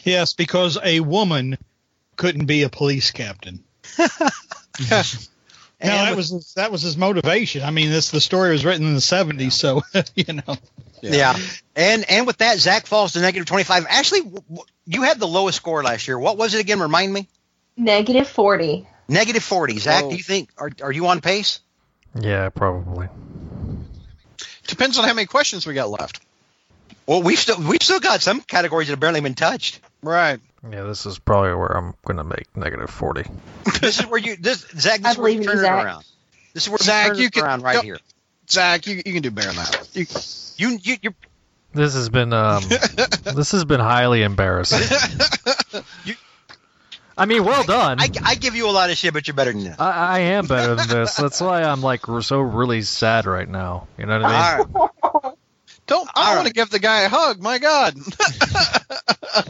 [SPEAKER 13] Yes, because a woman couldn't be a police captain.
[SPEAKER 5] And
[SPEAKER 13] No, that
[SPEAKER 5] with-
[SPEAKER 13] was that was his motivation. I mean, this the story was written in the '70s, so you know.
[SPEAKER 4] Oh
[SPEAKER 5] yeah. And and with that, Zach falls to negative twenty five. Actually, w- w- you had the lowest score last year. What was it again? Remind me.
[SPEAKER 8] Negative forty.
[SPEAKER 5] Negative forty. Zach,
[SPEAKER 4] Oh.
[SPEAKER 5] do you think are are you on pace?
[SPEAKER 3] Yeah, probably.
[SPEAKER 4] Depends on how many questions we got left.
[SPEAKER 5] Well, we've still we've still got some categories that have barely been touched.
[SPEAKER 4] Right.
[SPEAKER 3] Yeah, this is probably where I'm going to make negative 40.
[SPEAKER 5] This is where you this Zach.
[SPEAKER 8] I
[SPEAKER 5] This is where
[SPEAKER 8] believe
[SPEAKER 5] you turn
[SPEAKER 8] in
[SPEAKER 5] it
[SPEAKER 8] you, Zach.
[SPEAKER 5] around. This is where
[SPEAKER 4] Zach,
[SPEAKER 5] you turn
[SPEAKER 4] you
[SPEAKER 5] it
[SPEAKER 4] can-
[SPEAKER 5] around right
[SPEAKER 4] don't-
[SPEAKER 5] here.
[SPEAKER 4] Zach, you, you can do better than that. You-
[SPEAKER 5] You you you
[SPEAKER 3] This has been um, this has been highly embarrassing. I mean, well done.
[SPEAKER 5] I, I give you a lot of shit, but you're better than that.
[SPEAKER 3] I, I am better than this. That's why I'm like so really sad right now. You know what I mean?
[SPEAKER 5] All right.
[SPEAKER 4] don't. I
[SPEAKER 5] All
[SPEAKER 4] want
[SPEAKER 5] right.
[SPEAKER 4] to give the guy a hug. My God.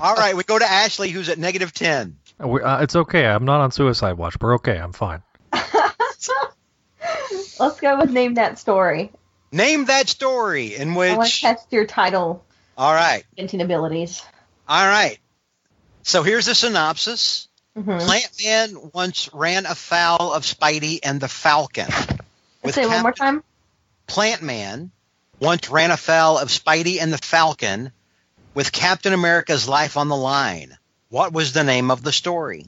[SPEAKER 5] All right, we go to Ashley, who's at negative 10.
[SPEAKER 3] We- uh, it's okay. I'm not on suicide watch. We're okay. I'm fine.
[SPEAKER 8] Let's go with name that story.
[SPEAKER 5] Name that story in
[SPEAKER 8] I want to
[SPEAKER 5] which.
[SPEAKER 8] test your title
[SPEAKER 5] All right,
[SPEAKER 8] inventing abilities.
[SPEAKER 5] all right. So here's the synopsis
[SPEAKER 8] Mm-hmm.
[SPEAKER 5] Plant Man once ran afoul of Spidey and the Falcon. With
[SPEAKER 8] Say it one
[SPEAKER 5] Cap-
[SPEAKER 8] more time.
[SPEAKER 5] Plant Man once ran afoul of Spidey and the Falcon with Captain America's life on the line. What was the name of the story?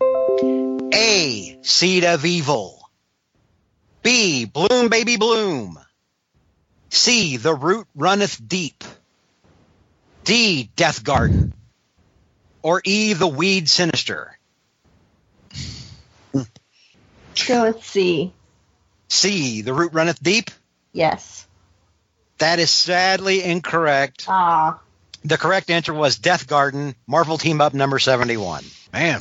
[SPEAKER 5] A. Seed of Evil. B. Bloom, baby, bloom. C. The root runneth deep. D. Death garden. Or E. The weed sinister.
[SPEAKER 8] So let's see.
[SPEAKER 5] C. The root runneth deep.
[SPEAKER 8] Yes.
[SPEAKER 5] That is sadly incorrect.
[SPEAKER 8] Ah.
[SPEAKER 5] The correct answer was Death Garden, Marvel Team Up number 71.
[SPEAKER 7] Man,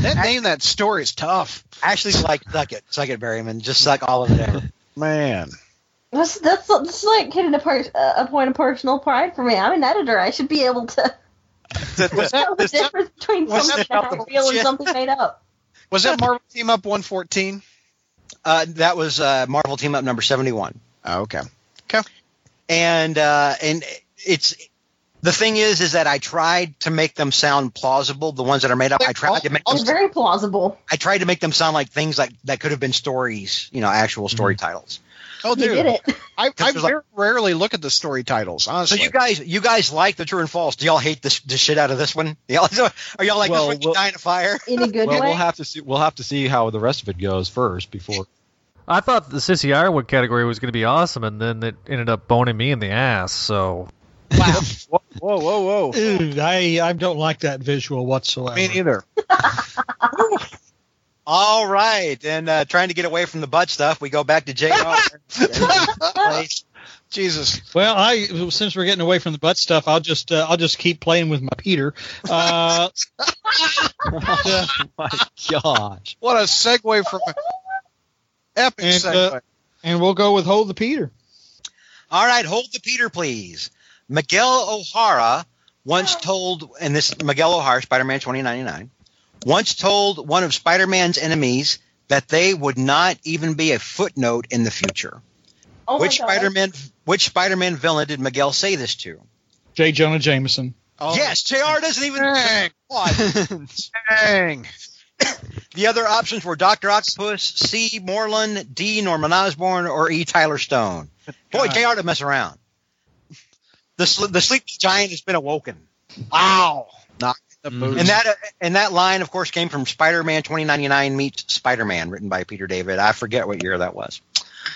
[SPEAKER 7] that name, that story is tough.
[SPEAKER 5] Actually, like, suck it. Suck it, Berryman. Just suck all of it out.
[SPEAKER 7] Man,
[SPEAKER 8] That's that's that's like hitting a, per- a point of personal pride for me. I'm an editor. I should be able to tell the
[SPEAKER 7] was that,
[SPEAKER 8] difference between
[SPEAKER 7] was
[SPEAKER 8] something
[SPEAKER 7] that-
[SPEAKER 8] that's real and something made up.
[SPEAKER 7] was that Marvel Team Up 114?
[SPEAKER 5] Uh, that was uh, Marvel Team Up number 71.
[SPEAKER 7] Oh, okay.
[SPEAKER 5] and uh, and it's the thing is is that I tried to make them sound plausible. The ones that are made up, I tried to make them.
[SPEAKER 8] It's very plausible.
[SPEAKER 5] I tried to make them sound like things like that could have been stories, you know, actual story
[SPEAKER 4] Mm-hmm.
[SPEAKER 5] titles.
[SPEAKER 7] Oh,
[SPEAKER 8] You did
[SPEAKER 7] dude.
[SPEAKER 8] it.
[SPEAKER 7] I, I
[SPEAKER 5] there's like-
[SPEAKER 7] very rarely look at the story titles,
[SPEAKER 5] So
[SPEAKER 7] honestly.
[SPEAKER 5] you guys, you guys like the true and false? Do y'all hate this, this shit out of this one? Y'all, are y'all like
[SPEAKER 4] Well,
[SPEAKER 5] this one?
[SPEAKER 4] well-
[SPEAKER 5] dying of fire?
[SPEAKER 8] In a good
[SPEAKER 4] Well,
[SPEAKER 8] way.
[SPEAKER 4] we'll have to see. We'll have to see how the rest of it goes first before.
[SPEAKER 2] I thought the Sissy Ironwood category was going to be awesome, and then it ended up boning me in the ass. So
[SPEAKER 4] Whoa, whoa, whoa!
[SPEAKER 6] Dude, I, I don't like that visual whatsoever.
[SPEAKER 7] Me neither.
[SPEAKER 5] All right, and uh, trying to get away from the butt stuff, we go back to Jr.
[SPEAKER 7] Jesus.
[SPEAKER 6] Well, I since we're getting away from the butt stuff, I'll just uh, I'll just keep playing with my Peter. Uh, uh,
[SPEAKER 4] My gosh!
[SPEAKER 7] What a segue from epic
[SPEAKER 6] And,
[SPEAKER 7] segue.
[SPEAKER 6] uh, and we'll go with hold the Peter.
[SPEAKER 5] All right, hold the Peter, please. Miguel O'Hara once told, and this Miguel O'Hara, Spider Man 2099, once told one of Spider Man's enemies that they would not even be a footnote in the future.
[SPEAKER 8] oh
[SPEAKER 5] which
[SPEAKER 8] my God.
[SPEAKER 5] Spider Man which Spider Man villain did Miguel say this to?
[SPEAKER 6] J. Jonah Jameson.
[SPEAKER 7] Oh,
[SPEAKER 5] Yes, JR doesn't even
[SPEAKER 7] Dang. Dang.
[SPEAKER 5] The other options were Dr. Octopus, C. Moreland, D. Norman Osborn, or E. Tyler Stone. Boy,
[SPEAKER 7] God.
[SPEAKER 5] JR to mess around. The, sl- the sleepy giant has been awoken.
[SPEAKER 7] Wow.
[SPEAKER 5] Knock
[SPEAKER 7] the
[SPEAKER 4] Mm.
[SPEAKER 7] boots.
[SPEAKER 5] And that and that line, of course, came from Spider-Man 2099 meets Spider-Man, written by Peter David. I forget what year that was.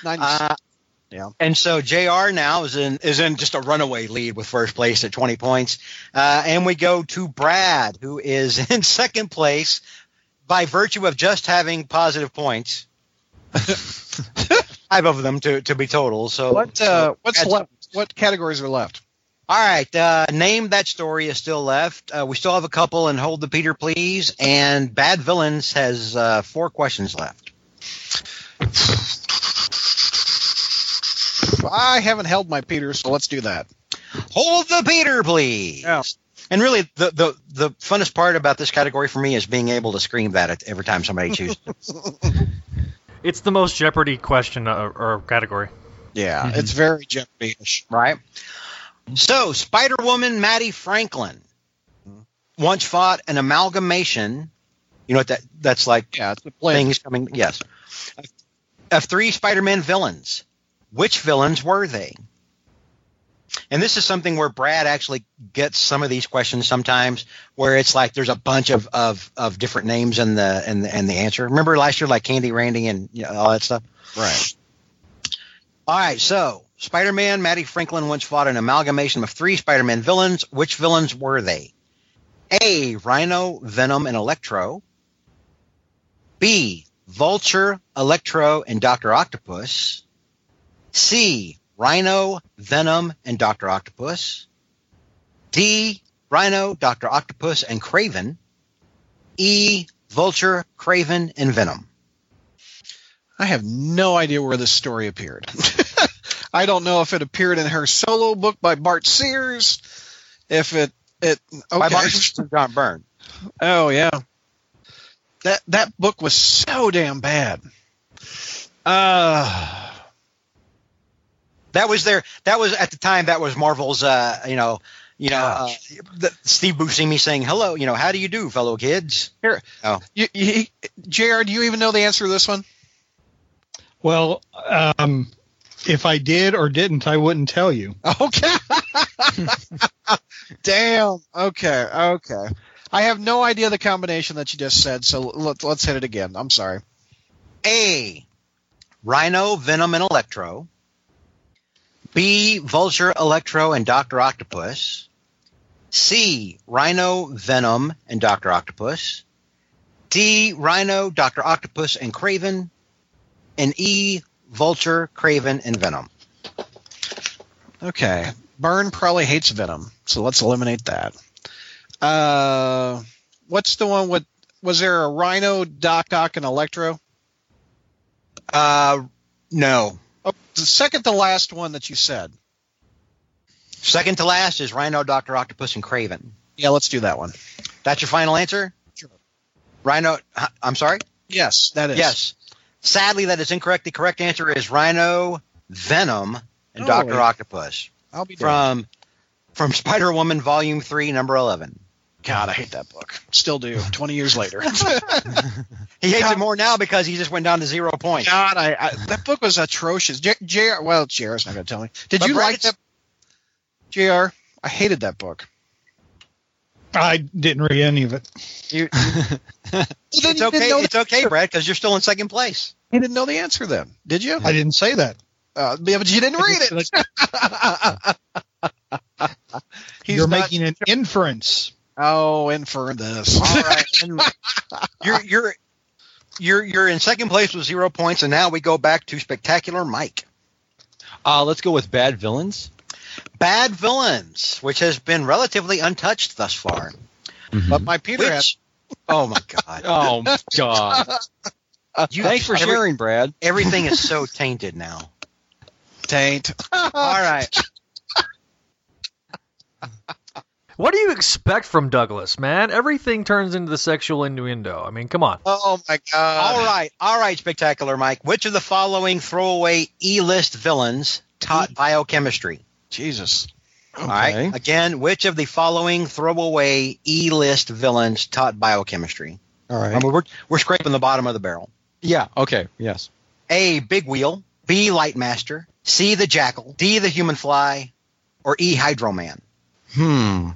[SPEAKER 5] Uh,
[SPEAKER 7] Yeah.
[SPEAKER 5] And so Jr. now is in is in just a runaway lead with first place at 20 points, uh, and we go to Brad, who is in second place by virtue of just having positive points. Five of them to, to be total. So
[SPEAKER 7] what uh, what's
[SPEAKER 5] That's-
[SPEAKER 7] left? What categories are left?
[SPEAKER 5] All right, uh, name that story is still left. Uh, we still have a couple, and hold the Peter, please. And bad villains has uh, four questions left.
[SPEAKER 7] I haven't held my Peter, so let's do that.
[SPEAKER 5] Hold the Peter, please.
[SPEAKER 7] Yeah.
[SPEAKER 5] And really, the, the the funnest part about this category for me is being able to scream that at every time somebody chooses.
[SPEAKER 2] it's the most Jeopardy question uh, or category.
[SPEAKER 7] Yeah, it's very Jeopardy-ish.
[SPEAKER 5] right? So, Spider Woman Maddie Franklin once fought an amalgamation. You know what that that's like uh,
[SPEAKER 7] Yeah, it's a play.
[SPEAKER 5] things coming. Yes, of three Spider-Man villains, which villains were they? And this is something where Brad actually gets some of these questions sometimes, where it's like there's a bunch of, of, of different names in the and the, and the answer. Remember last year, like Candy Randy and you know, all that stuff.
[SPEAKER 7] Right.
[SPEAKER 5] All right, so Spider-Man, Matty Franklin once fought an amalgamation of three Spider-Man villains. Which villains were they? A. Rhino, Venom, and Electro. B. Vulture, Electro, and Doctor Octopus. C. Rhino, Venom, and Doctor Octopus. D. Rhino, Doctor Octopus, and Craven. E. Vulture, Craven, and Venom.
[SPEAKER 7] I have no idea where this story appeared. I don't know if it appeared in her solo book by Bart Sears, if it it okay.
[SPEAKER 5] By Martin and John Byrne.
[SPEAKER 7] Oh yeah. That that book was so damn bad. Uh
[SPEAKER 5] That was their. That was at the time. That was Marvel's. Uh, you know, you know, uh, the, Steve Buscemi saying hello. You know, how do you do, fellow kids?
[SPEAKER 7] you, you, JR, do you even know the answer to this one?
[SPEAKER 6] Well, um, if I did or didn't, I wouldn't tell you.
[SPEAKER 7] Okay. Damn. Okay. Okay. I have no idea the combination that you just said, so let, let's hit it again. I'm sorry.
[SPEAKER 5] A. Rhino, Venom, and Electro. B, Vulture, Electro, and Doctor Octopus. C, Rhino, Venom, and Doctor Octopus. D, Rhino, Doctor Octopus, and Craven. And E, Vulture, Craven, and Venom.
[SPEAKER 4] Okay. Byrne probably hates Venom, so let's eliminate that. Uh, what's the one with? Was there a Rhino, Doc Ock, and Electro?
[SPEAKER 5] Uh, no.
[SPEAKER 4] Oh, the second to last one that you said.
[SPEAKER 5] Second to last is Rhino, Doctor Octopus, and Craven.
[SPEAKER 4] Yeah, let's do that one.
[SPEAKER 5] That's your final answer?
[SPEAKER 4] Sure.
[SPEAKER 5] Rhino, huh, I'm sorry?
[SPEAKER 4] Yes, that is.
[SPEAKER 5] Yes. Sadly, that is incorrect. The correct answer is Rhino, Venom, and
[SPEAKER 4] Oh.
[SPEAKER 5] Doctor Octopus
[SPEAKER 4] I'll be from.
[SPEAKER 5] from from Spider Woman Volume Three, Number Eleven.
[SPEAKER 4] God, I hate that book. Still do. Twenty years later.
[SPEAKER 5] He hates it more now because he just went down to zero points.
[SPEAKER 4] God, I, I that book was atrocious. J, JR, well, JR's not going to tell me. Did
[SPEAKER 5] But
[SPEAKER 4] you
[SPEAKER 5] Brad,
[SPEAKER 4] like that? JR, I hated that book.
[SPEAKER 13] I didn't read any of it.
[SPEAKER 5] You-
[SPEAKER 4] Well, then you
[SPEAKER 5] it's
[SPEAKER 4] didn't
[SPEAKER 5] okay.
[SPEAKER 4] know
[SPEAKER 5] It's
[SPEAKER 4] the-
[SPEAKER 5] okay, Brad, because you're still in second place.
[SPEAKER 4] You didn't know the answer then, did you?
[SPEAKER 13] I didn't say that.
[SPEAKER 4] Uh, yeah, but you didn't read it. He's
[SPEAKER 13] You're
[SPEAKER 4] not-
[SPEAKER 13] making an inference.
[SPEAKER 4] Oh, infer this.
[SPEAKER 5] All right. and you're you're you're you're in second place with zero points, and now we go back to spectacular Mike.
[SPEAKER 6] Uh, let's go with bad villains.
[SPEAKER 5] Bad villains, which has been relatively untouched thus far.
[SPEAKER 4] But my Peter
[SPEAKER 5] Which-
[SPEAKER 4] has
[SPEAKER 5] oh my god.
[SPEAKER 6] Oh God!
[SPEAKER 5] You-
[SPEAKER 6] Thanks for
[SPEAKER 5] every-
[SPEAKER 6] sharing, Brad.
[SPEAKER 5] Everything is so tainted now.
[SPEAKER 4] taint.
[SPEAKER 5] All right.
[SPEAKER 3] What do you expect from Douglas, man? Everything turns into the sexual innuendo. I mean, come on.
[SPEAKER 4] Oh my God!
[SPEAKER 5] all right. All right, Spectacular Mike. Which of the following throwaway E list villains taught biochemistry?
[SPEAKER 4] Jesus.
[SPEAKER 6] Okay.
[SPEAKER 5] All right. Again, which of the following throwaway E list villains taught biochemistry?
[SPEAKER 6] All right.
[SPEAKER 5] Remember, we're, we're scraping the bottom of the barrel.
[SPEAKER 6] Yeah. Okay. Yes.
[SPEAKER 5] A. Big Wheel. B. Lightmaster. C. The Jackal. D. The Human Fly. Or E. Hydroman.
[SPEAKER 6] Hmm.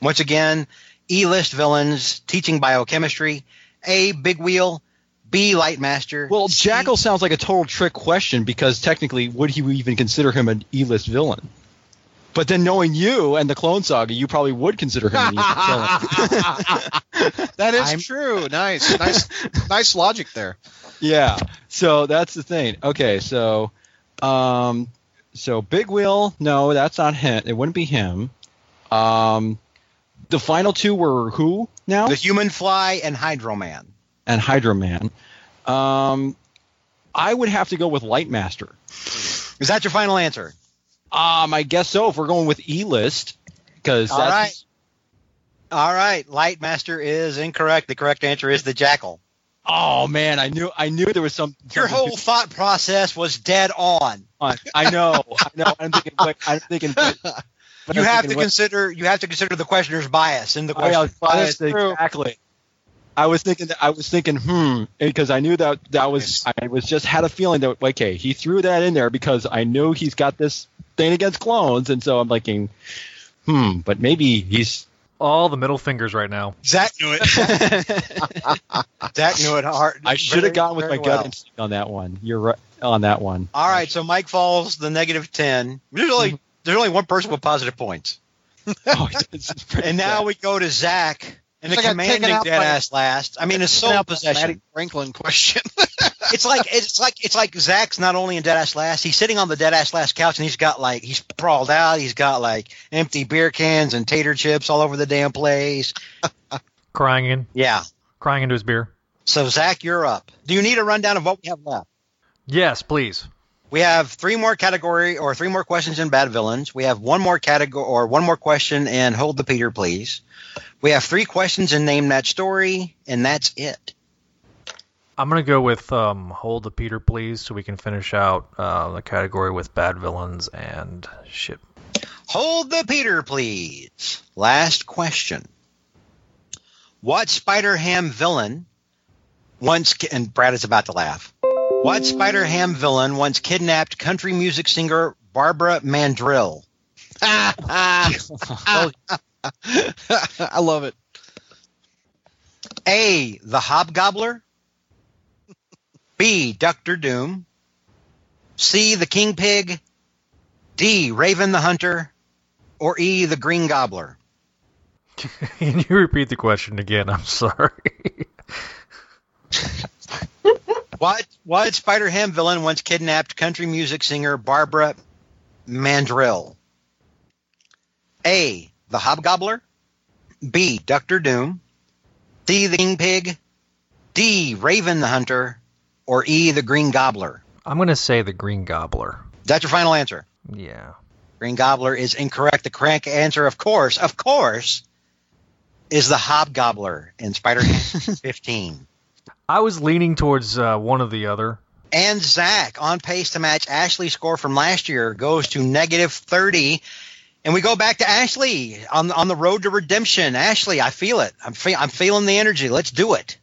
[SPEAKER 5] Once again, E list villains teaching biochemistry. A. Big Wheel. B. Lightmaster.
[SPEAKER 6] Well,
[SPEAKER 5] C-
[SPEAKER 6] Jackal sounds like a total trick question because technically, would he even consider him an E-list villain? But then, knowing you and the Clone Saga, you probably would consider him an E-list villain.
[SPEAKER 4] That is
[SPEAKER 6] I'm-
[SPEAKER 4] true. Nice, nice, nice logic there.
[SPEAKER 6] yeah. So that's the thing. Okay. So, um, so Big Wheel, no, that's not him. It wouldn't be him. Um, the final two were who now?
[SPEAKER 5] The Human Fly and Hydroman.
[SPEAKER 6] and Hydra Man. Um, I would have to go with Lightmaster.
[SPEAKER 5] Is that your final answer?
[SPEAKER 6] Um, I guess so. If we're going with E list, because
[SPEAKER 5] All
[SPEAKER 6] that's
[SPEAKER 5] right. All right, Lightmaster is incorrect. The correct answer is the Jackal.
[SPEAKER 6] oh man, I knew I knew there was some.
[SPEAKER 5] Your
[SPEAKER 6] something
[SPEAKER 5] whole thought process was dead on.
[SPEAKER 6] on. I know, I know. I'm thinking, but I'm thinking. But, but
[SPEAKER 5] You
[SPEAKER 6] I'm
[SPEAKER 5] have to
[SPEAKER 6] thinking,
[SPEAKER 5] consider. You have to consider the questioner's bias in the
[SPEAKER 6] what- I
[SPEAKER 5] question.
[SPEAKER 6] was biased,
[SPEAKER 4] That's true.
[SPEAKER 6] exactly. I was thinking. That, I was thinking. Hmm. Because I knew that that was. I was just had a feeling that okay, he threw that in there because I knew he's got this thing against clones, and so I'm thinking, hmm. But maybe he's
[SPEAKER 3] All the middle fingers right now.
[SPEAKER 5] Zach knew it. Zach knew it hard.
[SPEAKER 6] I should have
[SPEAKER 5] very-
[SPEAKER 6] gone with my
[SPEAKER 5] very
[SPEAKER 6] gut
[SPEAKER 5] well.
[SPEAKER 6] instinct on that one. You're right on that one.
[SPEAKER 5] All right, so Mike falls the negative ten. There's
[SPEAKER 6] Mm-hmm.
[SPEAKER 5] only there's only one person with positive points,
[SPEAKER 6] Oh, it's- it's pretty
[SPEAKER 5] and now
[SPEAKER 6] bad.
[SPEAKER 5] we go to Zach and the
[SPEAKER 4] It's like I got taken
[SPEAKER 5] commanding
[SPEAKER 4] out by-
[SPEAKER 5] dead ass last. I mean, it's sole possession.
[SPEAKER 4] Maddie Franklin question.
[SPEAKER 5] it's like it's like it's like Zach's not only in dead ass last, he's sitting on the dead ass last couch and he's got like he's sprawled out, he's got like empty beer cans and tater chips all over the damn place.
[SPEAKER 3] Crying in,
[SPEAKER 5] Yeah.
[SPEAKER 3] crying into his beer.
[SPEAKER 5] So Zach, you're up. Do you need a rundown of what we have left?
[SPEAKER 3] Yes, please.
[SPEAKER 5] We have three more category or three more questions in bad villains. We have one more category or one more question in hold the Peter please. We have three questions in name that story, and that's it.
[SPEAKER 3] I'm gonna go with um, hold the Peter, please, so we can finish out uh, the category with bad villains and shit.
[SPEAKER 5] Hold the Peter, please. Last question. What Spider Ham villain once, ki- and Brad is about to laugh. What Spider Ham villain once kidnapped country music singer Barbara Mandrill?
[SPEAKER 4] I love it.
[SPEAKER 5] A. The Hobgobbler. B. Doctor Doom. C. The King Pig. D. Raven the Hunter. Or E. The Green Gobbler.
[SPEAKER 3] Can you repeat the question again? I'm sorry.
[SPEAKER 5] What? What Spider Ham villain once kidnapped country music singer Barbara Mandrill? A. The Hobgobbler. B. Doctor Doom. C. The King Pig. D. Raven the Hunter. Or E. The Green Gobbler.
[SPEAKER 3] I'm going to say the Green Gobbler.
[SPEAKER 5] That's your final answer.
[SPEAKER 3] Yeah.
[SPEAKER 5] Green Gobbler is incorrect. The correct answer, of course, of course, is the Hobgobbler in Spider Ham 15.
[SPEAKER 3] I was leaning towards uh, one or the other.
[SPEAKER 5] And Zach on pace to match Ashley's score from last year goes to negative 30. And we go back to Ashley on, on the road to redemption. Ashley, I feel it. I'm, fe- I'm feeling the energy. Let's do it.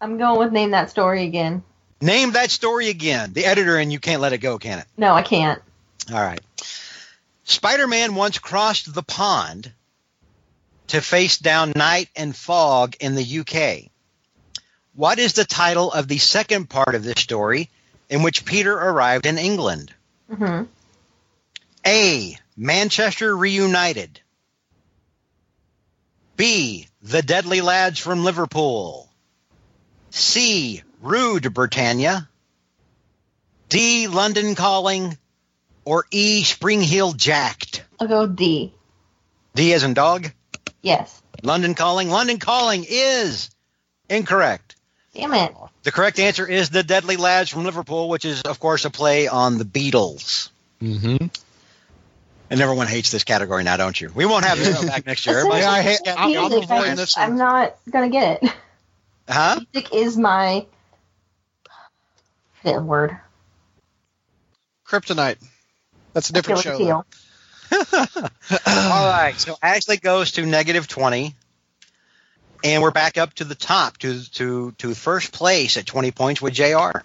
[SPEAKER 8] I'm going with name that story again.
[SPEAKER 5] Name that story again. The editor and you can't let it go, can it?
[SPEAKER 8] No, I can't.
[SPEAKER 5] All right. Spider Man once crossed the pond to face down night and fog in the UK. What is the title of the second part of this story in which Peter arrived in England?
[SPEAKER 8] hmm
[SPEAKER 5] A. Manchester Reunited. B. The Deadly Lads from Liverpool. C. Rude Britannia. D. London Calling. Or E. Spring Heel Jacked.
[SPEAKER 8] I'll go with D.
[SPEAKER 5] D as in dog.
[SPEAKER 8] Yes.
[SPEAKER 5] London Calling. London Calling is incorrect.
[SPEAKER 8] Damn it.
[SPEAKER 4] Oh,
[SPEAKER 5] The correct answer is The Deadly Lads from Liverpool, which is, of course, a play on the Beatles.
[SPEAKER 6] Mm-hmm.
[SPEAKER 5] And everyone hates this category now, don't you? We won't have this back next year. Everybody's-
[SPEAKER 4] Yeah, I hate.
[SPEAKER 8] Music,
[SPEAKER 4] I'm, I'm
[SPEAKER 8] I'm-
[SPEAKER 4] avoiding this
[SPEAKER 8] I'm
[SPEAKER 4] one.
[SPEAKER 8] not gonna get it.
[SPEAKER 5] huh?
[SPEAKER 8] Music is my that word.
[SPEAKER 4] Kryptonite. That's a
[SPEAKER 8] I
[SPEAKER 4] different
[SPEAKER 8] feel like a
[SPEAKER 4] show.
[SPEAKER 8] seal.
[SPEAKER 5] All right, so Ashley goes to negative twenty, and we're back up to the top to to to first place at twenty points with Jr.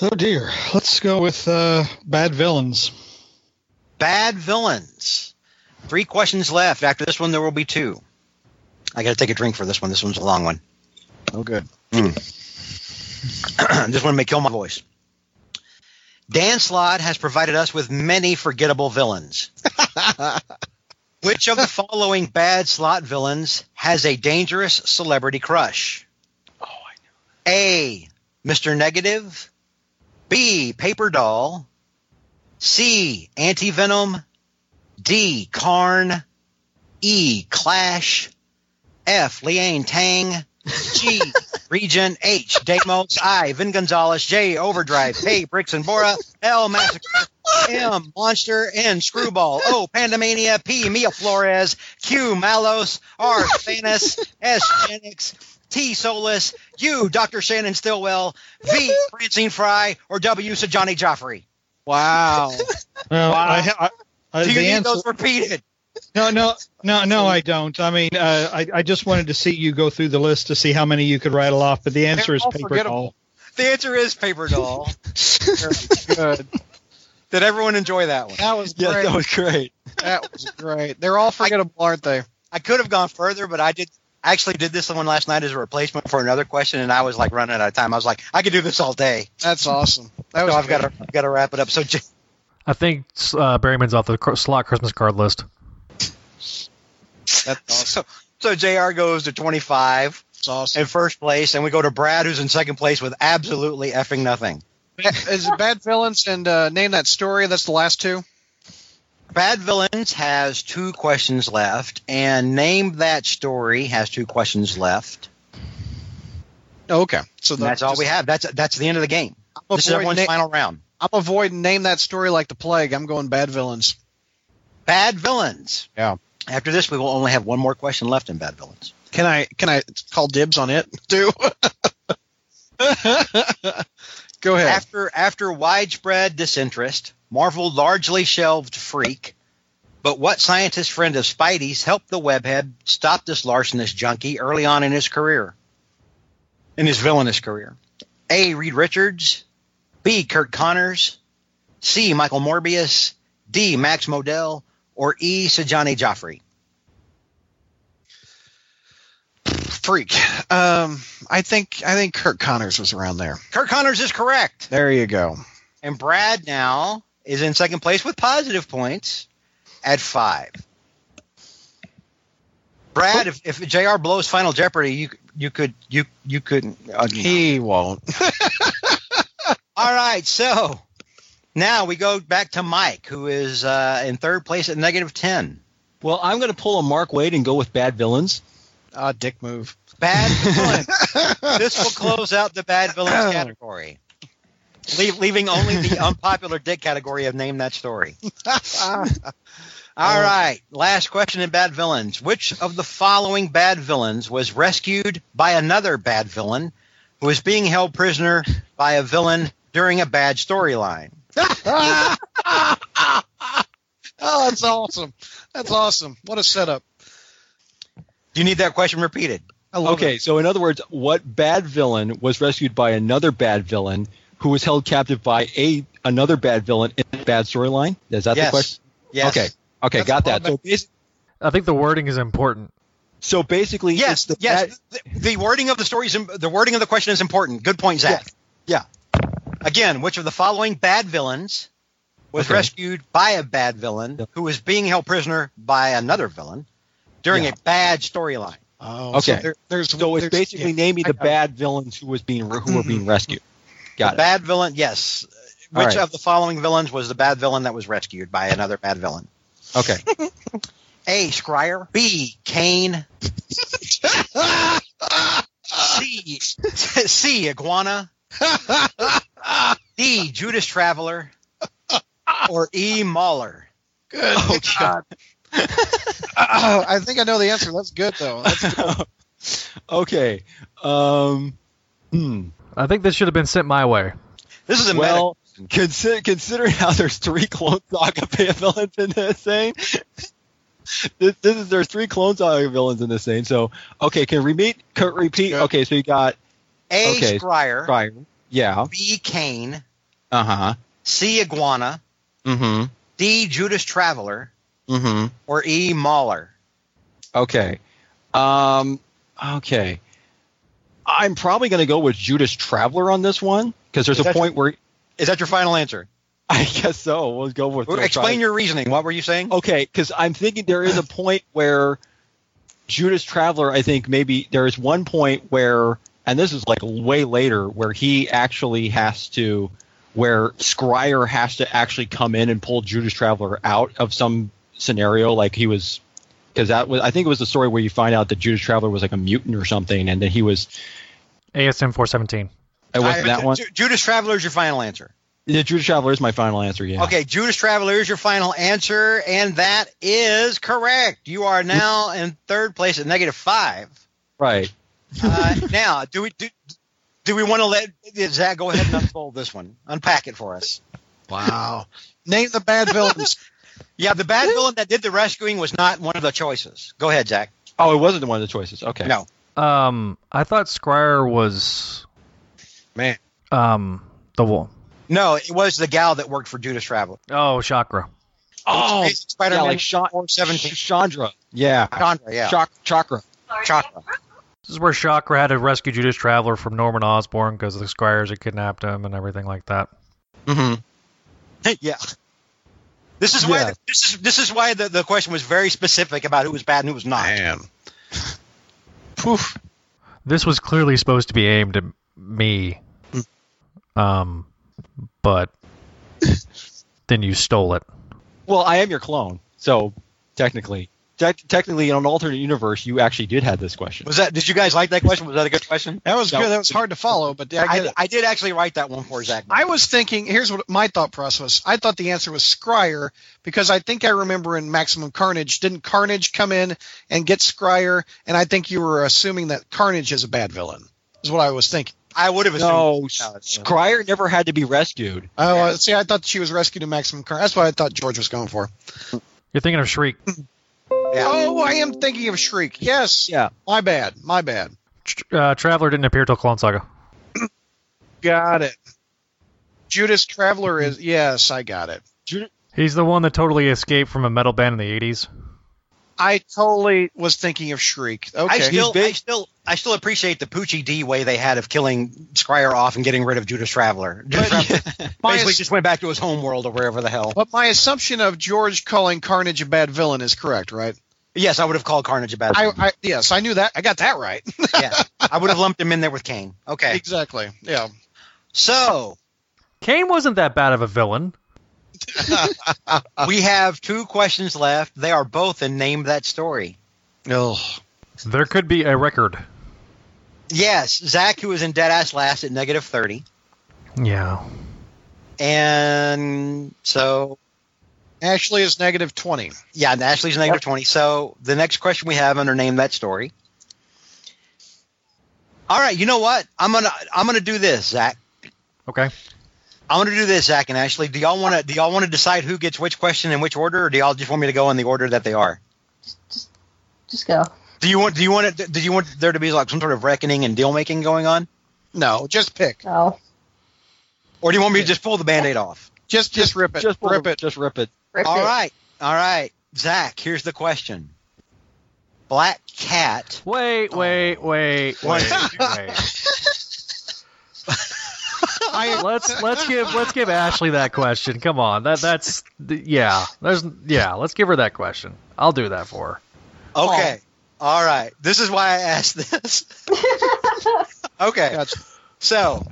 [SPEAKER 13] Oh dear. Let's go with uh, bad villains.
[SPEAKER 5] Bad villains. Three questions left. After this one, there will be two. I got to take a drink for this one. This one's a long one.
[SPEAKER 4] Oh, good.
[SPEAKER 5] this one may kill my voice. Dan Slott has provided us with many forgettable villains. Which of the following bad slot villains has a dangerous celebrity crush? Oh, I know. A. Mr. Negative. B. Paper Doll. C. Anti Venom. D. Carn. E. Clash. F. Liane Tang. G. Region H. Damos. I. Vin Gonzalez. J. Overdrive. K. Bricks and Bora. L. Massacre. M. Monster. N. Screwball. O. Pandemania. P. Mia Flores. Q. Malos. R. Thanos. S. Janix. T. Solis. U. Dr. Shannon Stillwell. V. Francine Fry. Or W. Johnny Joffrey.
[SPEAKER 4] Wow.
[SPEAKER 13] No, I, ha- I, I,
[SPEAKER 5] Do you
[SPEAKER 13] Uh, the
[SPEAKER 5] need
[SPEAKER 13] answer,
[SPEAKER 5] those repeated?
[SPEAKER 13] no, no, no, no, I don't. I mean, uh, I, I just wanted to see you go through the list to see how many you could rattle off, but the answer
[SPEAKER 4] They're
[SPEAKER 13] is
[SPEAKER 4] all
[SPEAKER 13] paper doll.
[SPEAKER 4] forgettable.
[SPEAKER 5] The answer is Paper Doll.
[SPEAKER 4] good.
[SPEAKER 5] Did everyone enjoy that one?
[SPEAKER 4] That was
[SPEAKER 6] Yeah,
[SPEAKER 4] great.
[SPEAKER 6] that was great.
[SPEAKER 4] That was great. They're all forgettable, aren't they?
[SPEAKER 5] I could have gone further, but I did actually did this one last night as a replacement for another question, and I was like running out of time. I was like, I could do this all day.
[SPEAKER 4] That's awesome. That was
[SPEAKER 5] So I've
[SPEAKER 4] good.
[SPEAKER 5] got to got to wrap it up. So J-
[SPEAKER 3] I think uh, Berryman's off the cr- slot Christmas card list.
[SPEAKER 4] That's awesome.
[SPEAKER 5] so, so Jr. goes to twenty five
[SPEAKER 4] That's awesome.
[SPEAKER 5] in first place, and we go to Brad, who's in second place with absolutely effing nothing.
[SPEAKER 4] Is it Bad Villains and uh, Name That Story? That's the last two.
[SPEAKER 5] Bad Villains has two questions left, and Name That Story has two questions left.
[SPEAKER 4] Oh, okay. So
[SPEAKER 5] And that's all we have. That's that's the end of the game.
[SPEAKER 4] I'm
[SPEAKER 5] This is
[SPEAKER 4] avoiding,
[SPEAKER 5] everyone's
[SPEAKER 4] na-
[SPEAKER 5] final round.
[SPEAKER 4] I'm avoiding Name That Story like the plague. I'm going Bad Villains.
[SPEAKER 5] Bad Villains.
[SPEAKER 4] Yeah.
[SPEAKER 5] After this, we will only have one more question left in Bad Villains.
[SPEAKER 4] Can I can I call dibs on it too? Go ahead.
[SPEAKER 5] After after widespread disinterest, Marvel largely shelved Freak. But what scientist friend of Spidey's helped the webhead stop this larcenous junkie early on in his career? In his villainous career. A. Reed Richards. B. Kurt Connors. C. Michael Morbius. D. Max Modell. Or E. Sajani Joffrey.
[SPEAKER 7] freak. Um, I think I think Kirk Connors was around there.
[SPEAKER 5] Kirk Connors is correct.
[SPEAKER 7] There you go.
[SPEAKER 5] And Brad now is in second place with positive points at five. Brad, if, if JR blows Final Jeopardy, you you could you you couldn't. uh, no.
[SPEAKER 7] He won't.
[SPEAKER 5] All right, so now we go back to Mike, who is uh, in third place at negative ten.
[SPEAKER 6] Well, I'm going to pull a Mark Wade and go with bad villains.
[SPEAKER 7] Ah, dick move.
[SPEAKER 5] Bad villain. this will close out the bad villains category, Leave, leaving only the unpopular dick category of name that story. All right, last question in bad villains. Which of the following bad villains was rescued by another bad villain who was being held prisoner by a villain during a bad storyline?
[SPEAKER 7] Oh, that's awesome. That's awesome. What a setup.
[SPEAKER 5] Do you need that question repeated?
[SPEAKER 7] I love
[SPEAKER 6] Okay,
[SPEAKER 7] it.
[SPEAKER 6] so in other words, what bad villain was rescued by another bad villain who was held captive by a another bad villain in a bad storyline? Is that
[SPEAKER 5] Yes.
[SPEAKER 6] the question?
[SPEAKER 5] Yes.
[SPEAKER 6] Okay. Okay,
[SPEAKER 7] That's
[SPEAKER 6] got
[SPEAKER 7] the
[SPEAKER 6] that. So, bas-
[SPEAKER 8] I think the wording is important.
[SPEAKER 6] so basically, it's
[SPEAKER 5] Yes.
[SPEAKER 6] the bad-
[SPEAKER 5] yes. The, the wording of the story is im- the wording of the question is important. Good point, Zach.
[SPEAKER 7] Yeah.
[SPEAKER 5] Again, which of the following bad villains was
[SPEAKER 6] Okay.
[SPEAKER 5] rescued by a bad villain who was being held prisoner by another villain during
[SPEAKER 6] Yeah.
[SPEAKER 5] a bad storyline?
[SPEAKER 7] Oh,
[SPEAKER 6] Okay.
[SPEAKER 7] So there, there's
[SPEAKER 6] so it's
[SPEAKER 7] there's-
[SPEAKER 6] basically
[SPEAKER 7] yeah.
[SPEAKER 6] naming
[SPEAKER 7] I
[SPEAKER 6] the
[SPEAKER 7] got
[SPEAKER 6] bad villains who was being who were being rescued.
[SPEAKER 5] The
[SPEAKER 6] Got it.
[SPEAKER 5] bad villain, yes. Which
[SPEAKER 6] right.
[SPEAKER 5] of the following villains was the bad villain that was rescued by another bad villain?
[SPEAKER 6] Okay.
[SPEAKER 5] A. Scryer. B. Kane. C. C. Iguana. D. Judas Traveler. Or E. Mauler.
[SPEAKER 7] Good. Oh God. I think I know the answer. That's good though. That's
[SPEAKER 6] okay. Um, hmm.
[SPEAKER 8] I think this should have been sent my way.
[SPEAKER 5] This is a
[SPEAKER 6] Well, consider, considering how there's three clone saga villains in this thing, this, this is there's three clone saga villains in this thing. So okay, can we meet? Can repeat? Okay, so you got
[SPEAKER 5] meta- A.
[SPEAKER 6] okay.
[SPEAKER 5] Scryer.
[SPEAKER 6] Brian. Yeah.
[SPEAKER 5] B. Kane.
[SPEAKER 6] Uh huh.
[SPEAKER 5] C. Iguana.
[SPEAKER 6] Mm
[SPEAKER 5] D. Judas Traveler.
[SPEAKER 6] hmm. Mm hmm.
[SPEAKER 5] Or E. Mauler.
[SPEAKER 6] Okay. Um, okay. I'm probably going to go with Judas Traveler on this one because there's
[SPEAKER 5] Is
[SPEAKER 6] a
[SPEAKER 5] that-
[SPEAKER 6] point where
[SPEAKER 5] Is that your final answer?
[SPEAKER 6] I guess so. We'll go with.
[SPEAKER 5] Explain your reasoning. What were you saying?
[SPEAKER 6] Okay, because I'm thinking there is a point where Judas Traveler. I think maybe there is one point where, and this is like way later, where he actually has to, where Scryer has to actually come in and pull Judas Traveler out of some scenario, like he was. Because that was, I think it was the story where you find out that Judas Traveler was like a mutant or something, and then he was.
[SPEAKER 8] ASM 417.
[SPEAKER 6] It
[SPEAKER 5] All
[SPEAKER 6] wasn't
[SPEAKER 5] right,
[SPEAKER 6] that one.
[SPEAKER 5] Ju- Judas Traveler is your final answer.
[SPEAKER 6] The Judas Traveler is my final answer. Yeah.
[SPEAKER 5] Okay, Judas Traveler is your final answer, and that is correct. You are now in third place at negative five.
[SPEAKER 6] Right.
[SPEAKER 5] Uh, now, do we do, do we want to let Zach go ahead and unfold this one, unpack it for us?
[SPEAKER 7] wow. Name the bad villains.
[SPEAKER 5] Yeah, the bad villain that did the rescuing was not one of the choices. Go ahead, Zach.
[SPEAKER 6] Oh, it wasn't one of the choices. Okay.
[SPEAKER 5] No.
[SPEAKER 8] Um, I thought Scryer was
[SPEAKER 7] Man.
[SPEAKER 8] um the wool.
[SPEAKER 5] No, it was the gal that worked for Judas Traveler.
[SPEAKER 8] Oh, chakra.
[SPEAKER 6] Oh,
[SPEAKER 5] It's Spider-Man
[SPEAKER 6] yeah, like Sha-
[SPEAKER 5] 417.
[SPEAKER 6] Chandra. Yeah.
[SPEAKER 5] Chandra, yeah.
[SPEAKER 6] Chak- chakra.
[SPEAKER 5] Chakra.
[SPEAKER 8] This is where Chakra had to rescue Judas Traveler from Norman Osborn because the Scryers had kidnapped him and everything like that.
[SPEAKER 6] Mm-hmm.
[SPEAKER 5] yeah. This is why
[SPEAKER 6] Yeah.
[SPEAKER 5] this is this is why the, the question was very specific about who was bad and who was not.
[SPEAKER 7] Man. Poof.
[SPEAKER 8] This was clearly supposed to be aimed at me.
[SPEAKER 7] Hmm.
[SPEAKER 8] Um, but then you stole it.
[SPEAKER 6] Well, I am your clone, so technically, te- technically, in an alternate universe, you actually did have this question.
[SPEAKER 5] Was that? Did you guys like that question? Was that a good question?
[SPEAKER 7] That was
[SPEAKER 6] No.
[SPEAKER 7] good. That was hard to follow, but I, get
[SPEAKER 5] I,
[SPEAKER 7] it.
[SPEAKER 5] I did actually write that one for Zach.
[SPEAKER 7] I was thinking. Here's what my thought process. I thought the answer was Scryer because I think I remember in Maximum Carnage, didn't Carnage come in and get Scryer? And I think you were assuming that Carnage is a bad villain. Is what I was thinking.
[SPEAKER 5] I would have assumed.
[SPEAKER 6] no,
[SPEAKER 5] No, it's-
[SPEAKER 6] Scryer never had to be rescued.
[SPEAKER 7] Oh, I- see, I thought she was rescued in Maximum Carnage. That's what I thought George was going for.
[SPEAKER 8] You're thinking of Shriek.
[SPEAKER 7] Oh, I am thinking of Shriek. Yes.
[SPEAKER 6] Yeah.
[SPEAKER 7] My bad. My bad.
[SPEAKER 8] Tr- Uh, Traveler didn't appear till Clone Saga.
[SPEAKER 7] Got it. Judas Traveler is yes, I got it.
[SPEAKER 8] He's the one that totally escaped from a metal band in the 80s.
[SPEAKER 4] I totally was thinking of Shriek. Okay.
[SPEAKER 5] I still,
[SPEAKER 6] big.
[SPEAKER 5] I still, I still appreciate the Poochie D way they had of killing Scryer off and getting rid of Judas Traveler. Judas Traveler
[SPEAKER 4] My
[SPEAKER 5] basically
[SPEAKER 4] ass-
[SPEAKER 5] just went back to his home world or wherever the hell.
[SPEAKER 4] but my assumption of George calling Carnage a bad villain is correct, right?
[SPEAKER 5] Yes, I would have called Carnage a bad.
[SPEAKER 4] I,
[SPEAKER 5] villain.
[SPEAKER 4] I yes, I knew that. I got that right.
[SPEAKER 5] yeah, I would have lumped him in there with Kane. Okay,
[SPEAKER 4] exactly. Yeah.
[SPEAKER 5] so
[SPEAKER 3] Kane wasn't that bad of a villain.
[SPEAKER 5] we have two questions left. They are both in name that story.
[SPEAKER 4] No.
[SPEAKER 3] There could be a record.
[SPEAKER 5] Yes, Zach, who was in Deadass last at negative thirty,
[SPEAKER 3] Yeah.
[SPEAKER 5] and so
[SPEAKER 4] Ashley is negative twenty.
[SPEAKER 5] yeah, and Ashley's negative twenty. So the next question we have under name that story. All right, you know what? I'm gonna I'm gonna do this, Zach.
[SPEAKER 3] Okay.
[SPEAKER 5] I want to do this, Zach and Ashley. Do y'all want to? Do y'all want to decide who gets which question in which order, or do y'all just want me to go in the order that they are?
[SPEAKER 8] Just go.
[SPEAKER 5] Do you want? Do you want it? Do you want there to be like some sort of reckoning and deal making going on,
[SPEAKER 4] No, just pick.
[SPEAKER 8] Oh,
[SPEAKER 5] or do you want me to just pull the band-aid off?
[SPEAKER 4] Just just rip it.
[SPEAKER 6] Just
[SPEAKER 4] rip it.
[SPEAKER 6] Just rip it.
[SPEAKER 8] rip
[SPEAKER 5] All
[SPEAKER 8] it.
[SPEAKER 5] right, all right, Zach. Here's the question: Black Cat.
[SPEAKER 3] Wait, wait, Oh. wait, wait, wait.
[SPEAKER 4] I,
[SPEAKER 3] Let's let's give let's give Ashley that question. Come on, that that's yeah. There's yeah. Let's give her that question. I'll do that for her.
[SPEAKER 5] Okay, all right. This is why I asked this. okay,
[SPEAKER 4] Gotcha.
[SPEAKER 5] so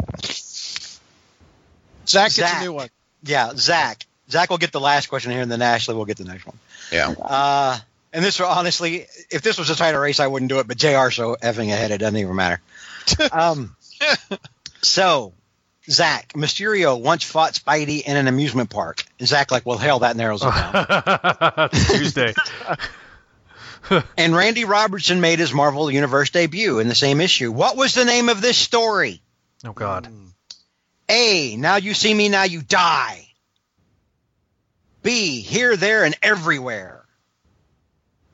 [SPEAKER 4] Zach gets
[SPEAKER 5] Zach.
[SPEAKER 4] a new one.
[SPEAKER 5] yeah, Zach. Zach will get the last question here, and then Ashley will get the next one.
[SPEAKER 7] Yeah.
[SPEAKER 5] Uh, and this were honestly, if this was a tighter race, I wouldn't do it. But Jr. so effing ahead, it doesn't even matter. um, so Zach Mysterio once fought Spidey in an amusement park. And Zach like, well, hell, that narrows it down.
[SPEAKER 3] Tuesday.
[SPEAKER 5] and Randy Robertson made his Marvel Universe debut in the same issue. What was the name of this story?
[SPEAKER 3] Oh God.
[SPEAKER 5] A. Now you see me, now you die. B. Here, there, and everywhere.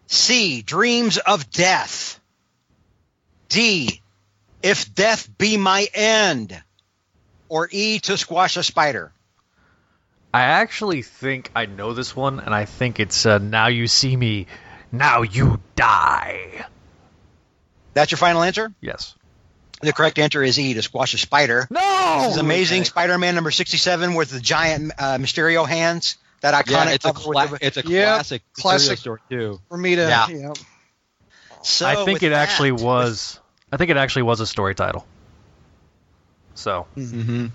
[SPEAKER 5] C. Dreams of death. D. If death be my end. Or E. To squash a spider.
[SPEAKER 3] I actually think I know this one, and I think it's uh, "Now You See Me, Now You Die."
[SPEAKER 5] That's your final answer?
[SPEAKER 3] Yes.
[SPEAKER 5] The correct answer is E. To squash a spider.
[SPEAKER 3] No.
[SPEAKER 5] This is Amazing Spider-Man number 67 with the giant uh, Mysterio hands. That iconic
[SPEAKER 6] Yeah, it's a,
[SPEAKER 5] cover with
[SPEAKER 6] cla-
[SPEAKER 5] the-
[SPEAKER 6] it's a
[SPEAKER 4] Yeah,
[SPEAKER 6] classic
[SPEAKER 4] classic.
[SPEAKER 6] classic story too.
[SPEAKER 4] For me to
[SPEAKER 5] Yeah.
[SPEAKER 4] yeah.
[SPEAKER 5] So
[SPEAKER 4] Oh,
[SPEAKER 3] I think it
[SPEAKER 5] with
[SPEAKER 3] actually
[SPEAKER 5] that-
[SPEAKER 3] was. I think it actually was a story title. So
[SPEAKER 4] Hmm.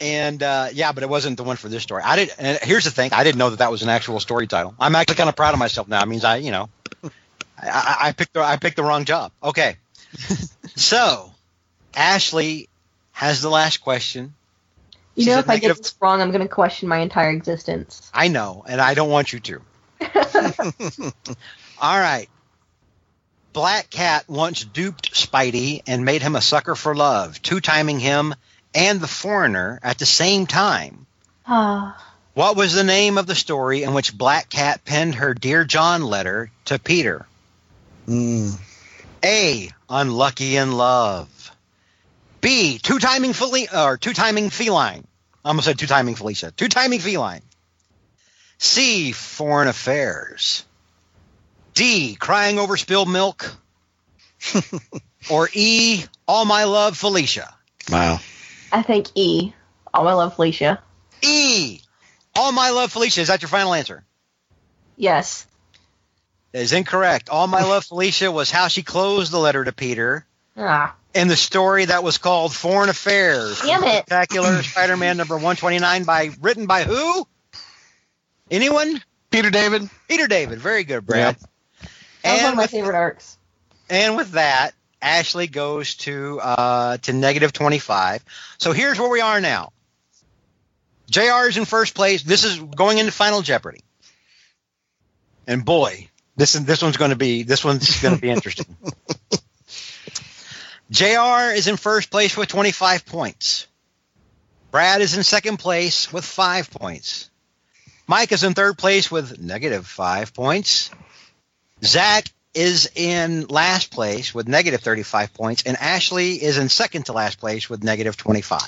[SPEAKER 5] And uh, yeah, but it wasn't the one for this story. I didn't. And here's the thing: I didn't know that that was an actual story title. I'm actually kind of proud of myself now. It means I, you know, I- I, I picked the I picked the wrong job. Okay, so Ashley has the last question.
[SPEAKER 8] You
[SPEAKER 5] She's
[SPEAKER 8] know,
[SPEAKER 5] a
[SPEAKER 8] if I get
[SPEAKER 5] negative-
[SPEAKER 8] this wrong, I'm going to question my entire existence.
[SPEAKER 5] I know, and I don't want you to. All right. Black Cat once duped Spidey and made him a sucker for love, two timing him and the foreigner at the same time.
[SPEAKER 8] Ah,
[SPEAKER 5] What was the name of the story in which Black Cat penned her Dear John letter to Peter? A. Unlucky in love. B. Two timing feli- or two timing feline. I almost said two timing Felicia. Two timing feline. C. Foreign affairs. D. Crying over spilled milk. or E. All my love Felicia.
[SPEAKER 7] Wow.
[SPEAKER 8] I think E. Oh, I love Felicia.
[SPEAKER 5] E. All my love Felicia. Is that your final answer?
[SPEAKER 8] Yes.
[SPEAKER 5] That is incorrect. All my love, Felicia, was how she closed the letter to Peter
[SPEAKER 8] Ah,
[SPEAKER 5] in the story that was called Foreign Affairs.
[SPEAKER 8] damn it.
[SPEAKER 5] Spectacular Spider-Man number 129 by written by who? Anyone?
[SPEAKER 4] Peter David.
[SPEAKER 5] Peter David. Very good, Brad.
[SPEAKER 8] That was one
[SPEAKER 5] And
[SPEAKER 8] of my
[SPEAKER 5] with,
[SPEAKER 8] favorite arcs.
[SPEAKER 5] and with that, Ashley goes to uh, to negative 25. So here's where we are now. JR is in first place. This is going into Final Jeopardy. And boy, this is this one's going to be this one's going to be interesting. JR is in first place with 25 points. Brad is in second place with 5 points. Mike is in third place with negative 5 points. Zach is in last place with negative 35 points and Ashley is in second to last place with negative 25.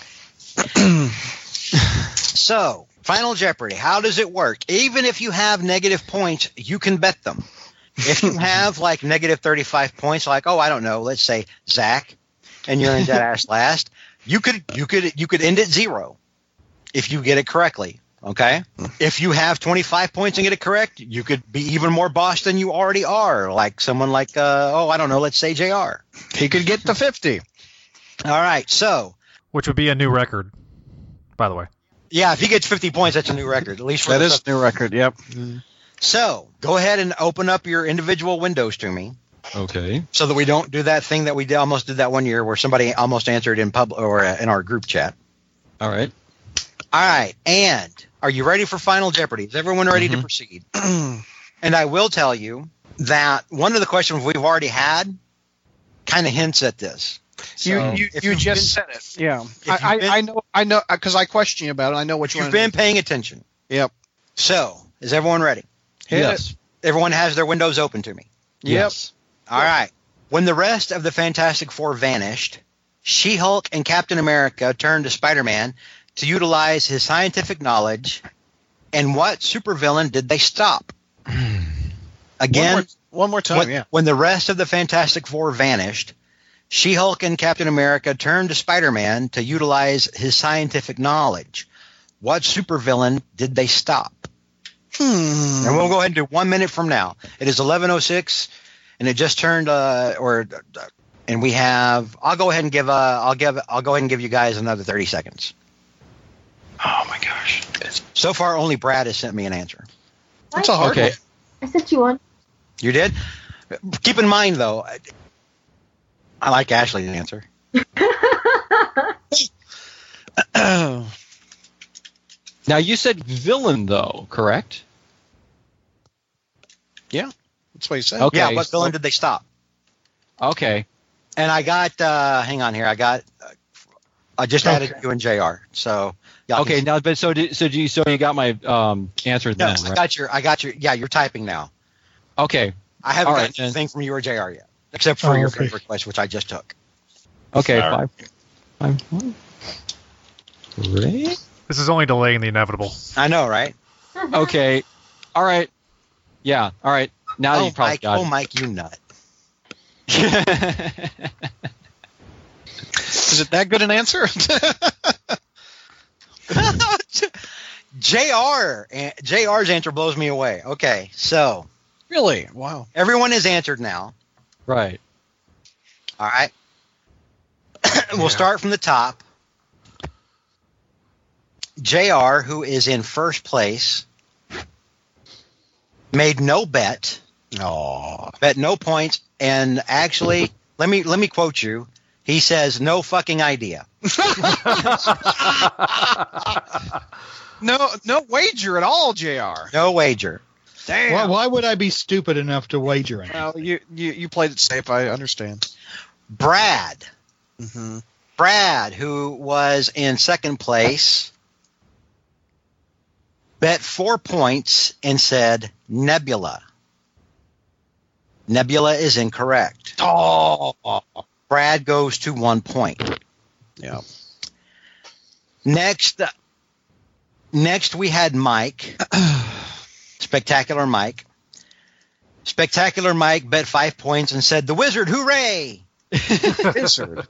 [SPEAKER 5] So, Final Jeopardy, how does it work? Even if you have negative points, you can bet them. If you have like negative 35 points, like, oh, I don't know, let's say Zach, and you're in dead ass last, you could you could you could end at zero if you get it correctly. Okay.
[SPEAKER 4] Hmm.
[SPEAKER 5] If you have 25 points and get it correct, you could be even more boss than you already are. Like someone like, uh, oh, I don't know, let's say JR. All
[SPEAKER 4] He could get to 50.
[SPEAKER 5] right. So,
[SPEAKER 3] which would be a new record, by the way.
[SPEAKER 5] yeah, if he gets 50 points, that's a new record. At least for
[SPEAKER 4] That
[SPEAKER 5] the
[SPEAKER 4] is new record. Yep.
[SPEAKER 5] So go ahead and open up your individual windows to me
[SPEAKER 6] Okay.
[SPEAKER 5] so that we don't do that thing that we did, almost did that one year where somebody almost answered in public or uh, in our group chat.
[SPEAKER 6] All right.
[SPEAKER 5] All right. And are you ready for Final Jeopardy? Is everyone ready
[SPEAKER 4] Mm-hmm.
[SPEAKER 5] to proceed? and I will tell you that one of the questions we've already had kind of hints at this. So
[SPEAKER 4] you you,
[SPEAKER 5] if
[SPEAKER 4] you
[SPEAKER 5] you've
[SPEAKER 4] just
[SPEAKER 5] been-
[SPEAKER 4] said it. Yeah.
[SPEAKER 5] you've
[SPEAKER 4] I,
[SPEAKER 5] been-
[SPEAKER 4] I, I know I know because I question you about it. I know what you
[SPEAKER 5] You've
[SPEAKER 4] want.
[SPEAKER 5] been paying attention.
[SPEAKER 4] Yep.
[SPEAKER 5] So is everyone ready?
[SPEAKER 4] Hit
[SPEAKER 6] yes.
[SPEAKER 5] Everyone has their windows open to me.
[SPEAKER 6] Yes.
[SPEAKER 5] All right. When the rest of the Fantastic Four vanished, She Hulk and Captain America turned to Spider Man to utilize his scientific knowledge. And what supervillain did they stop?
[SPEAKER 4] One more,
[SPEAKER 5] Again,
[SPEAKER 4] one more time.
[SPEAKER 5] when,
[SPEAKER 4] yeah.
[SPEAKER 5] when the rest of the Fantastic Four vanished, She Hulk and Captain America turned to Spider Man to utilize his scientific knowledge. What supervillain did they stop?
[SPEAKER 4] Hmm.
[SPEAKER 5] And we'll go ahead and do one minute from now. It is 11:06, and it just turned. Uh, or, uh, and we have. I'll go ahead and give. Uh, I'll give. I'll go ahead and give you guys another 30 seconds.
[SPEAKER 7] Oh my gosh.
[SPEAKER 5] So far, only Brad has sent me an answer.
[SPEAKER 4] That's a hard
[SPEAKER 6] Okay.
[SPEAKER 8] I sent you one.
[SPEAKER 5] You did. Keep in mind, though. I- I like Ashley's answer.
[SPEAKER 4] one.
[SPEAKER 6] Now you said villain though, correct?
[SPEAKER 4] That's what he said.
[SPEAKER 6] Okay.
[SPEAKER 5] yeah. What villain did they stop?
[SPEAKER 6] Okay.
[SPEAKER 5] And I got. Uh, hang on here. I got. Uh, I just added you and Jr. So. y'all can-
[SPEAKER 6] Okay. Now, but so did, so do you so you got my um answer
[SPEAKER 5] No,
[SPEAKER 6] then,
[SPEAKER 5] I
[SPEAKER 6] right?
[SPEAKER 5] got your. I got your. Yeah, you're typing now.
[SPEAKER 6] Okay.
[SPEAKER 5] I haven't
[SPEAKER 6] All right,
[SPEAKER 5] got
[SPEAKER 6] then.
[SPEAKER 5] anything from you or Jr. yet, except for
[SPEAKER 13] Oh,
[SPEAKER 5] your
[SPEAKER 13] okay.
[SPEAKER 5] favorite request, which I just took.
[SPEAKER 6] Okay.
[SPEAKER 7] All
[SPEAKER 6] Five. Five. one. Great.
[SPEAKER 3] This is only delaying the inevitable.
[SPEAKER 5] I know, right?
[SPEAKER 6] Okay. All right. Yeah. All right. Now you probably
[SPEAKER 5] Mike,
[SPEAKER 6] got
[SPEAKER 5] oh,
[SPEAKER 6] it.
[SPEAKER 5] Mike, you nut.
[SPEAKER 4] Is it that good an answer?
[SPEAKER 5] JR, eh, JR's answer blows me away. Okay, so
[SPEAKER 4] really? Wow.
[SPEAKER 5] everyone has answered now.
[SPEAKER 6] right.
[SPEAKER 5] All right. we'll start from the top. JR, who is in first place, made no bet,
[SPEAKER 4] Oh.
[SPEAKER 5] bet no points, and actually, let me let me quote you. He says, "No fucking idea."
[SPEAKER 4] No, no wager at all, Jr.
[SPEAKER 5] No wager.
[SPEAKER 4] Damn.
[SPEAKER 13] Why, why would I be stupid enough to wager in?
[SPEAKER 4] Well, you, you you played it safe. I understand.
[SPEAKER 5] Brad.
[SPEAKER 4] Mm-hmm.
[SPEAKER 5] Brad, who was in second place, bet four points and said Nebula. Nebula is incorrect.
[SPEAKER 4] Oh.
[SPEAKER 5] Brad goes to one point.
[SPEAKER 4] Yeah.
[SPEAKER 5] Next, uh, next we had Mike, Spectacular Mike. Spectacular Mike bet five points and said the Wizard, hooray!
[SPEAKER 4] Wizard.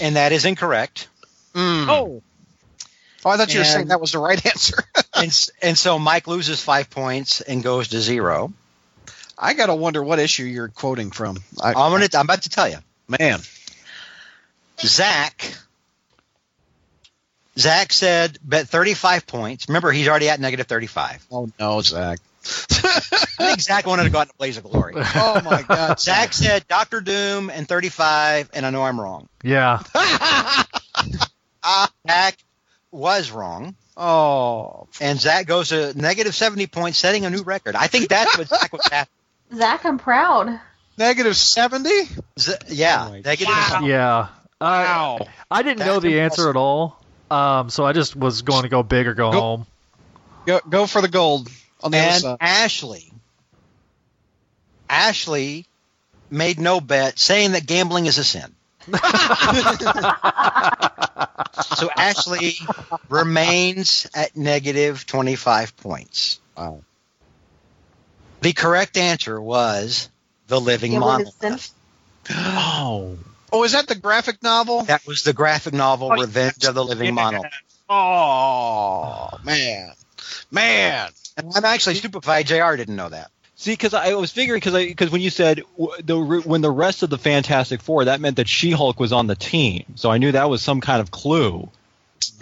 [SPEAKER 5] And that is incorrect.
[SPEAKER 4] Oh. Oh, I thought you were saying
[SPEAKER 5] And-
[SPEAKER 4] that was the right answer.
[SPEAKER 5] and, s- and so Mike loses five points and goes to zero.
[SPEAKER 4] I gotta wonder what issue you're quoting from. I,
[SPEAKER 5] I'm gonna, I'm about to tell you,
[SPEAKER 4] man,
[SPEAKER 5] Zach. Zach said bet 35 points. Remember, he's already at negative 35.
[SPEAKER 4] oh no, Zach.
[SPEAKER 5] I think Zach wanted to go out in a blaze of glory.
[SPEAKER 4] oh my God,
[SPEAKER 5] Zach said Doctor Doom and 35, and I know I'm wrong.
[SPEAKER 3] Yeah.
[SPEAKER 5] Ah, Zach was wrong,
[SPEAKER 4] Oh,
[SPEAKER 5] and Zach goes to negative 70 points, setting a new record. I think that's what Zach was after.
[SPEAKER 8] Zach, I'm proud.
[SPEAKER 4] negative seventy.
[SPEAKER 5] Z- yeah,
[SPEAKER 6] Oh my
[SPEAKER 5] negative.
[SPEAKER 3] Yeah. I, I didn't know the answer at all. Um, so I just was going to go big or go
[SPEAKER 4] Go-
[SPEAKER 3] home.
[SPEAKER 4] Go go for the gold on the other
[SPEAKER 5] and
[SPEAKER 4] side.
[SPEAKER 5] Ashley. Ashley made no bet, saying that gambling is a sin. so Ashley remains at negative 25 points.
[SPEAKER 4] Wow.
[SPEAKER 5] The correct answer was the living
[SPEAKER 8] Yeah,
[SPEAKER 5] monolith.
[SPEAKER 8] Winston.
[SPEAKER 6] Oh.
[SPEAKER 7] Oh, is that the graphic novel?
[SPEAKER 5] That was the graphic novel
[SPEAKER 7] Oh,
[SPEAKER 5] Revenge of the Living
[SPEAKER 7] yeah.
[SPEAKER 5] Monolith.
[SPEAKER 7] Oh man, man.
[SPEAKER 5] And I'm actually stupefied. Jr. didn't know that.
[SPEAKER 6] See, because I was figuring because because when you said w- the re- when the rest of the Fantastic Four, that meant that She Hulk was on the team, so I knew that was some kind of clue.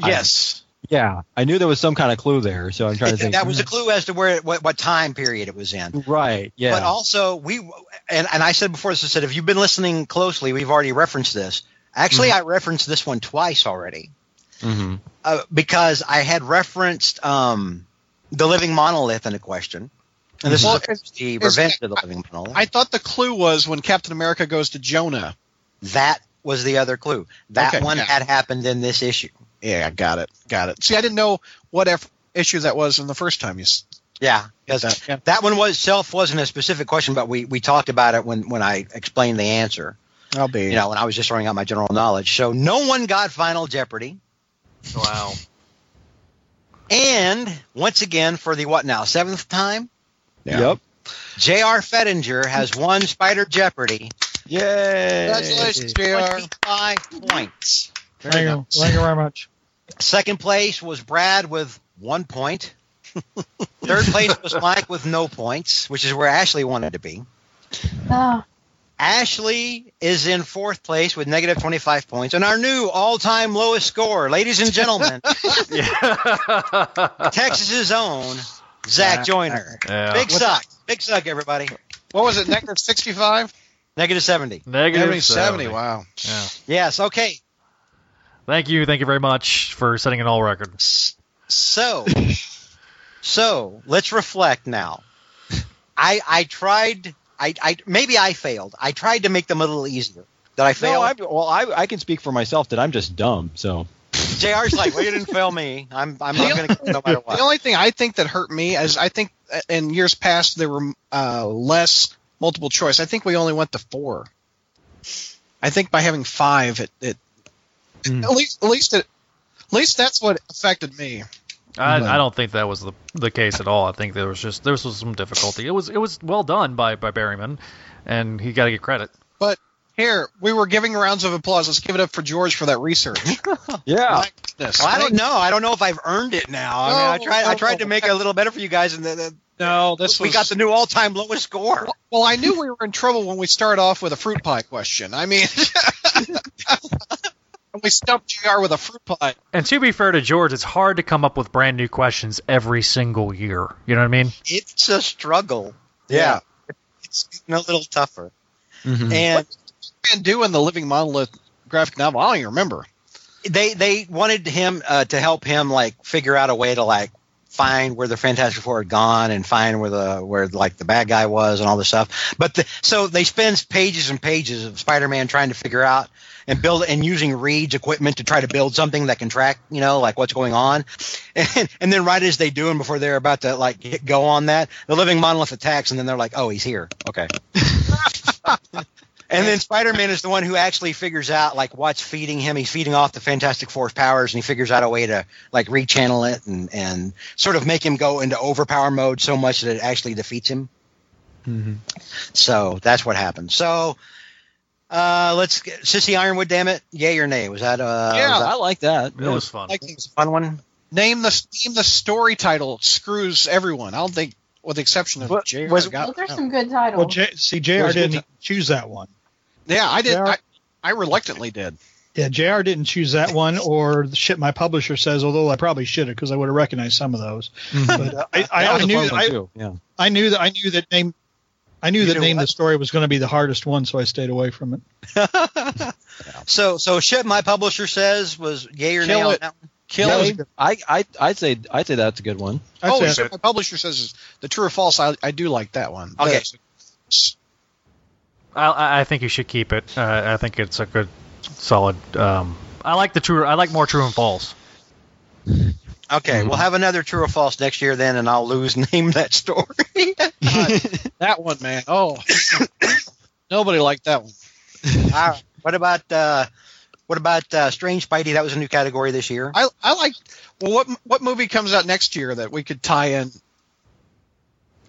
[SPEAKER 7] Yes.
[SPEAKER 6] Yeah, I knew there was some kind of clue there, so I'm trying to think.
[SPEAKER 5] that was a clue as to where what, what time period it was in.
[SPEAKER 6] right? Yeah,
[SPEAKER 5] But also, we and, and I said before this, I said if you've been listening closely, we've already referenced this. Actually, I referenced this one twice already
[SPEAKER 6] Mhm.
[SPEAKER 5] uh, because I had referenced um, the living monolith in a question, and this
[SPEAKER 7] Well,
[SPEAKER 5] is the
[SPEAKER 7] it's-
[SPEAKER 5] revenge of the living monolith.
[SPEAKER 7] I thought the clue was when Captain America goes to Jonah.
[SPEAKER 5] that was the other clue. That
[SPEAKER 7] Okay,
[SPEAKER 5] one
[SPEAKER 7] yeah.
[SPEAKER 5] had happened in this issue.
[SPEAKER 7] Yeah, got it, got it. See, I didn't know what F- issue that was in the first time you s-
[SPEAKER 5] Yeah,
[SPEAKER 7] did
[SPEAKER 5] because
[SPEAKER 7] that.
[SPEAKER 5] that one was self wasn't a specific question, but we we talked about it when when I explained the answer.
[SPEAKER 7] I'll be.
[SPEAKER 5] You know, when I was just throwing out my general knowledge. So no one got Final Jeopardy.
[SPEAKER 14] Wow.
[SPEAKER 5] And once again, for the what now seventh time,
[SPEAKER 6] Yep.
[SPEAKER 5] J.R. Fettinger has won Spider Jeopardy
[SPEAKER 7] Congratulations, JR.
[SPEAKER 5] twenty-five points.
[SPEAKER 15] Thank you. Thank you very much.
[SPEAKER 5] Second place was Brad with one point. Third place was Mike with no points, which is where Ashley wanted to be.
[SPEAKER 8] Oh,
[SPEAKER 5] Ashley is in fourth place with negative 25 points. And our new all time lowest score, ladies and gentlemen,
[SPEAKER 14] yeah.
[SPEAKER 5] Texas's own Zach Joyner. Big suck. Big suck, everybody.
[SPEAKER 7] What was it? Negative sixty-five.
[SPEAKER 5] Negative 70.
[SPEAKER 7] Negative
[SPEAKER 14] Negative
[SPEAKER 7] seventy.
[SPEAKER 14] 70.
[SPEAKER 7] Wow.
[SPEAKER 14] Yeah.
[SPEAKER 5] Yes. Okay.
[SPEAKER 3] Thank you, thank you very much for setting an all record.
[SPEAKER 5] So, so let's reflect now. I I tried. I, I maybe I failed. I tried to make them a little easier. Did I fail?
[SPEAKER 6] No, I, well, I, I can speak for myself that I'm just dumb. So
[SPEAKER 5] Jr's like, well, you didn't fail me. I'm I'm not going to no matter
[SPEAKER 7] The
[SPEAKER 5] what.
[SPEAKER 7] only thing I think that hurt me is I think uh, in years past there were uh, less multiple choice. I think we only went to four. I think by having five, it, it at least at least it, at least that's what affected me.
[SPEAKER 3] I, I don't think that was the the case at all. I think there was just there was some difficulty. It was it was well done by by Berryman, and he got to get credit.
[SPEAKER 7] Here we were giving rounds of applause. Let's give it up for George for that research.
[SPEAKER 6] yeah,
[SPEAKER 7] This.
[SPEAKER 5] Well, I don't know. I don't know if I've earned it now. I mean, I
[SPEAKER 7] No,
[SPEAKER 5] tried. I
[SPEAKER 7] no.
[SPEAKER 5] tried to make it a little better for you guys, and the, the,
[SPEAKER 7] No, this
[SPEAKER 5] we
[SPEAKER 7] was.
[SPEAKER 5] got the new all-time lowest score.
[SPEAKER 7] well, I knew we were in trouble when we started off with a fruit pie question. I mean, and we stumped Jr. with a fruit pie.
[SPEAKER 3] And to be fair to George, it's hard to come up with brand new questions every single year. You know what I mean?
[SPEAKER 5] It's a struggle.
[SPEAKER 7] Yeah.
[SPEAKER 5] it's getting a little tougher.
[SPEAKER 6] Mhm.
[SPEAKER 5] And
[SPEAKER 7] And doing the Living Monolith graphic novel, I don't even remember.
[SPEAKER 5] they they wanted him uh, to help him like figure out a way to like find where the Fantastic Four had gone and find where the where like the bad guy was and all this stuff. But the, so they spend pages and pages of Spider-Man trying to figure out and build and using Reed's equipment to try to build something that can track you know like what's going on. And, and then right as they do and before they're about to like hit go on that, the Living Monolith attacks and then they're like, oh he's here, okay. And then Spider Man is the one who actually figures out like what's feeding him. He's feeding off the Fantastic Four's powers, and he figures out a way to like rechannel it and and sort of make him go into overpower mode so much that it actually defeats him.
[SPEAKER 7] Mm-hmm.
[SPEAKER 5] So that's what happened. So uh, let's get, Sissy Ironwood. Damn it, yay or nay? Was that uh,
[SPEAKER 7] Yeah,
[SPEAKER 5] was that
[SPEAKER 6] I like that.
[SPEAKER 3] It was fun.
[SPEAKER 7] Like
[SPEAKER 5] a fun one?
[SPEAKER 7] name the name the story title screws everyone. I don't think, with the exception of
[SPEAKER 6] What-
[SPEAKER 7] Jr.
[SPEAKER 6] was-
[SPEAKER 7] got-
[SPEAKER 8] those are some good titles.
[SPEAKER 15] Well, J- see, Jr.
[SPEAKER 7] Where's
[SPEAKER 15] didn't
[SPEAKER 7] Jr.?
[SPEAKER 15] choose that one.
[SPEAKER 7] yeah, I did.
[SPEAKER 15] Jr.
[SPEAKER 7] I, I reluctantly did.
[SPEAKER 15] Yeah, Jr. didn't choose that one, or the shit my publisher says. Although I probably should have, because I would have recognized some of those. But uh, I, I,
[SPEAKER 6] That
[SPEAKER 15] I
[SPEAKER 6] was a
[SPEAKER 15] knew
[SPEAKER 6] fun
[SPEAKER 15] that
[SPEAKER 6] one,
[SPEAKER 15] I,
[SPEAKER 6] too. Yeah.
[SPEAKER 15] I knew that I knew that name. I knew that
[SPEAKER 5] know
[SPEAKER 15] name
[SPEAKER 5] what?
[SPEAKER 15] the story was going to be the hardest one, so I stayed away from it.
[SPEAKER 5] So so shit. My publisher says was yay or
[SPEAKER 7] Kill
[SPEAKER 5] nay on
[SPEAKER 7] it.
[SPEAKER 5] that one?
[SPEAKER 7] Kill
[SPEAKER 15] That was
[SPEAKER 7] it.
[SPEAKER 15] good.
[SPEAKER 6] I I I'd say I'd say that's a good one.
[SPEAKER 15] I'd
[SPEAKER 7] oh,
[SPEAKER 15] say
[SPEAKER 7] so my publisher says is the true or false. I, I do like that one.
[SPEAKER 5] Okay.
[SPEAKER 7] That's-
[SPEAKER 3] I- I, I think you should keep it. Uh, I think it's a good, solid. Um, I like the true. I like more true and false.
[SPEAKER 5] Okay,
[SPEAKER 7] Mm-hmm.
[SPEAKER 5] we'll have another true or false next year then, and I'll lose name that story.
[SPEAKER 7] that one, man. Oh, nobody liked that one.
[SPEAKER 5] All right. Ah, What about uh, what about uh, Strange Spidey? That was a new category this year.
[SPEAKER 7] I I like. Well, what what movie comes out next year that we could tie in?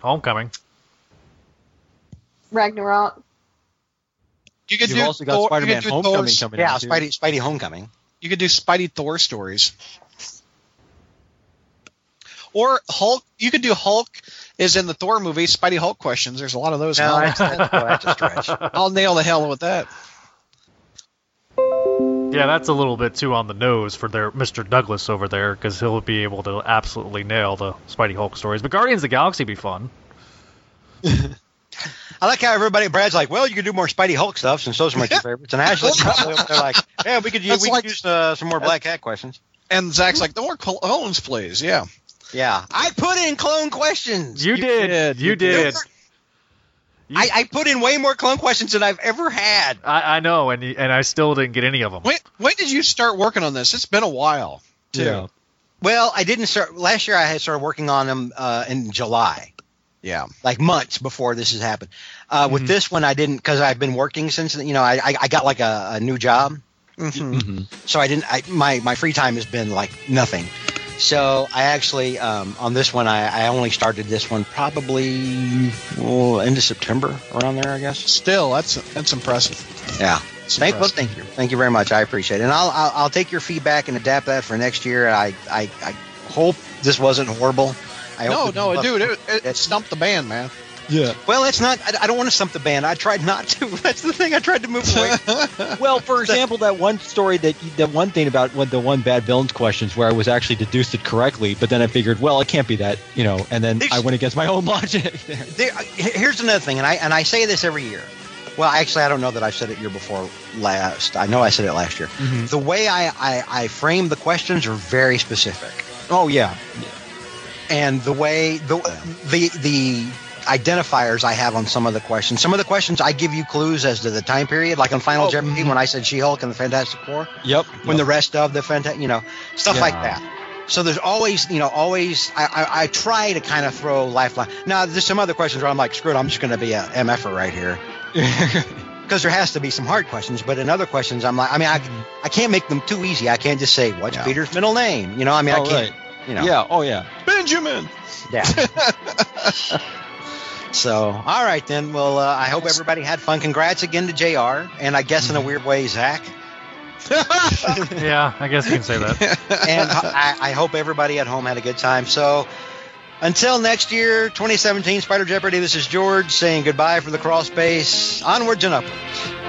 [SPEAKER 3] Homecoming.
[SPEAKER 8] Ragnarok.
[SPEAKER 4] You could
[SPEAKER 6] You've
[SPEAKER 4] do
[SPEAKER 6] also got
[SPEAKER 4] Thor- you
[SPEAKER 6] Spider-Man
[SPEAKER 4] could do
[SPEAKER 6] Homecoming
[SPEAKER 4] Thor's-
[SPEAKER 6] coming
[SPEAKER 5] Yeah,
[SPEAKER 6] in, too.
[SPEAKER 5] Spidey, Spidey Homecoming.
[SPEAKER 4] You could do Spidey Thor stories. Or Hulk. You could do Hulk is in the Thor movie, Spidey Hulk questions. There's a lot of those.
[SPEAKER 5] No,
[SPEAKER 4] I'll-
[SPEAKER 5] that's, that's, boy, that's a stretch.
[SPEAKER 4] I'll nail the hell with that.
[SPEAKER 12] Yeah, that's a little bit too on the nose for their Mr. Douglas over there because he'll be able to absolutely nail the Spidey Hulk stories. But Guardians of the Galaxy be fun.
[SPEAKER 5] I like how everybody, Brad's like, well, you could do more Spidey Hulk stuff since those are my two favorites. And Ashley's probably over there like, yeah, we could use,
[SPEAKER 4] That's
[SPEAKER 5] we
[SPEAKER 4] like-
[SPEAKER 5] could use uh, some more Black Hat questions.
[SPEAKER 4] And Zach's like, no more clones, please. Yeah.
[SPEAKER 5] Yeah, I put in clone questions.
[SPEAKER 12] You, did. You did. You-
[SPEAKER 5] I, I put in way more clone questions than I've ever had.
[SPEAKER 12] I, I know, and y- and I still didn't get any of them.
[SPEAKER 4] When when did you start working on this? It's been a while. Too.
[SPEAKER 6] Yeah.
[SPEAKER 5] Well, I didn't start last year. I had started working on them uh, in July,
[SPEAKER 4] Yeah.
[SPEAKER 5] like months before this has happened. Uh, With this one, I didn't because I've been working since. You know, I I, I got like a, a new job,
[SPEAKER 4] Mhm.
[SPEAKER 5] so I didn't. I, my my free time has been like nothing. So I actually um, on this one, I, I only started this one probably well, end of September around there, I guess.
[SPEAKER 4] Still, that's that's impressive.
[SPEAKER 5] Yeah.
[SPEAKER 4] It's
[SPEAKER 5] Thank, well,
[SPEAKER 4] impressive.
[SPEAKER 5] thank you, thank you very much. I appreciate it, and I'll, I'll I'll take your feedback and adapt that for next year. I I, I hope this wasn't horrible. I
[SPEAKER 4] No,
[SPEAKER 5] hope
[SPEAKER 4] no,
[SPEAKER 5] it-
[SPEAKER 4] dude, it, it stumped the band, man.
[SPEAKER 6] Yeah.
[SPEAKER 5] Well, it's not. I, I don't want to stump the band. I tried not to. That's the thing. I tried to move away.
[SPEAKER 6] Well, for example, that one story that you, the one thing about what the one bad villains questions where I was actually deduced it correctly, but then I figured, well, it can't be that, you know, and then I went against my own logic. there.
[SPEAKER 5] there, uh, here's another thing, and I and I say this every year. Well, actually, I don't know that I've said it year before last. I know I said it last year.
[SPEAKER 4] Mm-hmm.
[SPEAKER 5] The way I, I, I frame the questions are very specific,
[SPEAKER 6] Oh yeah,
[SPEAKER 5] and the way the the the identifiers I have on some of the questions. Some of the questions I give you clues as to the time period, like on Final
[SPEAKER 6] Oh,
[SPEAKER 5] Jeopardy when I said She-Hulk and the Fantastic Four.
[SPEAKER 6] yep.
[SPEAKER 5] when the rest of the fantastic, you know, stuff
[SPEAKER 6] Yeah.
[SPEAKER 5] like that. So there's always, you know, always I, I, I try to kind of throw lifeline. Now there's some other questions where I'm like, screw it, I'm just going to be a mf'er right here because there has to be some hard questions. But in other questions, I'm like, I mean, I, I can't make them too easy. I can't just say what's
[SPEAKER 4] Yeah.
[SPEAKER 5] Peter's middle name. You know, I mean,
[SPEAKER 6] oh,
[SPEAKER 5] I
[SPEAKER 6] right.
[SPEAKER 5] can't. You know,
[SPEAKER 6] Yeah. Oh yeah.
[SPEAKER 4] Benjamin.
[SPEAKER 5] yeah. so all right then. Well, uh, I hope everybody had fun. Congrats again to Jr. and I guess in a weird way, Zach.
[SPEAKER 12] yeah, I guess you can say that.
[SPEAKER 5] and I, I hope everybody at home had a good time. So until next year, 2017 Spider Jeopardy, this is George saying goodbye for the crawl space. Onwards and upwards.